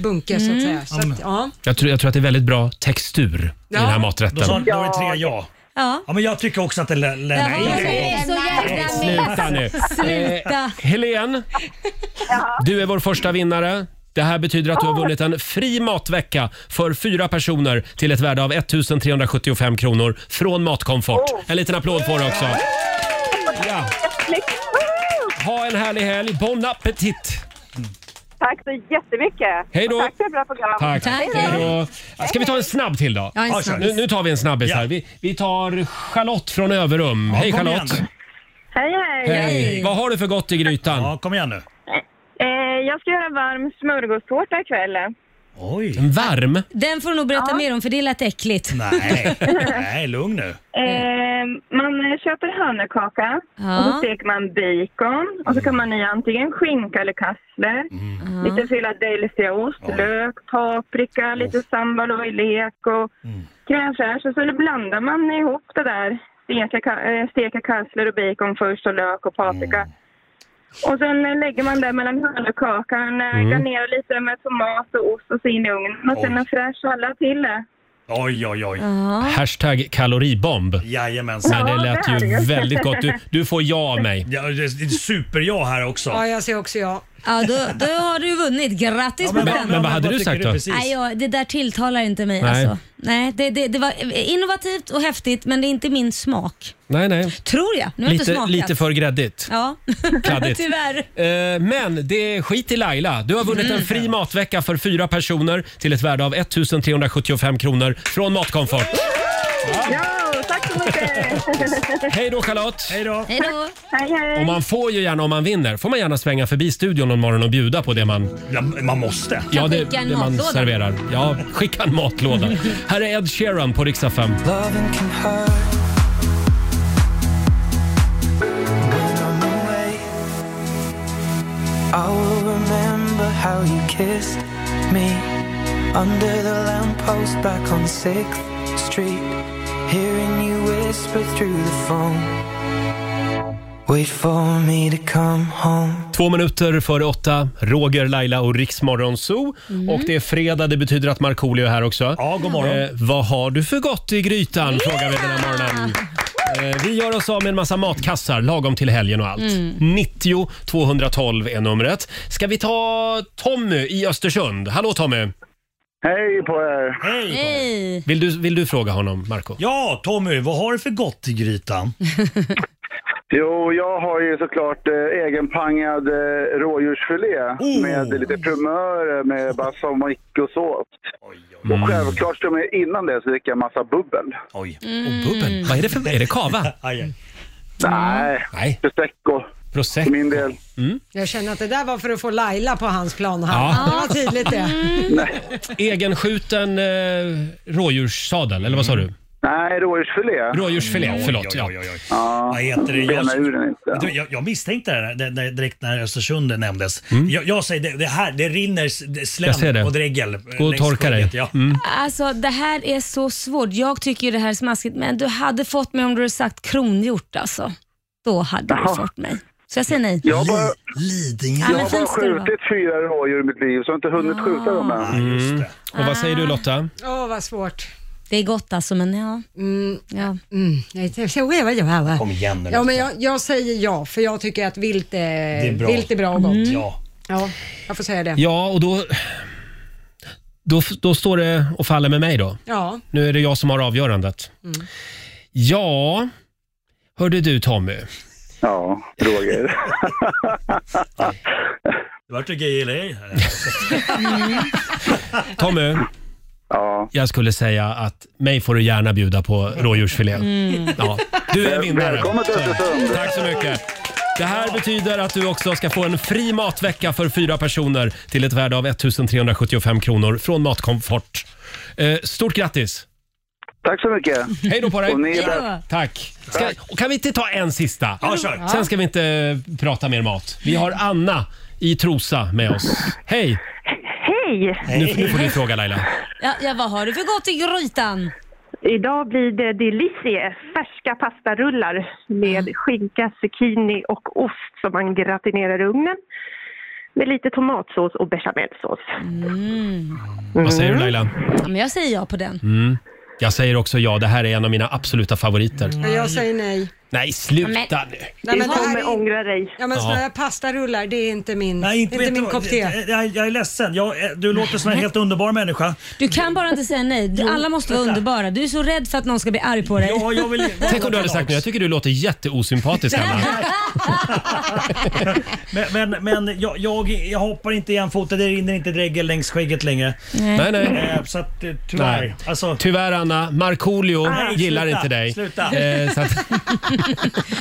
S2: bunke så att säga. Så att, ja.
S1: Mm. Jag tror, jag tror att det är väldigt bra textur i den här
S2: Ja.
S9: Då, sa,
S1: maträtten.
S9: då är det tre ja.
S4: Ja.
S9: Ja, men jag tycker också att det lät... lät-
S4: Jaha,
S9: Nej,
S4: jag
S9: nej.
S4: är så jävla med.
S1: Sluta nu. Eh,
S4: Sluta.
S1: Helen, du är vår första vinnare. Det här betyder att du har vunnit en fri matvecka för fyra personer till ett värde av 1375 kronor från Matkomfort. En liten applåd får du också. Ja. Ha en härlig helg. Bon appetit!
S8: Tack så jättemycket!
S1: Hej då.
S8: Och Tack för ett bra program!
S1: Tack.
S4: Tack.
S1: Hej då. Ska vi ta en snabb till då?
S4: Ja, en
S9: Ja,
S4: snabb.
S1: Nu, nu tar vi en snabbis
S9: Ja.
S1: här. Vi, vi tar Charlotte från Överum. Hej
S9: kom
S1: Charlotte!
S9: igen.
S8: Hej, hej!
S1: Vad har du för gott i grytan?
S9: Ja, kom igen nu.
S8: Eh, Jag ska göra varm smörgåstårta ikväll.
S9: Oj.
S1: En varm?
S4: Den får du nog berätta mer om för det lät äckligt.
S9: Nej, nej lugn nu.
S8: Eh, man eh, köper hannekaka
S4: Ja.
S8: och så steker man bacon och så kan man i antingen skinka eller kassler, lite philadelphiaost, lök, paprika, lite sambal och lek och crème fraîche och så blandar man ihop det där, steka, ka- eh, steka kassler och bacon först och lök och paprika. Och sen eh, lägger man det mellan hannekakan, mm. garnerar lite med tomat och ost och så in i ugnen och sen
S9: Oj.
S8: en fräsch sallad till det.
S9: Oj, oj, oj.
S1: Hashtag kaloribomb. Men
S9: Jajamensan.
S1: det lät
S8: det är
S1: ju
S8: det.
S1: väldigt gott. Du, du får ja av mig.
S9: Ja, det är super jag här också.
S2: Ja, jag ser också ja.
S4: Ja, då, då har du vunnit. Grattis på
S1: men-
S4: den!
S1: men vad hade du
S9: tycker
S1: sagt då?
S9: precis?
S4: Nej, ja, det där tilltalar inte mig.
S1: Nej.
S4: Nej. Alltså. Nej, det, det, det var innovativt och häftigt men det är inte min smak.
S1: Nej, nej.
S4: Tror jag. Nu har jag inte
S1: Lite,
S4: smakat.
S1: lite för gräddigt.
S4: Ja,
S1: Kladdigt.
S4: tyvärr. Mm.
S1: Eh, Men det är skit i Laila. Du har vunnit en fri matvecka för fyra personer till ett värde av 1375 kronor från Matkomfort.
S8: Ja, tack så mycket!
S1: Hej då Charlotte!
S9: Hej då.
S4: Hej då.
S8: Hej, hej.
S1: Och man får ju gärna, om man vinner, får man gärna svänga förbi studion någon morgon och bjuda på det man,
S9: Ja, man måste.
S1: ja, det,
S4: skicka en
S1: det man
S4: matlåda.
S1: serverar. Ja, skicka en matlåda. Här är Ed Sheeran på riksdag 5. Två minuter före åtta, Roger, Laila och Riksmorgon Zoo. Och det är fredag, det betyder att Markoolio är här också.
S9: Mm. Ja, god morgon.
S1: Eh, vad har du för gott i grytan? Frågar vi den här morgonen. Eh, Vi gör oss av med en massa matkassar lagom till helgen och allt.
S9: Mm.
S1: 90 212 är numret. Ska vi ta Tommy i Östersund? Hallå Tommy!
S5: Hej på er!
S9: Hej.
S4: Hej.
S1: Vill du, vill du fråga honom, Marco?
S9: Ja, Tommy, vad har du för gott i grytan?
S5: Jo, jag har ju såklart eh, egenpangad eh, rådjursfilé
S9: Oh.
S5: med lite primörer med balsamik och sås. Och självklart ska man innan det så dricka en massa bubbel.
S9: Oj.
S1: Och bubbel.
S5: er
S1: Vad är det för... Är det kava?
S9: Aj, aj.
S5: Nej,
S1: Nej,
S5: prosecco
S1: prosecco. Mm.
S5: för min del.
S2: Jag känner att det där var för att få Laila på hans plan här.
S1: Ja.
S2: Det var tydligt det.
S1: Mm.
S9: Mm.
S1: Egenskjuten eh, rådjurssadel, eller vad sa du?
S5: Nej, rådjursfilé.
S1: Rådjursfilé, förlåt.
S9: Mm. Oj,
S1: Ja.
S9: oj, oj, oj. Vad heter det?
S5: Bena ur
S9: Jag,
S5: den
S9: du,
S5: inte.
S9: jag, jag misstänkte det, här, det, det direkt när Östersund nämndes. Jag, jag säger det, det här, det rinner s- det-
S1: Mm. Jag ser det.
S9: slem och dregel. eh,
S1: Gå och
S9: längs
S1: torka dig. Mm.
S9: skägget, Ja.
S4: Alltså det här är så svårt. Jag tycker ju det här är smaskigt men du hade fått mig om du hade sagt kronhjort alltså. Då hade du
S5: Jaha.
S4: fått mig. Så jag säger nej.
S5: Jag har
S1: Mm.
S5: bara,
S9: Lidingö.
S4: Ja,
S5: jag
S4: men
S5: har bara
S4: fint ska det vara.
S5: skjutit fyra rådjur i mitt liv så jag har inte hunnit skjuta dem än.
S9: Just det.
S1: Ah, Och vad
S4: Ah.
S1: säger du Lotta?
S2: Åh, vad svårt.
S4: Det är gott alltså men ja. ja.
S2: Mm. Nej, det- så är vad jag är.
S9: Kom igen nu.
S2: Ja, men
S9: Lotta.
S2: jag, jag säger ja, för jag tycker att vilt är,
S9: är bra.
S2: vilt är bra och gott.
S9: Ja.
S2: Ja, jag får säga det.
S1: Mm. Ja, och då, då... Då står det och faller med mig då.
S2: Ja,
S1: Nu är det jag som har avgörandet. Ja, hörde du Tommy.
S5: Ja, Roger.
S9: Det vart ju gay eller ej.
S1: Tommy,
S5: Ja.
S1: jag skulle säga att mig får du gärna bjuda på rådjursfilé.
S7: Mm.
S1: Ja, Mm. du är vinnare.
S5: Välkommen till Östersund.
S1: Tack så mycket. Det här betyder att du också ska få en fri matvecka för fyra personer till ett värde av 1375 kronor från Matkomfort. Eh, stort grattis!
S5: Tack så mycket.
S1: Hej då på dig!
S5: Och ni är bäst.
S4: Ja.
S1: Tack! Ska, och kan vi inte ta en sista?
S9: Ja, kör.
S1: Sen ska vi inte prata mer mat. Vi har Anna i Trosa med oss. Hej!
S8: Hej!
S1: Nu, nu får du fråga Laila.
S4: Ja, ja, vad har du för gott i grytan?
S8: Idag blir det delicie, färska pastarullar med skinka, zucchini och ost som man gratinerar i ugnen. Med lite tomatsås och bechamelsås.
S1: Mm.
S5: Mm.
S9: Mm.
S1: Vad säger du Laila? Mm.
S4: Ja, men jag säger ja på den.
S1: Jag säger också ja. Det här är en av mina absoluta favoriter.
S2: men jag säger nej.
S1: Nej, sluta nu!
S2: nej men
S8: du
S2: det här
S8: kommer
S2: är,
S8: ångra dig.
S2: ja, men såna här pastarullar, det är inte min,
S9: Nej,
S2: inte,
S9: vet du
S2: min
S9: vad?
S2: kopp te.
S9: Jag, jag, jag är ledsen. Jag, eh, du låter som en helt underbar människa.
S4: Du kan bara inte säga nej. Du, alla måste vara underbara. Du är så rädd för att någon ska bli arg på dig.
S9: Ja, jag vill,
S1: Tänk om du hade sagt nu. Jag tycker du låter jätteosympatisk Anna.
S9: Men, men, men jag, jag, jag hoppar inte igen foten. Det rinner inte dregel längs skägget längre.
S1: Nej, nej.
S9: Eh, så att eh, tyvärr.
S1: Nej.
S9: Alltså,
S1: Tyvärr Anna, Markoolio
S9: Nej,
S1: gillar
S9: sluta,
S1: inte dig.
S9: sluta.
S1: Eh, så att,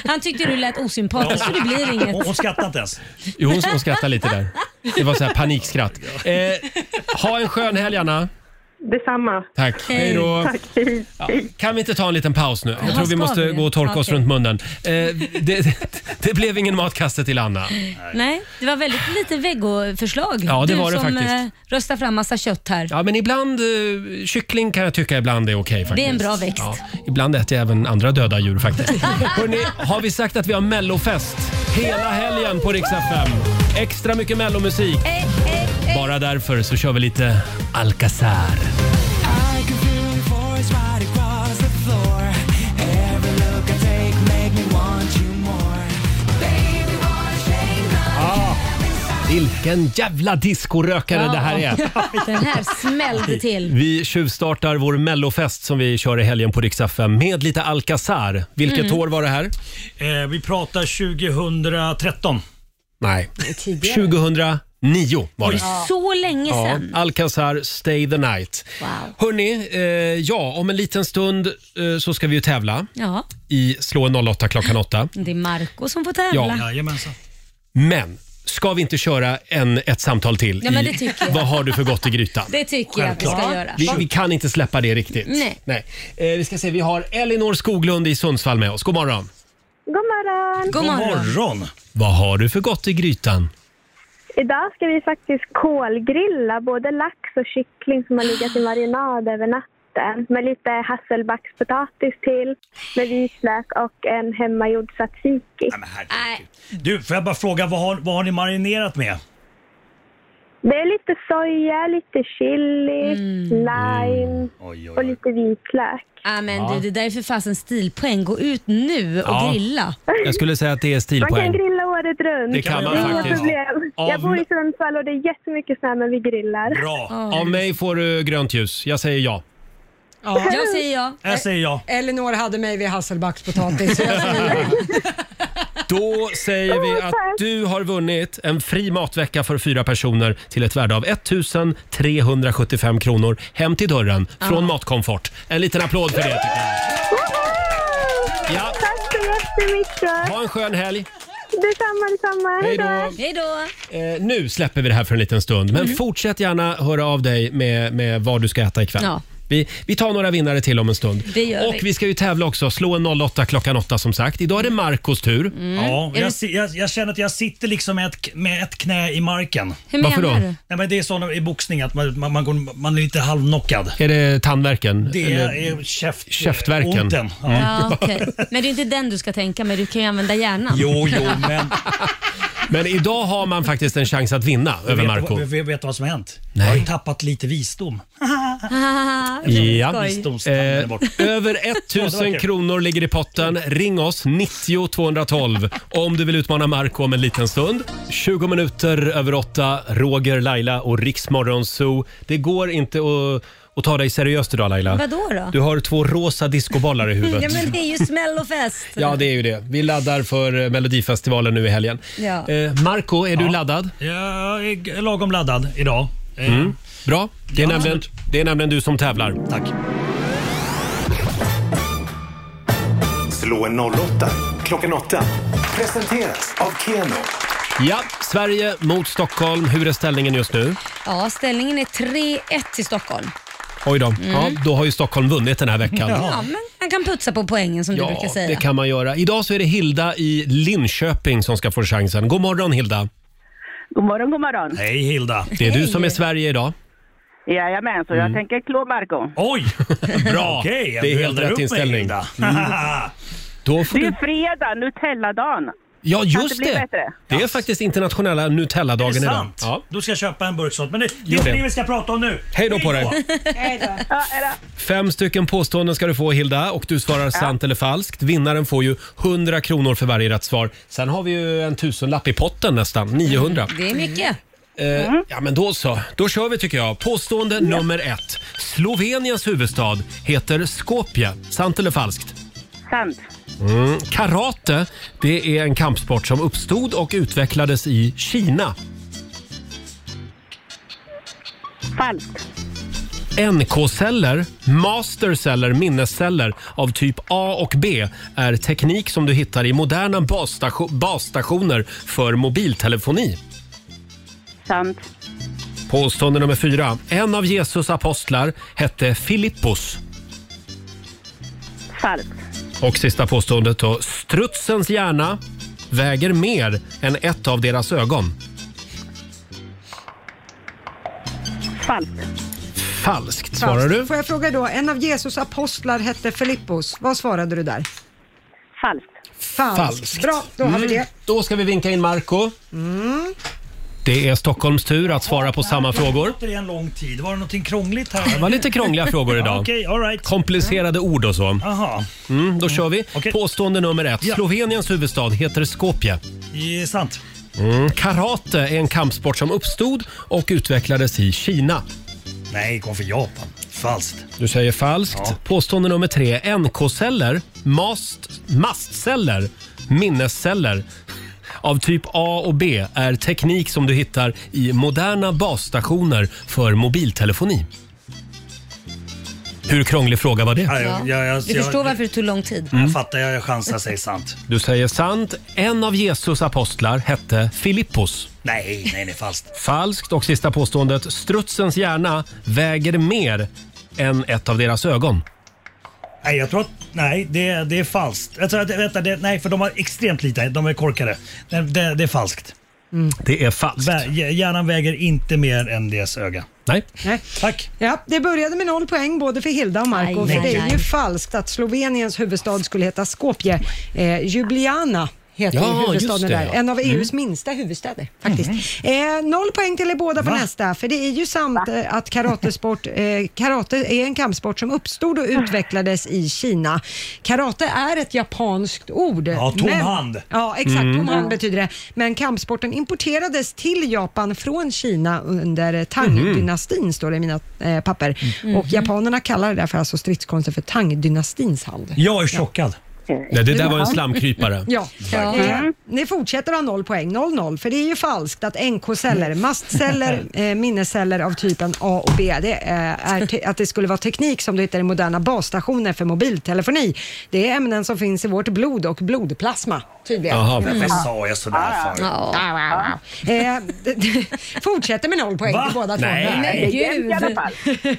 S4: Han tyckte du lät osympatisk så det blir inget.
S9: hon, hon skrattar inte ens.
S1: jo, hon, hon skrattar lite där. Det var så här panikskratt. Eh, ha en skön helg Anna.
S8: Detsamma.
S1: Tack. Hej då.
S8: Tack, hej. hej.
S1: Kan vi inte ta en liten paus nu? Jag tror vi
S4: ska
S1: måste
S4: vi?
S1: gå och torka oss
S4: Okej.
S1: runt munnen. Eh, det, det blev ingen matkasse till Anna.
S4: Nej, det var väldigt lite vegoförslag.
S1: Ja, det
S4: du
S1: var det
S4: som
S1: faktiskt.
S4: eh, röstar fram massa kött här.
S1: Ja, men ibland, eh, kyckling kan jag tycka ibland är okej faktiskt.
S4: Det är en bra växt.
S1: ibland äter jag även andra döda djur faktiskt. Hörrni, har vi sagt att vi har mellofest hela helgen på Rix FM? Extra mycket mellomusik. Bara därför så kör vi lite Alcazar. Ah, Vilken jävla discorökare det här är!
S4: Den här smällde till.
S1: Vi tjuvstartar vår mellofest som vi kör i helgen på Rix FM med lite Alcazar. Vilket
S4: Mm.
S1: år var det här?
S9: Eh, vi pratar 2013.
S1: Nej.
S2: Tidigare.
S1: 2009 var det.
S4: Så länge
S1: Ja,
S4: sedan.
S1: Alcazar, Stay the Night.
S4: Wow.
S1: Hörni, eh, ja, om en liten stund eh, så ska vi ju tävla
S4: Ja,
S1: i Slå en 08 klockan 8.
S4: det är Marco som får tävla.
S1: Ja.
S9: Jajamensan.
S1: Men ska vi inte köra en, ett samtal till?
S4: Ja, men
S1: i
S4: det tycker jag.
S1: Vad har du för gott i grytan?
S4: Det tycker jag att vi ska göra.
S1: Vi, vi kan inte släppa det riktigt.
S4: Nej.
S1: Eh, vi ska se, vi har Elinor Skoglund i Sundsvall med oss. God morgon.
S8: God morgon.
S4: God
S9: God
S4: morgon.
S9: morgon.
S1: Vad har du för gott i grytan?
S8: Idag ska vi faktiskt kolgrilla både lax och kyckling som har legat i marinad över natten med lite hasselbackspotatis till, med vitlök och en hemmagjord tzatziki.
S9: Nej, men
S4: Nej.
S9: herregud. Du, får jag bara fråga, vad har, vad har ni marinerat med?
S8: Det är lite soja, lite chili,
S4: Mm.
S8: lime
S9: Oj, oj,
S8: och
S9: oj.
S8: lite vitlök.
S4: Ja, men du, det där är för fasen stilpoäng. Gå ut nu och
S1: Ja.
S4: grilla.
S1: Jag skulle säga att det är
S8: Man kan
S1: stilpoäng.
S8: grilla året runt.
S1: Det kan man
S8: det är inga
S1: faktiskt.
S8: problem. Jag
S1: Av-
S8: bor i Sundsvall och det är jättemycket snö men vi grillar.
S9: Bra.
S1: Av mig får du grönt ljus. Jag säger ja.
S2: Ja.
S4: Jag säger ja.
S9: Här säger jag.
S2: Elinor hade mig vid hasselbackspotatis. så jag säger-
S1: Då säger vi att du har vunnit en fri matvecka för fyra personer till ett värde av 1375 kronor hem till dörren från Matkomfort. En liten applåd för det tycker jag. Ja,
S8: Tack så jättemycket!
S1: ha en skön helg.
S8: Detsamma, detsamma.
S1: Hej då.
S4: Hej då.
S1: Eh, nu släpper vi det här för en liten stund, men
S4: Mm.
S1: fortsätt gärna höra av dig med, med vad du ska äta ikväll.
S4: Ja.
S1: Vi, vi tar några vinnare till om en stund.
S4: Det gör
S1: och
S4: vi.
S1: vi ska ju tävla också. Slå en 08 klockan 8 som sagt. Idag är det Marcos tur.
S9: Ja,
S4: Mm. Är det-
S9: jag, si- jag, jag känner att jag sitter liksom med ett, med ett knä i marken.
S4: Hur
S1: Varför
S4: menar
S1: då?
S4: du?
S9: Nej, men det är sådana i boxning att man, man, man, går, man är lite halvknockad.
S1: Är det tandvärken?
S9: Det
S1: Eller-
S9: är käft,
S1: käftverken.
S9: Onten. Ja.
S4: Ja, okej. Men det är inte den du ska tänka med. Du kan ju använda hjärnan.
S9: Jo, jo, men...
S1: Men idag har man faktiskt en chans att vinna över Marco.
S9: Vet, vet, vet du vad som har hänt?
S1: Nej.
S9: Jag har ju tappat lite visdom.
S4: Haha,
S1: Ja.
S4: skoj.
S9: Visdomstanden är
S1: Eh,
S9: borta.
S1: över
S9: Ja, det
S1: 1000
S9: var kul.
S1: kronor ligger i potten. Ring oss, 90 212 om du vill utmana Marco om en liten stund. 20 minuter över 8, Roger, Laila och Riksmorgon Zoo. Det går inte att, att ta dig seriöst idag Laila.
S4: Vadå då?
S1: Du har två rosa discobollar i
S4: Ja,
S1: huvudet.
S4: men det är ju smäll och fest.
S1: Ja, det är ju det. Vi laddar för eh, Melodifestivalen nu i helgen.
S4: Ja.
S1: Eh, Marco, är du laddad? Mm.
S9: Jag är lagom laddad idag. Eh,
S1: Bra. Det är, nämligen, det är nämligen du som tävlar.
S9: Tack.
S5: Slå en 08 klockan 8. Presenteras av Keno.
S1: Ja, Sverige mot Stockholm. Hur är ställningen just nu?
S4: Ja, ställningen är 3-1 till Stockholm.
S1: Oj då. Ja, då har ju Stockholm vunnit den här veckan.
S4: Mm. Ja, men han kan putsa på poängen som du brukar säga.
S1: det kan man göra. Idag så är det Hilda i Linköping som ska få chansen. God morgon Hilda.
S8: God morgon, god morgon.
S9: Hej Hilda.
S1: Det är du som är Sverige idag.
S8: Jajamän, så jag tänker klå Marco.
S9: Mm. Oj!
S1: Bra!
S9: Okej,
S1: det är
S9: du
S1: helt
S9: eldar upp
S1: rätt
S9: mig,
S1: inställning. Mm.
S9: Hilda.
S1: Då får
S8: Det
S1: du...
S8: är fredag, Nutelladagen.
S1: Ja, just
S8: bli
S1: det.
S8: bättre.
S1: Det är faktiskt internationella Nutella-dagen
S9: Är det
S1: idag.
S9: sant?
S1: Ja.
S9: Då ska jag köpa en burk sånt. Men det, det är
S1: Gör
S9: inte
S1: det.
S9: det vi ska prata om nu.
S1: Hej då på dig.
S8: Ja, är det?
S1: Fem stycken påståenden ska du få Hilda och du svarar sant eller falskt. Vinnaren får ju 100 kronor för varje rätt svar. Sen har vi ju en tusenlapp i potten nästan, 900.
S4: Det är mycket.
S1: Eh, Ja, men då så. Då kör vi tycker jag. Påstående nummer ett. Sloveniens huvudstad heter Skopje. Sant eller falskt? Mm.
S8: Sant.
S1: Karate, det är en kampsport som uppstod och utvecklades i Kina.
S8: Falskt.
S1: NK-celler, masterceller, minnesceller av typ A och B är teknik som du hittar i moderna basstation- basstationer för mobiltelefoni.
S8: Sant.
S1: Påstående nummer fyra. En av Jesus apostlar hette Filippos.
S8: Falskt.
S1: Och sista påståendet då. Strutsens hjärna väger mer än ett av deras ögon.
S8: Falskt.
S1: Falskt, svarar du.
S2: Får jag fråga då, en av Jesus apostlar hette Filippos. Vad svarade du där?
S8: Falskt.
S2: Falskt.
S1: Falskt. Mm.
S2: Bra, då har vi det.
S1: Då ska vi vinka in Marco.
S9: Mm.
S1: Det är Stockholms tur att svara på samma frågor.
S9: Det är en lång tid. Var det någonting krångligt här?
S1: Det var lite krångliga frågor
S9: Ja,
S1: idag.
S9: Okej, alright.
S1: Komplicerade ord och så.
S9: Aha.
S1: Mm, då kör vi.
S9: Okej.
S1: Påstående nummer ett.
S9: Ja.
S1: Sloveniens huvudstad heter Skopje.
S9: Det är sant.
S1: Mm. Karate är en kampsport som uppstod och utvecklades i Kina.
S9: Nej, kom från Japan. Falskt.
S1: Du säger falskt. Påstående nummer tre. NK-celler, mast, mastceller, minnesceller av typ A och B är teknik som du hittar i moderna basstationer för mobiltelefoni. Hur krånglig fråga var det?
S9: Ja,
S4: Ja.
S9: jag, jag,
S1: Alltså,
S9: jag,
S4: du förstår
S9: jag,
S4: varför det tog lång tid.
S9: Jag fattar, jag, jag chansar säger sant.
S1: Mm. Du säger sant. En av Jesus apostlar hette Filippos.
S9: Nej, nej, det är falskt.
S1: Falskt. Och sista påståendet. Strutsens hjärna väger mer än ett av deras ögon.
S9: Nej, jag tror att, nej, det, det är falskt. Jag tror att, vänta, det, nej, för de har extremt lite. De är korkade. Det, det, det är falskt.
S1: Mm. Det är falskt.
S9: Vä- Hjärnan väger inte mer än deras öga.
S1: Nej.
S2: Nej.
S9: Tack.
S2: Ja, det började med noll poäng både för Hilda och Marco.
S4: Aj,
S2: För
S4: aj,
S2: det är ju
S4: aj.
S2: falskt att Sloveniens huvudstad skulle heta Skopje. Eh, Ljubljana heter
S1: Ja,
S2: ju
S1: just
S2: huvudstaden
S1: det,
S2: där.
S1: ja. Mm.
S2: En av EUs minsta huvudstäder faktiskt. Eh, noll poäng till er båda på nästa. För det är ju sant eh, att karatesport, eh, karate är en kampsport som uppstod och utvecklades i Kina. Karate är ett japanskt ord.
S9: Ja, tom
S2: men-
S9: hand.
S2: Ja, exakt. Tom hand betyder det. Men kampsporten importerades till Japan från Kina under Tang-dynastin, står det i mina eh, papper. Och japanerna kallar det därför alltså stridskonsten för Tang-dynastins hand.
S9: Jag är chockad.
S1: Nej, det där var en slamkrypare.
S2: Ja.
S4: Ja.
S2: Eh, ni fortsätter ha noll poäng, 0-0, för det är ju falskt att NK-celler, mastceller, eh, minnesceller av typen A och B, det eh, är te- att det skulle vara teknik som du hittar i moderna basstationer för mobiltelefoni. Det är ämnen som finns i vårt blod och blodplasma, tydligen. Mm.
S1: Jaha.
S9: Varför sa jag
S8: Ah,
S9: sådär för?
S4: Ja.
S2: Eh, d- d- fortsätter med noll poäng
S9: Va?
S2: till båda två.
S1: Nej.
S4: Men
S8: Jämnt i alla
S4: gud.
S8: fall.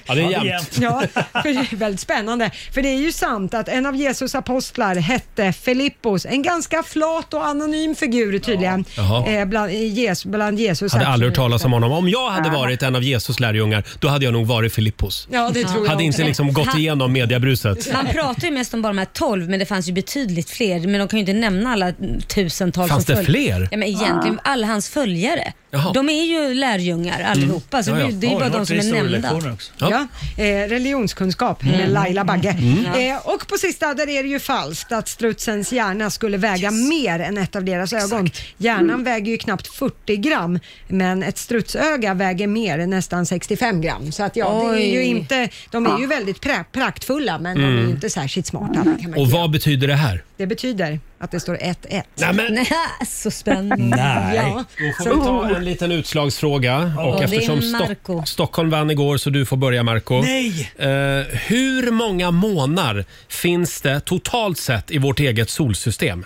S1: Ja, det är
S9: Ja, det är
S1: jämnt.
S9: jämnt.
S2: Ja, för det är väldigt spännande. För det är ju sant att en av Jesus apostlar hette Filippos, en ganska flat och anonym figur tydligen
S1: Jaha.
S2: eh, bland, i Jesus, bland Jesus.
S1: Hade aldrig hört
S2: absolut.
S1: talas om honom. Om jag hade varit en av Jesus lärjungar, då hade jag nog varit Filippos.
S2: Ja, det tror jag
S1: Hade inte
S2: också.
S1: liksom gått
S4: Han-
S1: igenom mediabruset.
S4: Man pratar ju mest om bara de här 12 men det fanns ju betydligt fler. Men de kan ju inte nämna alla tusentals
S1: Fanns
S4: som
S1: det
S4: följ-
S1: fler?
S4: Ja, men egentligen alla hans följare.
S1: Jaha. Mm.
S4: De är ju lärjungar allihopa så
S1: Ja, ja.
S4: det- det är ju
S9: Oj,
S4: bara
S9: nu
S4: de
S9: vart det
S4: som är nämnda.
S9: historielektioner också.
S2: Ja. Eh, religionskunskap med
S1: Mm.
S2: Laila Bagge. Eh, och på sista, där är det ju falskt att strutsens hjärna skulle väga mer än ett av deras ögon. Hjärnan väger ju knappt 40 gram, men ett strutsöga väger mer, nästan 65 gram. Så att ja, det är ju
S4: Oj.
S2: inte, de är ju väldigt pra- praktfulla, men de är ju inte särskilt smarta. Kan man
S1: Ah. Mm. Och
S2: säga.
S1: vad betyder det här?
S2: Det betyder att det står 1-1.
S1: Nej, men,
S4: Nej, så spännande.
S9: Nej.
S2: Ja.
S1: då får vi ta en liten utslagsfråga. Och
S4: det är
S1: eftersom Stock-
S4: Marco.
S1: Stockholm vann igår så du får börja Marco.
S9: Nej!
S1: Eh, hur många månar finns det totalt sett i vårt eget solsystem?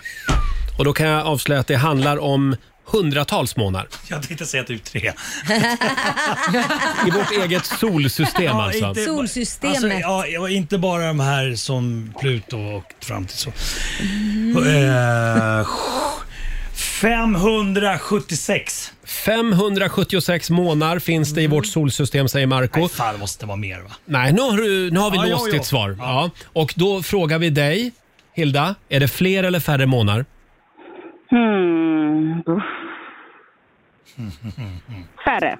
S1: Och då kan jag avslöja att det handlar om hundratals månar.
S9: Jag tänkte säga typ tre.
S1: I vårt eget solsystem
S9: Ja,
S1: alltså.
S9: inte-
S4: Solsystemet.
S9: Alltså, ja, ja, inte bara de här som Pluto och fram till så.
S4: Mm.
S9: Eh, 576.
S1: 576 månar finns det i vårt solsystem säger Marco.
S9: Mm. Nej, fan det måste vara mer va?
S1: Nej, nu har, du, nu har vi
S9: Ja,
S1: låst
S9: jo, jo.
S1: ditt svar. Ja. Och då frågar vi dig, Hilda, är det fler eller färre månar?
S8: Hmm. uff. Färre.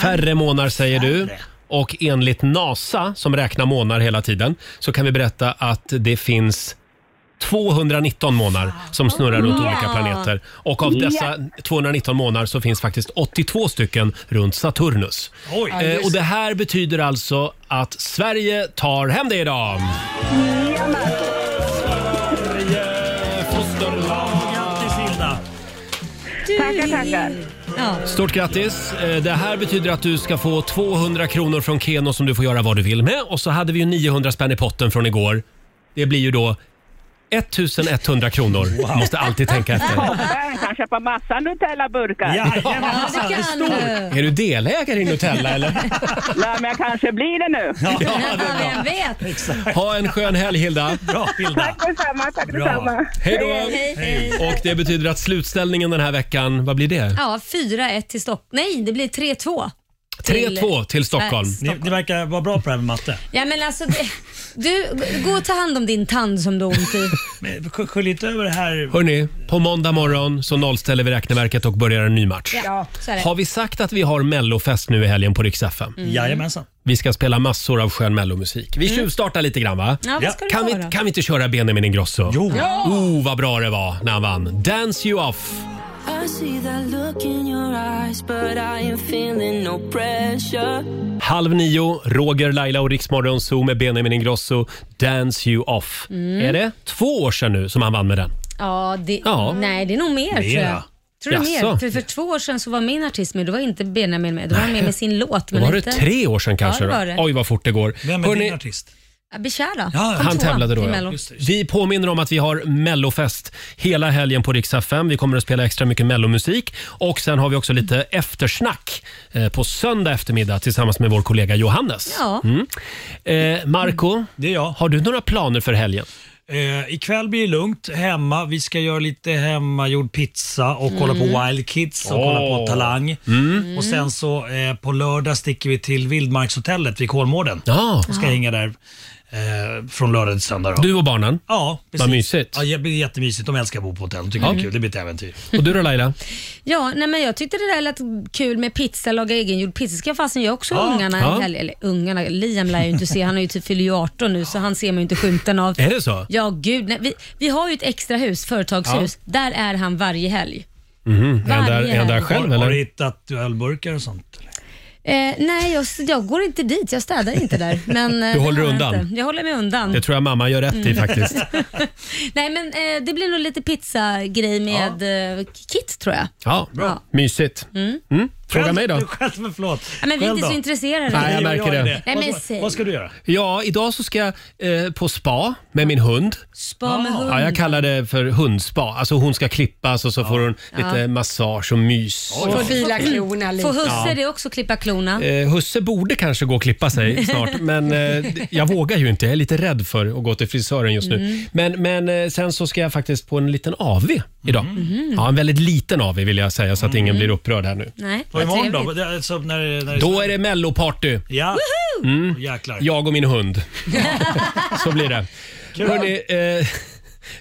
S1: Färre månar säger du. Och enligt NASA, som räknar månar hela tiden, så kan vi berätta att det finns 219 månar som snurrar runt olika planeter. Och av dessa 219 månar så finns faktiskt 82 stycken runt Saturnus.
S9: Oj.
S1: Eh, och det här betyder alltså att Sverige tar hem det idag.
S9: Grattis Hilda!
S8: Tackar, tackar.
S1: Stort grattis! Eh, Det här betyder att du ska få 200 kronor från Keno som du får göra vad du vill med. Och så hade vi ju 900 spänn i potten från igår. Det blir ju då 1100 kronor. Måste alltid tänka efter.
S10: Han kan köpa massa Nutella-burkar.
S9: Jajamensan, alltså, det står.
S1: Är du delägare i Nutella eller?
S10: Nej, men jag kanske blir det nu.
S4: Ja, vem vet?
S1: Ha en skön helg Hilda.
S9: Bra Hilda.
S8: Tack detsamma, tack
S9: Bra.
S8: detsamma.
S1: Hej då!
S4: Hej, hej.
S1: Och det betyder att slutställningen den här veckan, vad blir det?
S4: Ja, 4-1 till Stockholm. Nej, det blir 3-2. till-
S1: 3-2 till Stockholm.
S4: Nej,
S9: Ni, ni verkar vara bra på det här med matte.
S4: Ja, men alltså, det, du, gå och ta hand om din tand som du har ont i.
S9: Men sk- Skölj inte över det här.
S1: Hörni, på måndag morgon så nollställer vi räkneverket och börjar en ny match.
S4: Ja, så är det.
S1: Har vi sagt att vi har mellofest nu i helgen på Rix FM?
S4: Mm.
S9: Jajamensan.
S1: Vi ska spela massor av skön mellomusik. Vi tjuvstartar lite grann va?
S4: Ja, vad ska
S1: Kan
S4: du
S1: vi,
S4: göra?
S1: kan vi inte köra Benjamin Ingrosso?
S9: Jo.
S1: Oh, vad bra det var när han vann. Dance you off. Halv nio, Roger, Laila och Riksmorgon Zoo med Benjamin Ingrosso. Dance you off.
S4: Mm.
S1: Är det två år sedan nu som han vann med den?
S4: Ja, det,
S1: Ja.
S4: Nej, det är nog mer tror jag.
S9: Mera.
S4: Tror du
S1: Jaså?
S4: mer? För, för två år sedan så var min artist med, då var inte Benjamin med. Då var han med med sin låt.
S1: Då
S4: Men
S1: var det
S4: inte...
S1: tre år sedan kanske?
S4: Ja, det var
S1: då.
S4: det.
S1: Oj, vad fort det går.
S9: Vem är
S1: Hörrni,
S9: din artist?
S4: Bishara.
S9: Ja,
S4: Kom
S1: Han
S4: tvåa
S1: tävlade då,
S4: till
S1: ja.
S4: Mello.
S1: Vi påminner om att vi har mellofest hela helgen på Rix FM. Vi kommer att spela extra mycket mellomusik och sen har vi också lite eftersnack eh, på söndag eftermiddag tillsammans med vår kollega Johannes. Mm.
S4: Ja.
S1: Eh, Marco,
S9: Mm. Det är jag.
S1: har du några planer för helgen?
S9: Eh, ikväll blir det lugnt hemma. Vi ska göra lite hemmagjord pizza och kolla
S1: Mm.
S9: på Wild Kids och kolla på Talang. Och sen så eh, på lördag sticker vi till Vildmarkshotellet vid Kolmården.
S1: Ja,
S9: Ska hänga där eh, från lördag till söndag. Då.
S1: du och barnen.
S9: Ja, precis.
S1: Vad mysigt.
S9: Ja, det blir jättemysigt. De älskar att bo på hotell. De tycker det är kul. Det blir ett äventyr.
S1: Och du då Laila?
S4: Ja, nej, men jag tyckte det där lät kul med pizza, laga egengjord pizza. Ska jag fasen jag också
S9: Ja,
S4: ungarna
S1: ja.
S4: ja. Eller ungarna, Liam lär jag ju inte se. Han är ju typ fyller ju 18 nu så han ser man ju inte skymten av.
S1: Är det så?
S4: Ja, gud. Nej, vi, vi har ju ett extra hus, företagshus. Där är han varje helg.
S1: Mhm. Är han där, är han där
S4: helg.
S1: själv
S9: har, har du
S1: eller?
S9: hittat ölburkar och sånt? eller?
S4: Eh, nej, jag, jag går inte dit. Jag städar inte där. Men, eh, det
S1: håller
S4: har jag
S1: undan.
S4: Inte. Jag håller mig undan.
S1: Det tror jag mamma gör
S4: Mm.
S1: rätt i faktiskt.
S4: Nej, men eh, det blir nog lite pizzagrej med eh, Kit tror jag.
S1: Ja, mysigt. Mm. Fråga
S9: Själv-
S1: mig då.
S9: Du själv, förlåt.
S4: Nej, men vi är
S9: Själv
S4: inte så
S9: då?
S4: intresserade.
S1: Nej, jag
S9: Jo,
S1: märker
S9: är
S1: det.
S4: Nej, men
S9: vad,
S4: säg.
S9: vad ska du göra?
S1: Ja, idag så ska jag eh, på spa med min hund.
S4: Spa med hund.
S1: Ja, jag kallar det för hundspa. Alltså hon ska klippas och så får hon lite massage och mys.
S2: Får fila klorna lite.
S4: Mm. Får husse det också klippa klorna?
S1: Eh, husse borde kanske gå och klippa sig snart, men eh, jag vågar ju inte. Jag är lite rädd för att gå till frisören just nu.
S4: Mm.
S1: Men, men eh, sen så ska jag faktiskt på en liten AV idag.
S4: Mm.
S1: Ja, en väldigt liten AV vill jag säga så att ingen blir upprörd här nu.
S4: Nej,
S9: Och
S4: vad
S9: imorgon då?
S4: trevligt.
S9: Det är Alltså, när, när,
S1: Då är det melloparty. Mm.
S9: Ja. Jäklar.
S1: Jag och min hund. Så blir det. Hörrni, eh,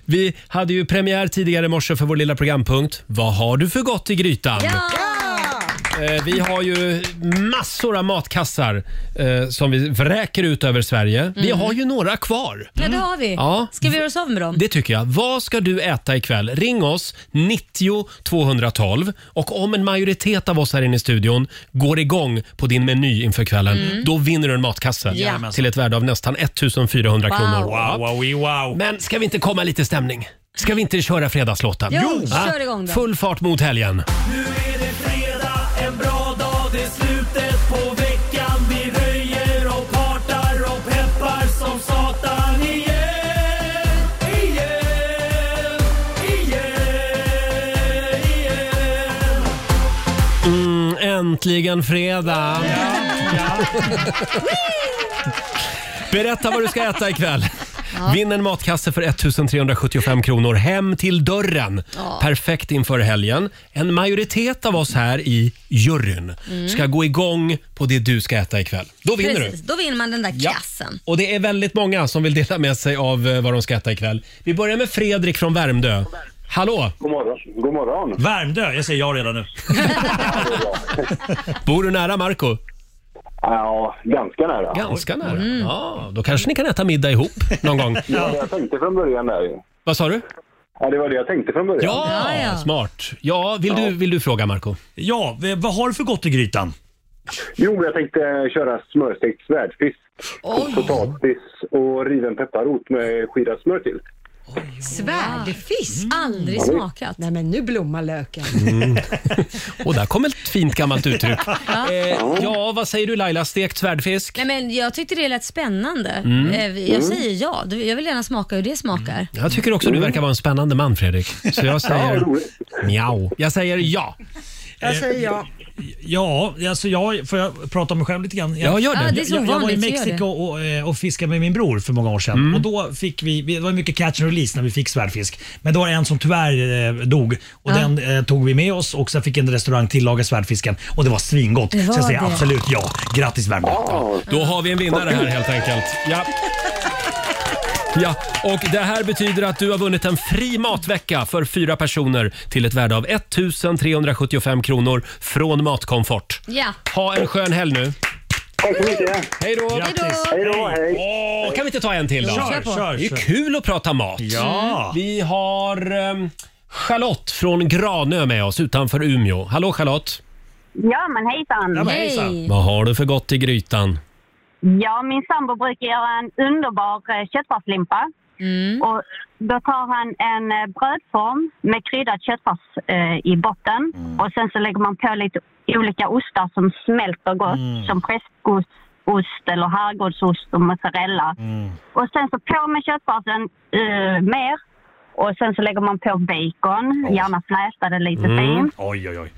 S1: vi hade ju premiär tidigare i morse för vår lilla programpunkt. Vad har du för gott i grytan? Eh, vi har ju massor av matkassar eh, som vi vräker ut över Sverige. Vi har ju några kvar.
S4: Ja, det har vi.
S1: Mm. Ja.
S4: Ska vi göra oss av med dem?
S1: Det tycker jag. Vad ska du äta ikväll? Ring oss, 90 212. Och om en majoritet av oss här inne i studion går igång på din meny inför kvällen, då vinner du en matkasse
S4: Mm. Ja.
S1: till ett värde av nästan 1400
S4: Wow.
S1: kronor.
S9: Wow, wow, wee, wow.
S1: Men ska vi inte komma lite stämning? Ska vi inte köra fredagslåten?
S4: Jo,
S1: Va?
S4: kör igång då.
S1: Full fart mot helgen.
S6: Nu är det fredag, en bra dag, det är slutet på veckan. Vi röjer och partar och peppar som satan igen. Igen, igen, igen.
S1: Mm, äntligen fredag! Berätta vad du ska äta ikväll. Vinn en matkasse för 1375 kronor hem till dörren. Perfekt inför helgen. En majoritet av oss här i juryn ska gå igång på det du ska äta ikväll. Då vinner du.
S4: Precis, då vinner man den där
S1: Ja.
S4: kassen.
S1: Och det är väldigt många som vill dela med sig av eh, vad de ska äta ikväll. Vi börjar med Fredrik från Värmdö. Hallå!
S11: God morgon. God morgon.
S9: Värmdö. Jag säger ja redan nu.
S1: Bor du nära Marco?
S11: Ja, ganska nära.
S1: Ganska nära.
S9: Mm.
S1: Ja, då kanske ni kan äta middag ihop någon gång.
S11: Det var det jag tänkte från början där ju.
S1: Vad sa du?
S11: Ja, det var det jag tänkte från början.
S1: Ja,
S4: Ja, ja.
S1: smart. Ja, vill, Du, vill du fråga Marco?
S9: Ja, v- vad har du för gott i grytan?
S11: Jo, men jag tänkte köra smörstekt svärdfisk, och potatis och riven pepparrot med skirad smör till.
S2: Svärdfisk?
S4: Mm. Aldrig smakat.
S2: Nej men nu blommar löken.
S1: Mm. Och där kom ett fint gammalt uttryck.
S4: Ja.
S1: Eh, ja, vad säger du Laila? Stekt svärdfisk?
S4: Nej, men jag tyckte det lät spännande.
S1: Mm.
S4: Eh, Jag
S1: Mm.
S4: säger ja. Du- Jag vill gärna smaka hur det smakar.
S1: Jag tycker också du verkar vara en spännande man Fredrik. Så jag säger miau. Jag säger ja.
S9: Jag
S1: Eh,
S9: säger
S2: ja.
S9: Ja, alltså jag, får jag prata om mig själv lite grann?
S1: Ja, gör det. Ja,
S9: Jag,
S1: det är så
S9: jag, jag var i
S1: vanligt, gör det.
S9: Mexiko och, eh, och fiskade med min bror för många år sedan. Och då fick vi, vi- det var mycket catch and release när vi fick svärdfisk. Men det var en som tyvärr eh, dog och
S12: Ja.
S9: den eh, tog vi med oss och sen fick en restaurang tillaga svärdfisken och det var svingott.
S12: Det var
S9: så jag säger
S12: det.
S9: absolut ja. Grattis Värmland.
S1: Då har vi en vinnare här helt enkelt. Ja. Ja, och det här betyder att du har vunnit en fri matvecka för fyra personer till ett värde av 1375 kronor från Matkomfort.
S4: Ja.
S1: Ha en skön helg nu.
S11: Tack så mycket.
S1: Hej då.
S11: Hej då, hej.
S1: Åh, kan vi inte ta en till då?
S11: Kör, Kör på. kör, Mm.
S1: det är ju
S11: kör.
S1: kul att prata mat.
S11: Ja.
S1: Vi har ehm, Charlotte från Granö med oss utanför Umeå. Hallå Charlotte!
S13: Ja, men hejsan. Mm.
S1: Vad har du för gott i grytan?
S13: Ja, min sambo brukar göra en underbar eh, köttfärslimpa. Och då tar han en eh, brödform med kryddad köttfärs eh, i botten. Och sen så lägger man på lite olika ostar som smälter gott. Som prästost ost eller herrgårdsost och mozzarella. Och sen så på med köttfärsen eh, mer. Och sen så lägger man på bacon, gärna flätade lite fint.
S9: Mm. Oj, oj, oj.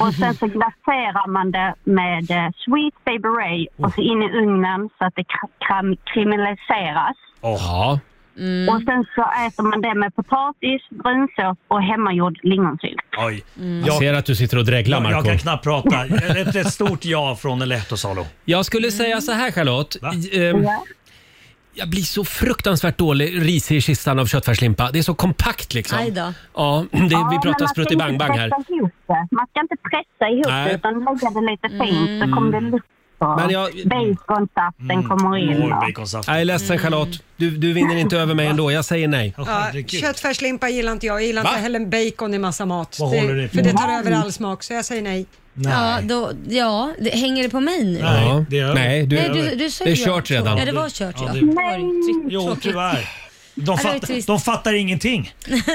S13: Och sen så glaserar man det med eh, sweet baby ray och så in i ugnen så att det kra- kram- karamelliseras.
S1: Ja. Mm.
S13: Och sen så äter man det med potatis, brunsås och hemmagjord lingonsylt.
S9: Oj.
S13: Mm.
S4: Mm.
S1: Jag ser att du sitter och dreglar
S9: jag, jag
S1: Marco.
S9: kan knappt prata. Ett, ett stort ja från en Lehtosalo.
S1: Jag skulle säga så här Charlotte. I- ehm, Jag blir så fruktansvärt dålig risig i kistan av köttfärslimpa. Det är så kompakt liksom.
S13: Aj då.
S1: Ja, det, vi
S13: men
S1: pratar
S13: man ska inte
S1: spruttibang-bang här.
S13: pressa ihop det. Man ska inte pressa ihop
S1: Nej.
S13: det utan lägga det lite fint så
S1: Mm.
S13: kommer det lukt.
S1: Men
S13: Men
S1: jag- Mm.
S13: Baconsaften kommer in. va?
S1: Jag är
S13: Mm.
S1: ledsen Charlotte. Du, du vinner inte över mig ändå. Jag säger nej.
S2: Ja, köttfärslimpa gillar inte jag. Jag gillar inte heller bacon i massa mat.
S1: Vad håller det på?
S2: för det tar
S1: Nej.
S2: över all smak, så jag säger nej.
S9: Nej.
S4: Ja, då, ja det, hänger det på mig nu?
S1: Ja. Nej, du,
S4: Nej, du- du säger
S1: det är kört
S4: ja.
S1: redan.
S4: Ja, det var kört, ja.
S9: Ja, det-
S4: det...
S9: Jo, tyvärr.
S4: Ja,
S9: De,
S4: det var ju
S9: fatt,
S4: trist.
S9: de fattar ingenting.
S13: Nej,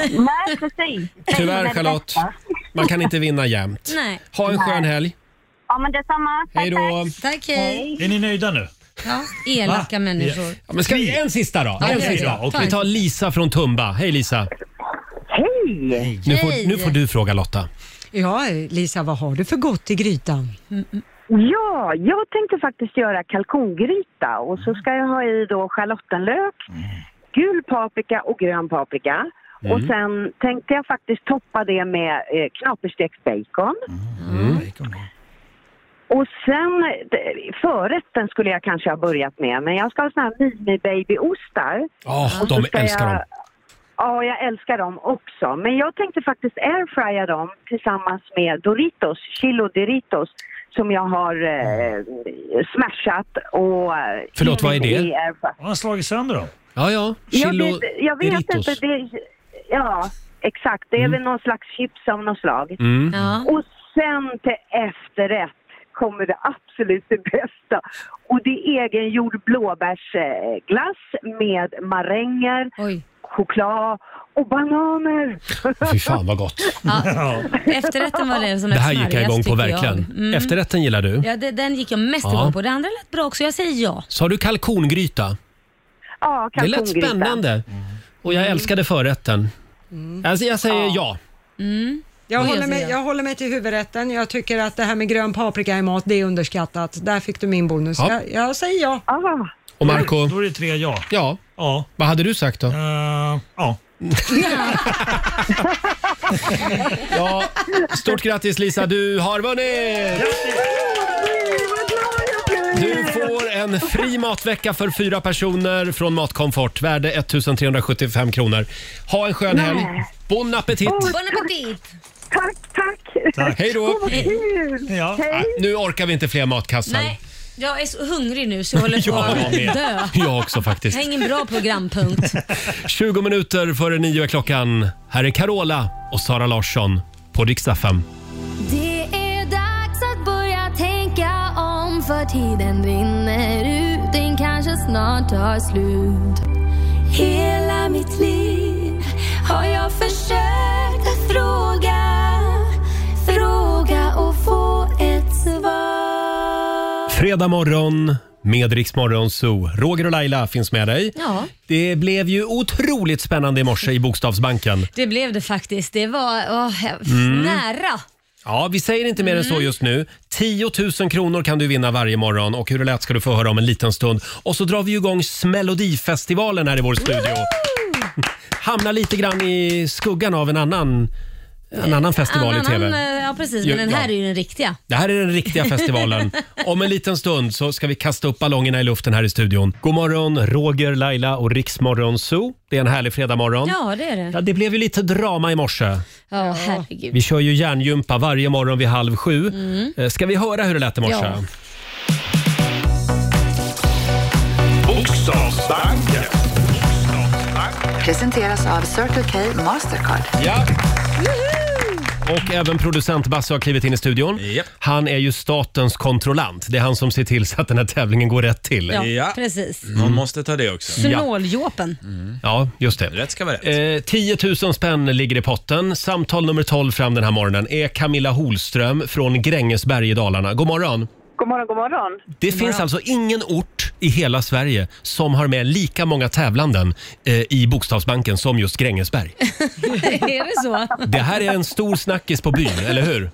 S13: precis.
S1: Tyvärr Charlotte, man kan inte vinna jämt.
S13: Nej.
S1: Ha en skön helg.
S13: Ja, men detsamma.
S1: Hej då.
S4: Tack, hej.
S9: Är ni nöjda nu?
S4: Ja, elaka människor.
S1: Ja, men ska, en sista då.
S4: Ja,
S1: En
S4: det är
S1: sista.
S4: bra. Okej.
S1: Vi tar Lisa från Tumba. Hej Lisa.
S13: Hej!
S1: Nu får, nu får du fråga Lotta.
S2: Ja, Lisa, vad har du för gott i grytan?
S14: Ja, jag tänkte faktiskt göra kalkongryta och så ska jag ha i då schalottenlök, gul paprika och grön paprika.
S15: Mm.
S14: Och sen tänkte jag faktiskt toppa det med eh, knaperstekt bacon.
S1: Mm.
S14: Och sen, d- förrätten skulle jag kanske ha börjat med, men jag ska ha såna här mini-babyostar.
S1: Ja,
S14: Och så
S1: de
S14: ska
S1: älskar
S14: jag-
S1: dem.
S14: Ja, jag älskar dem också. Men jag tänkte faktiskt airfrya dem tillsammans med Doritos, Chilo Doritos, som jag har eh, smashat och... eh,
S9: Förlåt, vad är det?
S14: i airfry-
S9: Har han slagit sönder dem?
S1: Ja, ja.
S14: jag vet, jag vet inte. Det, ja, exakt. Det är väl någon slags chips av något slag.
S6: Mm. Ja.
S14: Och sen till efterrätt kommer det absolut det bästa. Och det är egengjord blåbärsglass med maränger, choklad och bananer.
S1: Fy fan vad gott.
S4: Ja. Efterrätten var det som
S1: Det
S4: lät
S1: här gick jag
S4: smarrigast,
S1: igång på
S4: tycker
S1: verkligen.
S4: jag. Mm.
S1: Efterrätten gillar du.
S4: Ja, det, den gick jag mest
S1: Ja.
S4: igång på. Det andra lät bra också. Jag säger ja.
S1: Så har du kalkongryta.
S14: Ja,
S1: Det lät spännande. Och jag älskade förrätten. Alltså, jag säger ja.
S4: Mm.
S2: Jag
S4: Vad
S2: håller,
S4: heter
S2: mig,
S4: det?
S2: jag håller mig till huvudrätten. Jag tycker att det här med grön paprika i mat, det är underskattat. Där fick du min bonus.
S1: Ja.
S2: Jag, jag säger ja.
S4: Ah.
S1: Och Marco?
S9: Då är det tre ja.
S1: Ja.
S9: ja. Eh,
S1: Vad hade du sagt då?
S9: ja.
S1: ja. Stort grattis Lisa, du har vunnit! Du får en fri matvecka för fyra personer från Matkomfort. Värde 1375 kronor. Ha en skön helg. Bon appetit!
S4: Oh, Bon appetit!
S14: Tack, tack!
S1: Tack. Hej då.
S14: Åh, vad kul!
S1: Ja.
S14: Hej!
S1: Nu orkar vi inte fler matkassar.
S4: Nej, jag är så hungrig nu så jag håller på
S1: Alltså, jag
S4: att dö.
S1: med. Jag också
S4: Jag
S1: faktiskt.
S4: har ingen bra programpunkt.
S1: 20 minuter före nio är klockan. Här är Carola och Sara Larsson på riksdag 5.
S16: Det är dags att börja tänka om för tiden rinner ut, den kanske snart tar slut. Hela mitt liv har jag försökt att fråga, fråga och få ett svar.
S1: Fredag morgon med Rix Morgon Zoo. Roger och Laila finns med dig.
S4: Ja.
S1: Det blev ju otroligt spännande i morse i Bokstavsbanken.
S4: Det blev det faktiskt. Det var åh, jag-
S1: Mm.
S4: nära.
S1: Ja, vi säger inte mer än
S4: Mm.
S1: så just nu. 10 000 kronor kan du vinna varje morgon och hur det lät ska du få höra om en liten stund. Och så drar vi igång Smelodifestivalen här i vår studio. Hamnar lite grann i skuggan av en annan, en annan festival
S4: Annan-
S1: i TV.
S4: annan, eh, Ja, precis.
S1: Jo,
S4: Men den här
S1: ja.
S4: är ju den riktiga.
S1: Det här är den riktiga festivalen. Om en liten stund så ska vi kasta upp ballongerna i luften här i studion. God morgon, Roger, Laila och Riksmorgon Zoo. Det är en härlig fredagmorgon.
S4: Ja, det är det.
S1: Ja, det blev ju lite drama i morse.
S4: Ja, herregud.
S1: Vi kör ju hjärngympa varje morgon vid halv sju.
S4: Mm.
S1: Eh, Ska vi höra hur det lät i morse?
S4: Ja.
S5: Bokstavsbanken.
S3: Presenteras av Circle K Mastercard.
S1: Ja. Och även producent Basse har klivit in i studion. Han är ju statens kontrollant. Det är han som ser till så att den här tävlingen går rätt till.
S4: Ja, precis.
S1: Någon måste ta det också.
S4: Snåljåpen.
S1: Ja, just det. Rätt ska vara rätt. Eh, 10 000 spänn ligger i potten. Samtal nummer 12 fram den här morgonen är Camilla Holström från Grängesberg i Dalarna. God morgon!
S12: God morgon, god morgon.
S1: Det finns alltså ingen ort i hela Sverige som har med lika många tävlanden eh, i Bokstavsbanken som just Grängesberg.
S4: är det så?
S1: Det här är en stor snackis på byn, eller hur?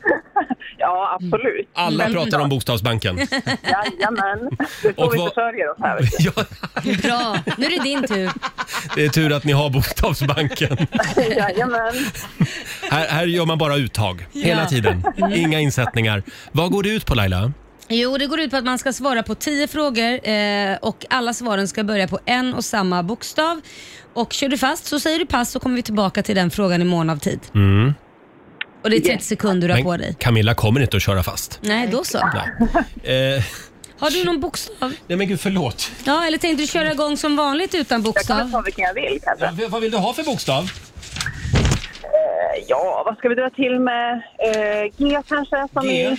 S12: Ja, absolut.
S1: Alla pratar om Bokstavsbanken.
S12: Jajamän. Det är så
S1: Och
S12: vi
S1: vad-
S12: försörjer oss här. vet du.
S4: Bra, nu är det din tur.
S1: Det är tur att ni har Bokstavsbanken.
S12: Jajamän.
S1: Här, här gör man bara uttag hela
S4: Ja.
S1: tiden.
S4: Mm.
S1: Inga insättningar. Vad går det ut på Laila?
S4: Jo, det går ut på att man ska svara på 10 frågor eh, och alla svaren ska börja på en och samma bokstav. Och kör du fast så säger du pass så kommer vi tillbaka till den frågan i mån av tid.
S1: Mm.
S4: Och det är 30 sekunder du har
S1: Men
S4: på dig.
S1: Camilla kommer inte att köra fast.
S4: Nej, då så.
S1: Eh,
S4: Har du någon bokstav?
S1: nej men gud, förlåt.
S4: Ja, eller tänkte du köra igång som vanligt utan bokstav? Jag kan ta
S12: vilken jag vill kanske.
S1: Ja, vad vill du ha för bokstav?
S12: Eh, Ja, vad ska vi dra till med? Eh, G kanske? Som
S1: G.
S12: i...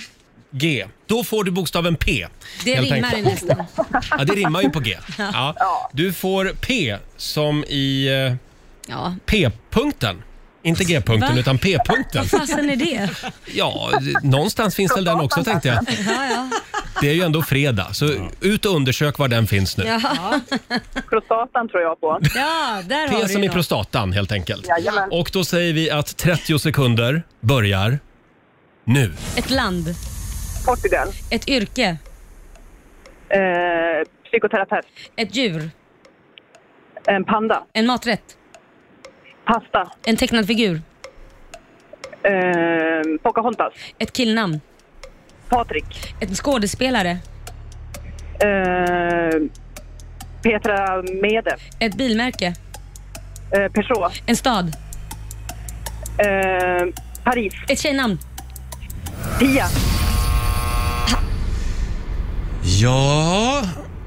S1: G. Då får du bokstaven P.
S12: Det
S1: helt
S12: rimmar
S1: enkelt.
S12: i nästan.
S1: Ja, det rimmar ju på G. Ja. Du får P som i eh, P-punkten. Inte G-punkten,
S4: Va?
S1: utan P-punkten.
S4: Vad fasen är det?
S1: Ja, d- någonstans finns väl den också tänkte jag.
S4: Ja, ja.
S1: Det är ju ändå fredag, så ut och undersök var den finns nu.
S4: Ja.
S12: Prostatan tror jag på.
S4: Ja, där har
S1: P
S4: du
S1: som
S4: ju
S1: i
S4: något.
S1: prostatan helt enkelt.
S4: Jajamän.
S1: Och då säger vi att 30 sekunder börjar nu.
S4: Ett land.
S12: Portugal.
S4: Ett yrke.
S12: Eh, psykoterapeut.
S4: Ett djur.
S12: En panda.
S4: En maträtt.
S12: Pasta.
S4: En tecknad figur.
S12: Eh, Pocahontas.
S4: Ett killnamn.
S12: Patrik.
S4: En skådespelare.
S12: Eh, Petra Mede.
S4: Ett bilmärke.
S12: Eh, Peugeot.
S4: En stad.
S12: Eh, Paris.
S4: Ett tjejnamn.
S12: Pia.
S1: Ja...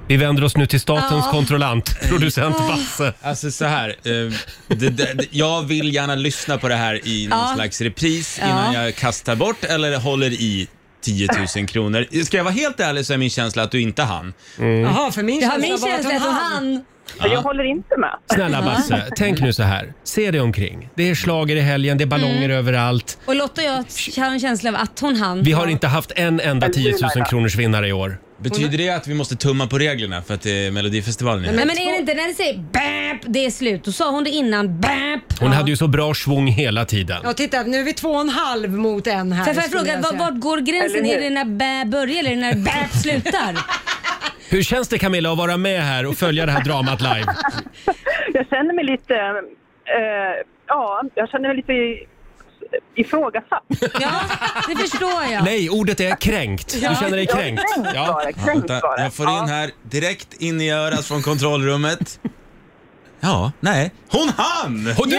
S1: Vi vänder oss nu till statens
S7: Ja.
S1: kontrollant, producent
S7: Ah.
S1: Basse.
S7: Alltså så här, eh, det, det, jag vill gärna lyssna på det här i någon
S1: Ja.
S7: slags repris
S1: Ja.
S7: innan jag kastar bort eller håller i 10 000 kronor. Ska jag vara helt ärlig så är min känsla att du inte hann.
S1: Mm.
S2: Jaha, för min
S4: Ja,
S2: känsla
S4: min
S2: var att
S4: känsla är
S2: hon
S4: att
S2: hann.
S7: Ja. Jag
S12: håller inte med.
S1: Snälla Basse, tänk nu så här. Se dig omkring. Det är slager i helgen, det är ballonger
S4: Mm.
S1: överallt.
S4: Och Lotta och jag har en känsla av att hon hann.
S1: Vi har inte haft en enda 10 000 kronors vinnare i år.
S7: Betyder det att vi måste tumma på reglerna för att det är Melodifestivalen? i
S4: Nej,
S7: helgen?
S4: men är det inte när det säger BAP, det är slut. Då sa hon det innan BAP.
S1: Hon hade ju så bra svung hela tiden.
S2: Ja, titta, nu är vi två och en halv mot en här.
S4: Får jag
S2: skulle
S4: fråga,
S2: jag
S4: var,
S2: säga.
S4: vart går gränsen?
S2: Eller
S4: Är
S2: hur?
S4: det när BÄ börjar eller när BÄ slutar?
S1: Hur känns det Camilla att vara med här och följa det här dramat live?
S12: Jag känner mig lite... Eh, ja, jag känner mig lite ifrågasatt.
S4: Det förstår jag.
S1: Nej, ordet är kränkt. Du
S7: Ja.
S1: känner dig
S7: Ja,
S1: kränkt.
S7: kränkt
S1: Ja.
S7: var det, kränkt Vänta, var det. jag får in här direkt in i örat från kontrollrummet. Ja, nej. Hon hann!
S1: Hon
S6: du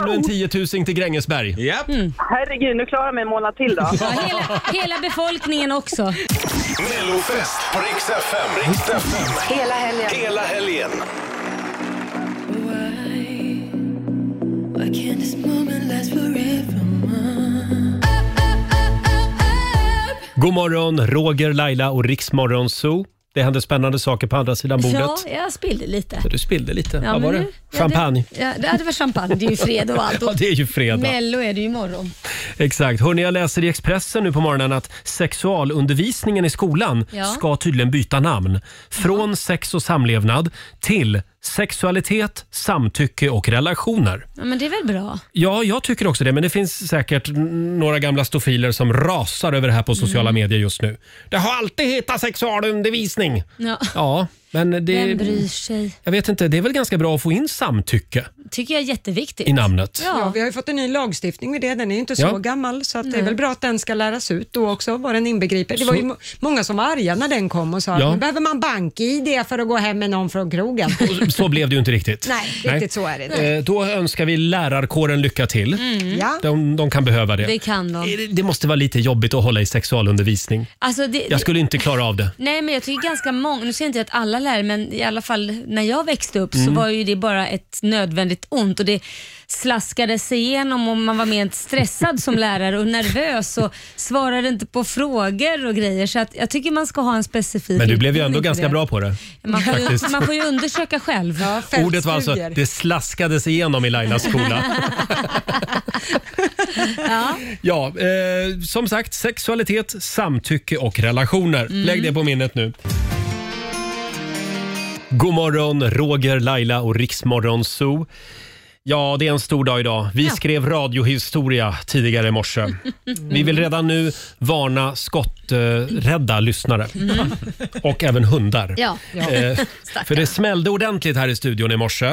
S1: Ännu en 10 000 till Grängesberg.
S7: Yep.
S12: Herregud, nu klarar jag mig en månad till då.
S4: Mm. Ja, hela, hela befolkningen också.
S5: Mellofest på Rix FM. Rix FM.
S3: Hela helgen.
S5: Hela helgen.
S6: Why can't this moment last forever?
S1: God morgon, Roger, Laila och Riksmorgon Zoo. Det hände spännande saker på andra sidan bordet.
S4: Ja, jag spillde lite.
S1: Du spillde lite.
S4: Ja,
S1: Vad
S4: men
S1: var
S4: nu-
S1: det? Champagne.
S4: Ja, det, ja, det var champagne. Det är ju fredag och allt.
S1: Ja, det är ju fredag.
S4: Mello är det ju imorgon.
S1: Exakt. Hörrni, jag läser i Expressen nu på morgonen att sexualundervisningen i skolan
S4: Ja.
S1: ska tydligen byta namn. Från sex och samlevnad till sexualitet, samtycke och relationer.
S4: Ja, men det är väl bra?
S1: Ja, jag tycker också det, men det finns säkert n- några gamla stofiler som rasar över det här
S4: Mm.
S1: på sociala medier just nu. Det har alltid hetat sexualundervisning.
S4: Ja.
S1: Ja, men det...
S4: Vem bryr sig?
S1: Jag vet inte, det är väl ganska bra att få in samtycke
S4: tycker jag är jätteviktigt.
S1: i namnet.
S2: Ja. vi har ju fått en ny lagstiftning med det. Den är ju inte så
S1: Ja.
S2: gammal, så att det
S1: Nej.
S2: är väl bra att den ska läras ut då också, vad den inbegriper. Det var
S1: Så-
S2: ju må- många som var arga när den kom och sa
S1: Ja.
S2: att nu behöver man bank-id för att gå hem med någon från krogen.
S1: Så blev det ju inte riktigt.
S2: Nej, riktigt så är det inte.
S1: Eh, Då önskar vi lärarkåren lycka till.
S4: Mm.
S2: Ja.
S1: De, de kan behöva det.
S4: Det kan de.
S1: Det måste vara lite jobbigt att hålla i sexualundervisning.
S4: Alltså, det,
S1: Jag skulle inte klara av det.
S4: Nej, men jag tycker ganska många, nu säger inte jag att alla lärare, men i alla fall när jag växte upp så
S1: Mm.
S4: var ju det bara ett nödvändigt ont och det slaskade sig igenom och man var mer stressad som lärare och nervös och svarade inte på frågor och grejer. Så att jag tycker man ska ha en specifik
S1: Men du blev ju ändå
S4: utbildning för
S1: ganska
S4: det.
S1: bra på det.
S4: Man får, ju,
S1: Faktiskt.
S4: man får ju undersöka själv.
S1: Ordet var alltså “det slaskades igenom” i Lailas skola.
S4: ja.
S1: Ja, eh, som sagt, sexualitet, samtycke och relationer.
S4: Mm.
S1: Lägg det på minnet nu. God morgon, Roger, Laila och Riksmorgon Zoo. Ja, det är en stor dag idag. Vi skrev radiohistoria tidigare i morse. Vi vill redan nu varna skotträdda lyssnare och även hundar.
S6: Ja. Ja.
S1: Eh,
S6: Stackarn.
S1: för det smällde ordentligt här i studion i morse.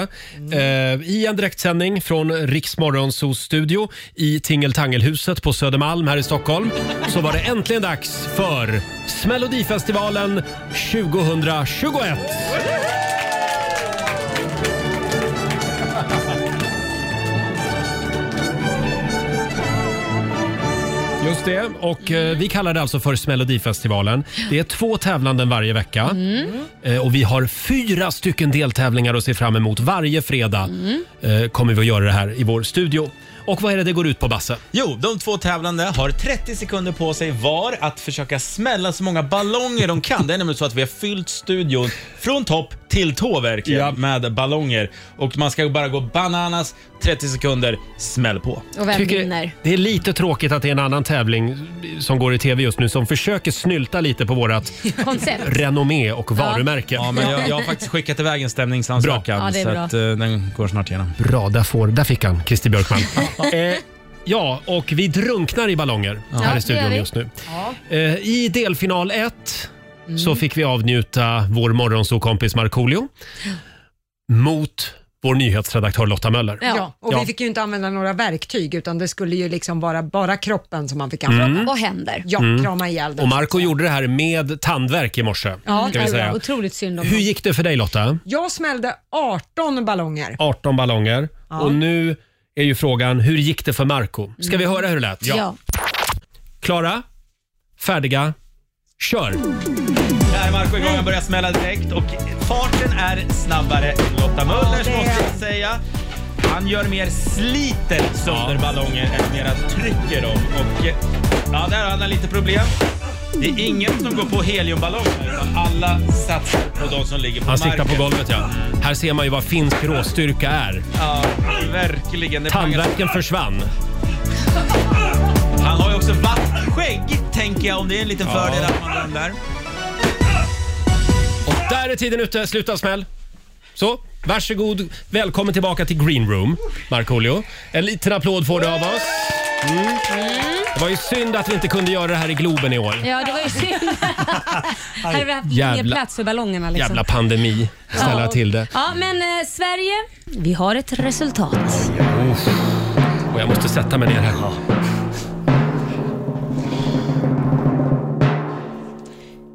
S1: Eh, I en direktsändning från Riksmorgonsos studio i Tingeltangelhuset på Södermalm här i Stockholm så var det äntligen dags för Smällodifestivalen 2021. Just det, och eh, vi kallar det alltså för Smällodifestivalen. Det är två tävlanden varje vecka.
S6: Mm.
S4: Mm.
S1: Eh, Och vi har fyra stycken deltävlingar att se fram emot. Varje fredag
S4: Mm.
S1: eh, kommer vi att göra det här i vår studio. Och vad är det det går ut på, Basse?
S7: Alltså, Jo, de två tävlande har 30 sekunder på sig var att försöka smälla så många ballonger de kan. Det är nämligen så att vi har fyllt studion från topp till tå verkligen med ballonger. Och man ska bara gå bananas, 30 sekunder, smäll på.
S4: Och vem
S1: Tycker-
S4: vinner?
S1: Det är lite tråkigt att det är en annan tävling som går i tv just nu som försöker snylta lite på vårat
S4: Koncept.
S1: renommé och
S4: Ja.
S1: varumärke.
S7: Ja, men jag, jag har faktiskt skickat iväg en stämningsansökan
S1: Bra. Ja, det är
S7: så
S1: bra.
S7: att eh, den går snart igenom.
S1: Bra, där, får, där fick han Christer Björkman. eh, ja, och vi drunknar i ballonger
S6: Ja,
S1: här
S6: det
S1: i
S6: gör
S1: studion
S6: vi.
S1: just nu. Eh, I delfinal 1
S2: Mm.
S1: så fick vi avnjuta vår morgonsåkompis Markoolio mot vår nyhetsredaktör Lotta Möller.
S2: Ja, och vi fick ju inte använda några verktyg utan det skulle ju liksom vara bara kroppen som man fick använda.
S1: Mm. Och
S4: händer.
S2: Ja,
S1: Mm.
S2: krama ihjäl den.
S1: Och Marco gjorde det här med tandvärk i morse.
S2: Ja,
S1: ska vi säga.
S4: Otroligt synd om
S1: Hur gick det för dig Lotta?
S2: Jag smällde 18 ballonger.
S1: 18 ballonger.
S2: Ja.
S1: Och nu är ju frågan, hur gick det för Marco? Ska vi
S2: Mm.
S1: höra hur det lät?
S2: Ja.
S1: Klara? Färdiga? Kör!
S7: Där är Marco igång, han börjar smälla direkt och farten är snabbare än Lotta Möllers måste jag säga. Han gör mer sliter sönder ballonger än mera trycker dem. Och eh, ja, där har han lite problem. Det är ingen som går på heliumballonger utan alla satsar på de som ligger på
S1: Han siktar
S7: marken.
S1: på golvet ja. Här ser man ju vad finsk råstyrka är.
S7: Ja, verkligen. Det pangar-
S1: Tandvärken försvann.
S7: Han har ju också vatt skägg tänker jag om det är en liten
S1: Ja.
S7: fördel att man ramlar.
S1: Och där är tiden ute. Sluta smäll. Så, varsågod. Välkommen tillbaka till Green Room, Markoolio. En liten applåd får du av oss. Mm. Det var ju synd att vi inte kunde göra det här i Globen i år.
S4: Ja, det var ju synd. Här har vi haft mer
S1: Jävla-
S4: plats för ballongerna. Liksom.
S1: Jävla pandemi ställa
S4: Ja.
S1: till det.
S4: Ja, men eh, Sverige, vi har ett resultat.
S1: Och jag måste sätta mig ner här.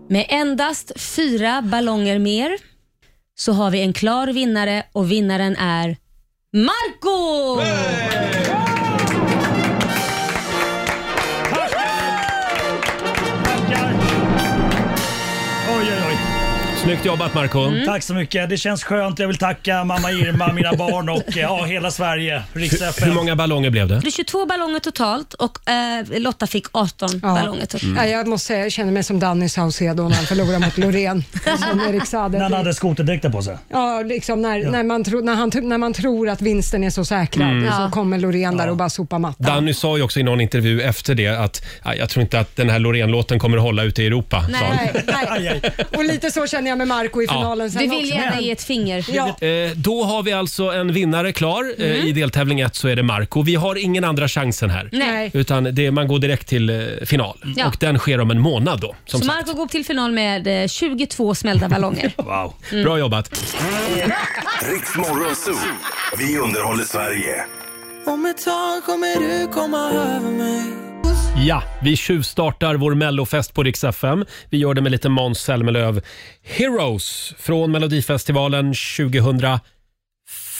S4: Med endast fyra ballonger mer så har vi en klar vinnare och vinnaren är Marco!
S9: Oj, oj, oj.
S1: Snyggt jobbat Marco
S4: Mm.
S9: Tack så mycket. Det känns skönt. Jag vill tacka mamma Irma, mina barn och eh, ja, hela Sverige. Riks
S1: Hur, hur många ballonger blev det?
S4: Det är 22 ballonger totalt och eh, Lotta fick 18 ballonger totalt.
S1: Mm.
S2: Ja, jag måste säga, jag känner mig som Danny Saucedo när han förlorade mot Loreen. Som Erik Saade.
S9: När han hade skoterdräkten på sig.
S2: Ja, liksom när,
S9: Ja.
S2: När, man tro, när, han, när man tror att vinsten är så säkrad
S1: Mm.
S2: så
S1: Ja.
S2: kommer Loreen där och bara sopar mattan.
S1: Danny sa ju också i någon intervju efter det att "Ja, jag tror inte att den här Loreen-låten kommer att hålla ute i Europa. sa han.
S2: Nej, nej. Och lite så känner jag med Marco i
S1: Ja.
S2: finalen sen
S4: Du vill
S2: också.
S4: gärna ge ett finger.
S2: Ja.
S1: Eh, Då har vi alltså en vinnare klar. Eh,
S4: Mm.
S1: I deltävling 1 så är det Marco. Vi har ingen andra chansen här.
S4: Nej.
S1: Utan det, man går direkt till eh, final.
S4: Ja.
S1: Och den sker om en månad då. Som
S4: Så
S1: sagt.
S4: Marco går till final med eh, 22 smällda ballonger.
S1: Wow.
S4: Mm.
S1: Bra jobbat.
S5: Riksmorgon Zoo. Vi underhåller Sverige.
S6: Om ett tag kommer du komma över mig
S1: Ja, vi tjuvstartar vår mellofest på Rix FM. Vi gör det med lite Måns Zelmerlöw. Heroes från Melodifestivalen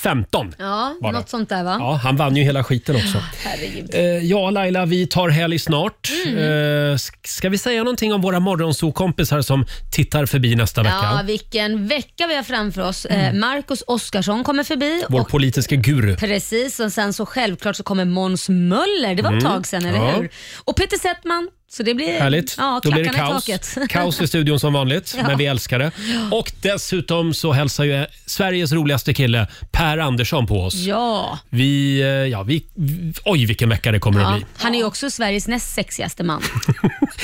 S1: 2015.
S4: Ja,
S1: Var det?
S4: något sånt där va? Ah,
S1: Ja, han vann ju hela skiten också.
S4: Herregud.
S1: Eh, ja, Laila, vi tar helg snart.
S4: Mm.
S1: Eh, s- ska vi säga någonting om våra morgonsokompisar som tittar förbi nästa
S4: Ja,
S1: vecka?
S4: vilken vecka vi har framför oss. Eh, Marcus Oskarsson kommer förbi.
S1: Mm. Vår
S4: och
S1: politiska guru.
S4: Precis, och sen så självklart så kommer Måns Möller. Det var ett
S1: Mm.
S4: tag sedan, eller
S1: Ja.
S4: hur? Och Peter Settman. Så det blir,
S1: Härligt.
S4: Ja,
S1: Då blir det
S4: klackarna
S1: kaos.
S4: i taket.
S1: kaos i studion som vanligt,
S4: Ja.
S1: men vi älskar det. Och dessutom så hälsar ju Sveriges roligaste kille Per Andersson på oss.
S4: Ja.
S1: Vi, eh, ja, vi, v- oj vilken vecka det kommer
S4: ja.
S1: att bli
S4: Han är ju också Sveriges näst sexigaste man.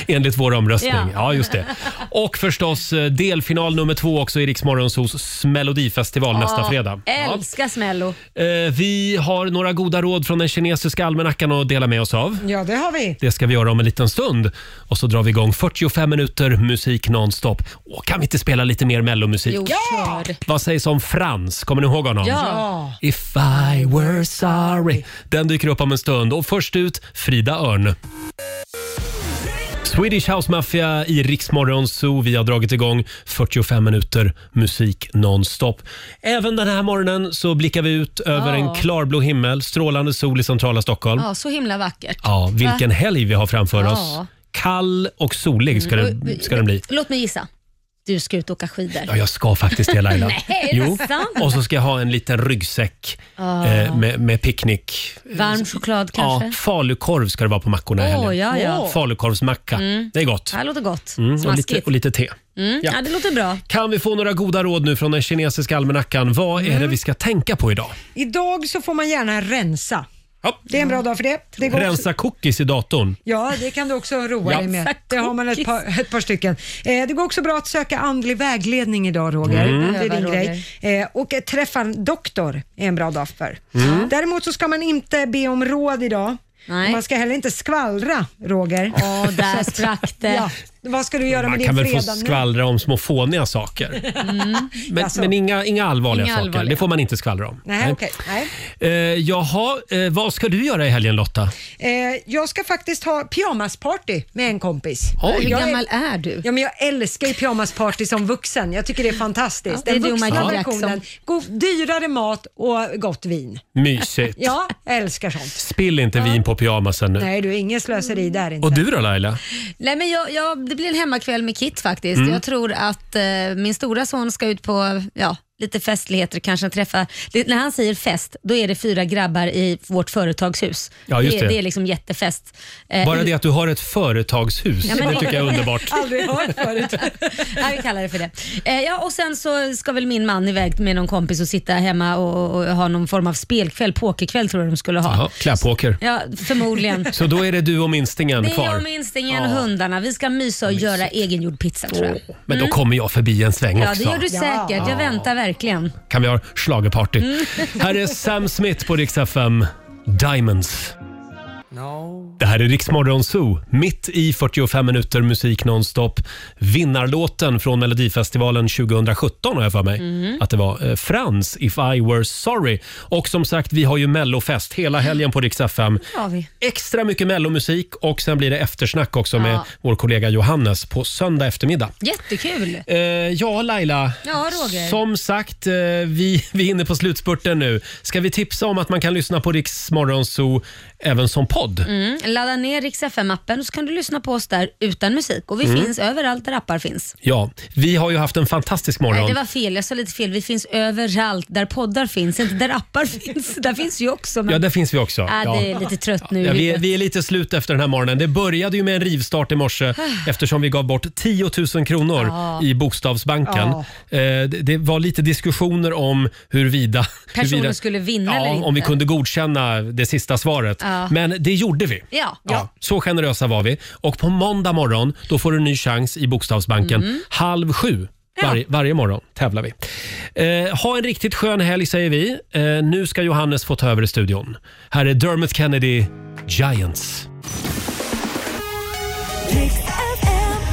S1: enligt vår omröstning. Ja.
S4: Ja.
S1: just det. Och förstås eh, delfinal nummer två också i Rix Morgonzos melodifestival nästa
S4: Ja,
S1: fredag. Ja.
S4: Älskar Smello.
S1: Eh, Vi har några goda råd från den kinesiska almanackan att dela med oss av.
S2: Ja, det har vi.
S1: Det ska vi göra om en liten stund. Och så drar vi igång 45 minuter musik nonstop. Åh, kan vi inte spela lite mer mellomusik?
S4: Jo, ja!
S1: Vad sägs om Frans? Kommer ni ihåg honom?
S4: Ja.
S1: If I were sorry. Den dyker upp om en stund. Och först ut, Frida Örn. Swedish House Mafia i Riksmorgon Zoo. Vi har dragit igång 45 minuter musik nonstop. Även den här morgonen så blickar vi ut över
S4: Ja.
S1: en klarblå himmel, strålande sol i centrala Stockholm.
S4: Ja, så himla vackert.
S1: Ja, vilken
S4: Va?
S1: helg vi har framför
S4: Ja.
S1: oss. Kall och solig ska,
S4: Mm.
S1: det, ska den bli.
S4: Låt mig gissa. Du ska ut och åka skidor.
S1: Ja, jag ska faktiskt det Laila.
S4: Nej, är det sant?
S1: Och så ska jag ha en liten ryggsäck
S4: Ah.
S1: eh, med, med picknick.
S4: Varm choklad
S1: Ja,
S4: kanske?
S1: falukorv ska det vara på mackorna i
S4: Åh,
S1: helgen.
S4: ja, ja.
S1: Falukorvsmacka.
S4: Mm.
S1: Det är gott.
S4: Det här låter gott.
S1: Mm, och, lite,
S4: Smaskigt.
S1: och lite te.
S4: Mm.
S1: Ja.
S4: Ja. det låter bra.
S1: Kan vi få några goda råd nu från den kinesiska almanackan? Vad är
S4: Mm.
S1: det vi ska tänka på idag?
S2: Idag så får man gärna rensa. Det är en bra dag för det. det går också-
S1: Rensa cookies i datorn.
S2: Ja, det kan du också roa
S1: Ja.
S2: dig med. Det har man ett par, ett par stycken. Eh, det går också bra att söka andlig vägledning idag Roger.
S1: Mm.
S2: Det är din
S4: Behöva,
S2: grej. Eh, och eh, träffa en doktor är en bra dag för.
S4: Mm.
S2: Däremot så ska man inte be om råd idag.
S4: Nej.
S2: Och Man ska heller inte skvallra Roger.
S4: Åh, där
S2: Så att-
S4: sprack det.
S2: Ja. Vad ska du göra
S1: Man
S2: med din
S1: kan väl få
S2: fredag nu?
S1: skvallra om små fåniga saker.
S2: Mm.
S1: Men,
S2: Alltså,
S1: men inga, inga allvarliga
S2: Inga
S1: saker.
S2: allvarliga.
S1: Det får man inte skvallra om.
S2: Nej, okej. Nej.
S1: Eh, jaha, eh, vad ska du göra i helgen Lotta?
S2: Eh, jag ska faktiskt ha pyjamasparty med en kompis.
S1: Oj. Hur
S4: gammal är du?
S2: Ja, men jag älskar ju pyjamasparty som vuxen. Jag tycker det är fantastiskt.
S4: Ja, det är
S2: Den
S4: du och
S2: vuxna
S4: Michael
S2: versionen.
S4: Jackson.
S2: God, dyrare mat och gott vin.
S1: Mysigt.
S2: Ja, jag älskar sånt.
S1: Spill inte vin på pyjamasen nu.
S2: Nej du, ingen slöseri där inte.
S1: Och du då Laila?
S4: Nej, men jag, jag, det blir en hemmakväll med Kit faktiskt.
S1: Mm.
S4: Jag tror att eh, min stora son ska ut på ja, lite festligheter och kanske träffa... Det, när han säger fest, då är det fyra grabbar i vårt företagshus.
S1: Ja, just
S4: det.
S1: det.
S4: är liksom jättefest. Eh,
S1: Bara
S4: i-
S1: det att du har ett företagshus,
S4: Ja, men
S1: det tycker jag är underbart.
S2: Aldrig hört förut.
S4: Nej, vi kallar det för det. Eh, ja, och sen så ska väl min man iväg med någon kompis och sitta hemma och, och ha någon form av spelkväll, pokerkväll tror jag de skulle ha.
S1: Jaha, kläpåker.
S4: Ja, förmodligen.
S1: Så då är det du och minstingen
S4: Det är
S1: kvar?
S4: jag, minstingen
S1: Ja.
S4: och hundarna. Vi ska mysa och göra egengjord pizza tror jag.
S1: Men då
S4: Mm.
S1: kommer jag förbi en sväng
S4: Ja,
S1: också.
S4: det gör du säkert.
S1: Ja.
S4: Jag väntar verkligen.
S1: Kan vi ha schlagerparty?
S4: Mm.
S1: Här är Sam Smith på Rix FM. Diamonds. Det här är Riksmorgon Zoo, mitt i 45 minuter musik nonstop. Vinnarlåten från Melodifestivalen 2017 har jag för mig
S6: Mm.
S1: att det var. Eh, Frans, If I Were Sorry. Och som sagt, vi har ju mellofest hela helgen på Rix FM.
S4: Ja, vi.
S1: Extra mycket mellomusik och sen blir det eftersnack också med
S4: Ja.
S1: vår kollega Johannes på söndag eftermiddag.
S4: Jättekul.
S1: Eh, ja, Laila.
S4: Ja, Roger.
S1: Som sagt, eh, vi, vi är inne på slutspurten nu. Ska vi tipsa om att man kan lyssna på Riks Morgonzoo även som podd? podd.
S4: Mm. Ladda ner Rix FM-appen så kan du lyssna på oss där utan musik. Och vi
S1: Mm.
S4: finns överallt där appar finns.
S1: Ja, vi har ju haft en fantastisk morgon.
S4: Nej, det var fel. Jag sa lite fel. Vi finns överallt där poddar finns, inte där appar finns. Där finns ju också. Men...
S1: Ja, där finns vi också.
S4: Äh,
S1: ja.
S4: Det är lite trött nu. i
S1: Ja, vi, är,
S4: huvudet.
S1: vi är lite slut efter den här morgonen. Det började ju med en rivstart i morse eftersom vi gav bort 10 000 kronor
S4: Ja.
S1: i Bokstavsbanken.
S4: Ja.
S1: Eh, det, det var lite diskussioner om huruvida...
S4: Personen
S1: huruvida,
S4: skulle vinna
S1: ja,
S4: eller
S1: om,
S4: inte.
S1: om vi kunde godkänna det sista svaret.
S4: Ja.
S1: Men det gjorde vi.
S4: Ja.
S1: Ja, så generösa var vi. Och på måndag morgon då får du en ny chans i Bokstavsbanken.
S4: Mm.
S1: Halv sju
S4: Ja.
S1: varje, varje morgon tävlar vi. Eh, ha en riktigt skön helg säger vi. Eh, nu ska Johannes få ta över i studion. Här är Dermot Kennedy, Giants.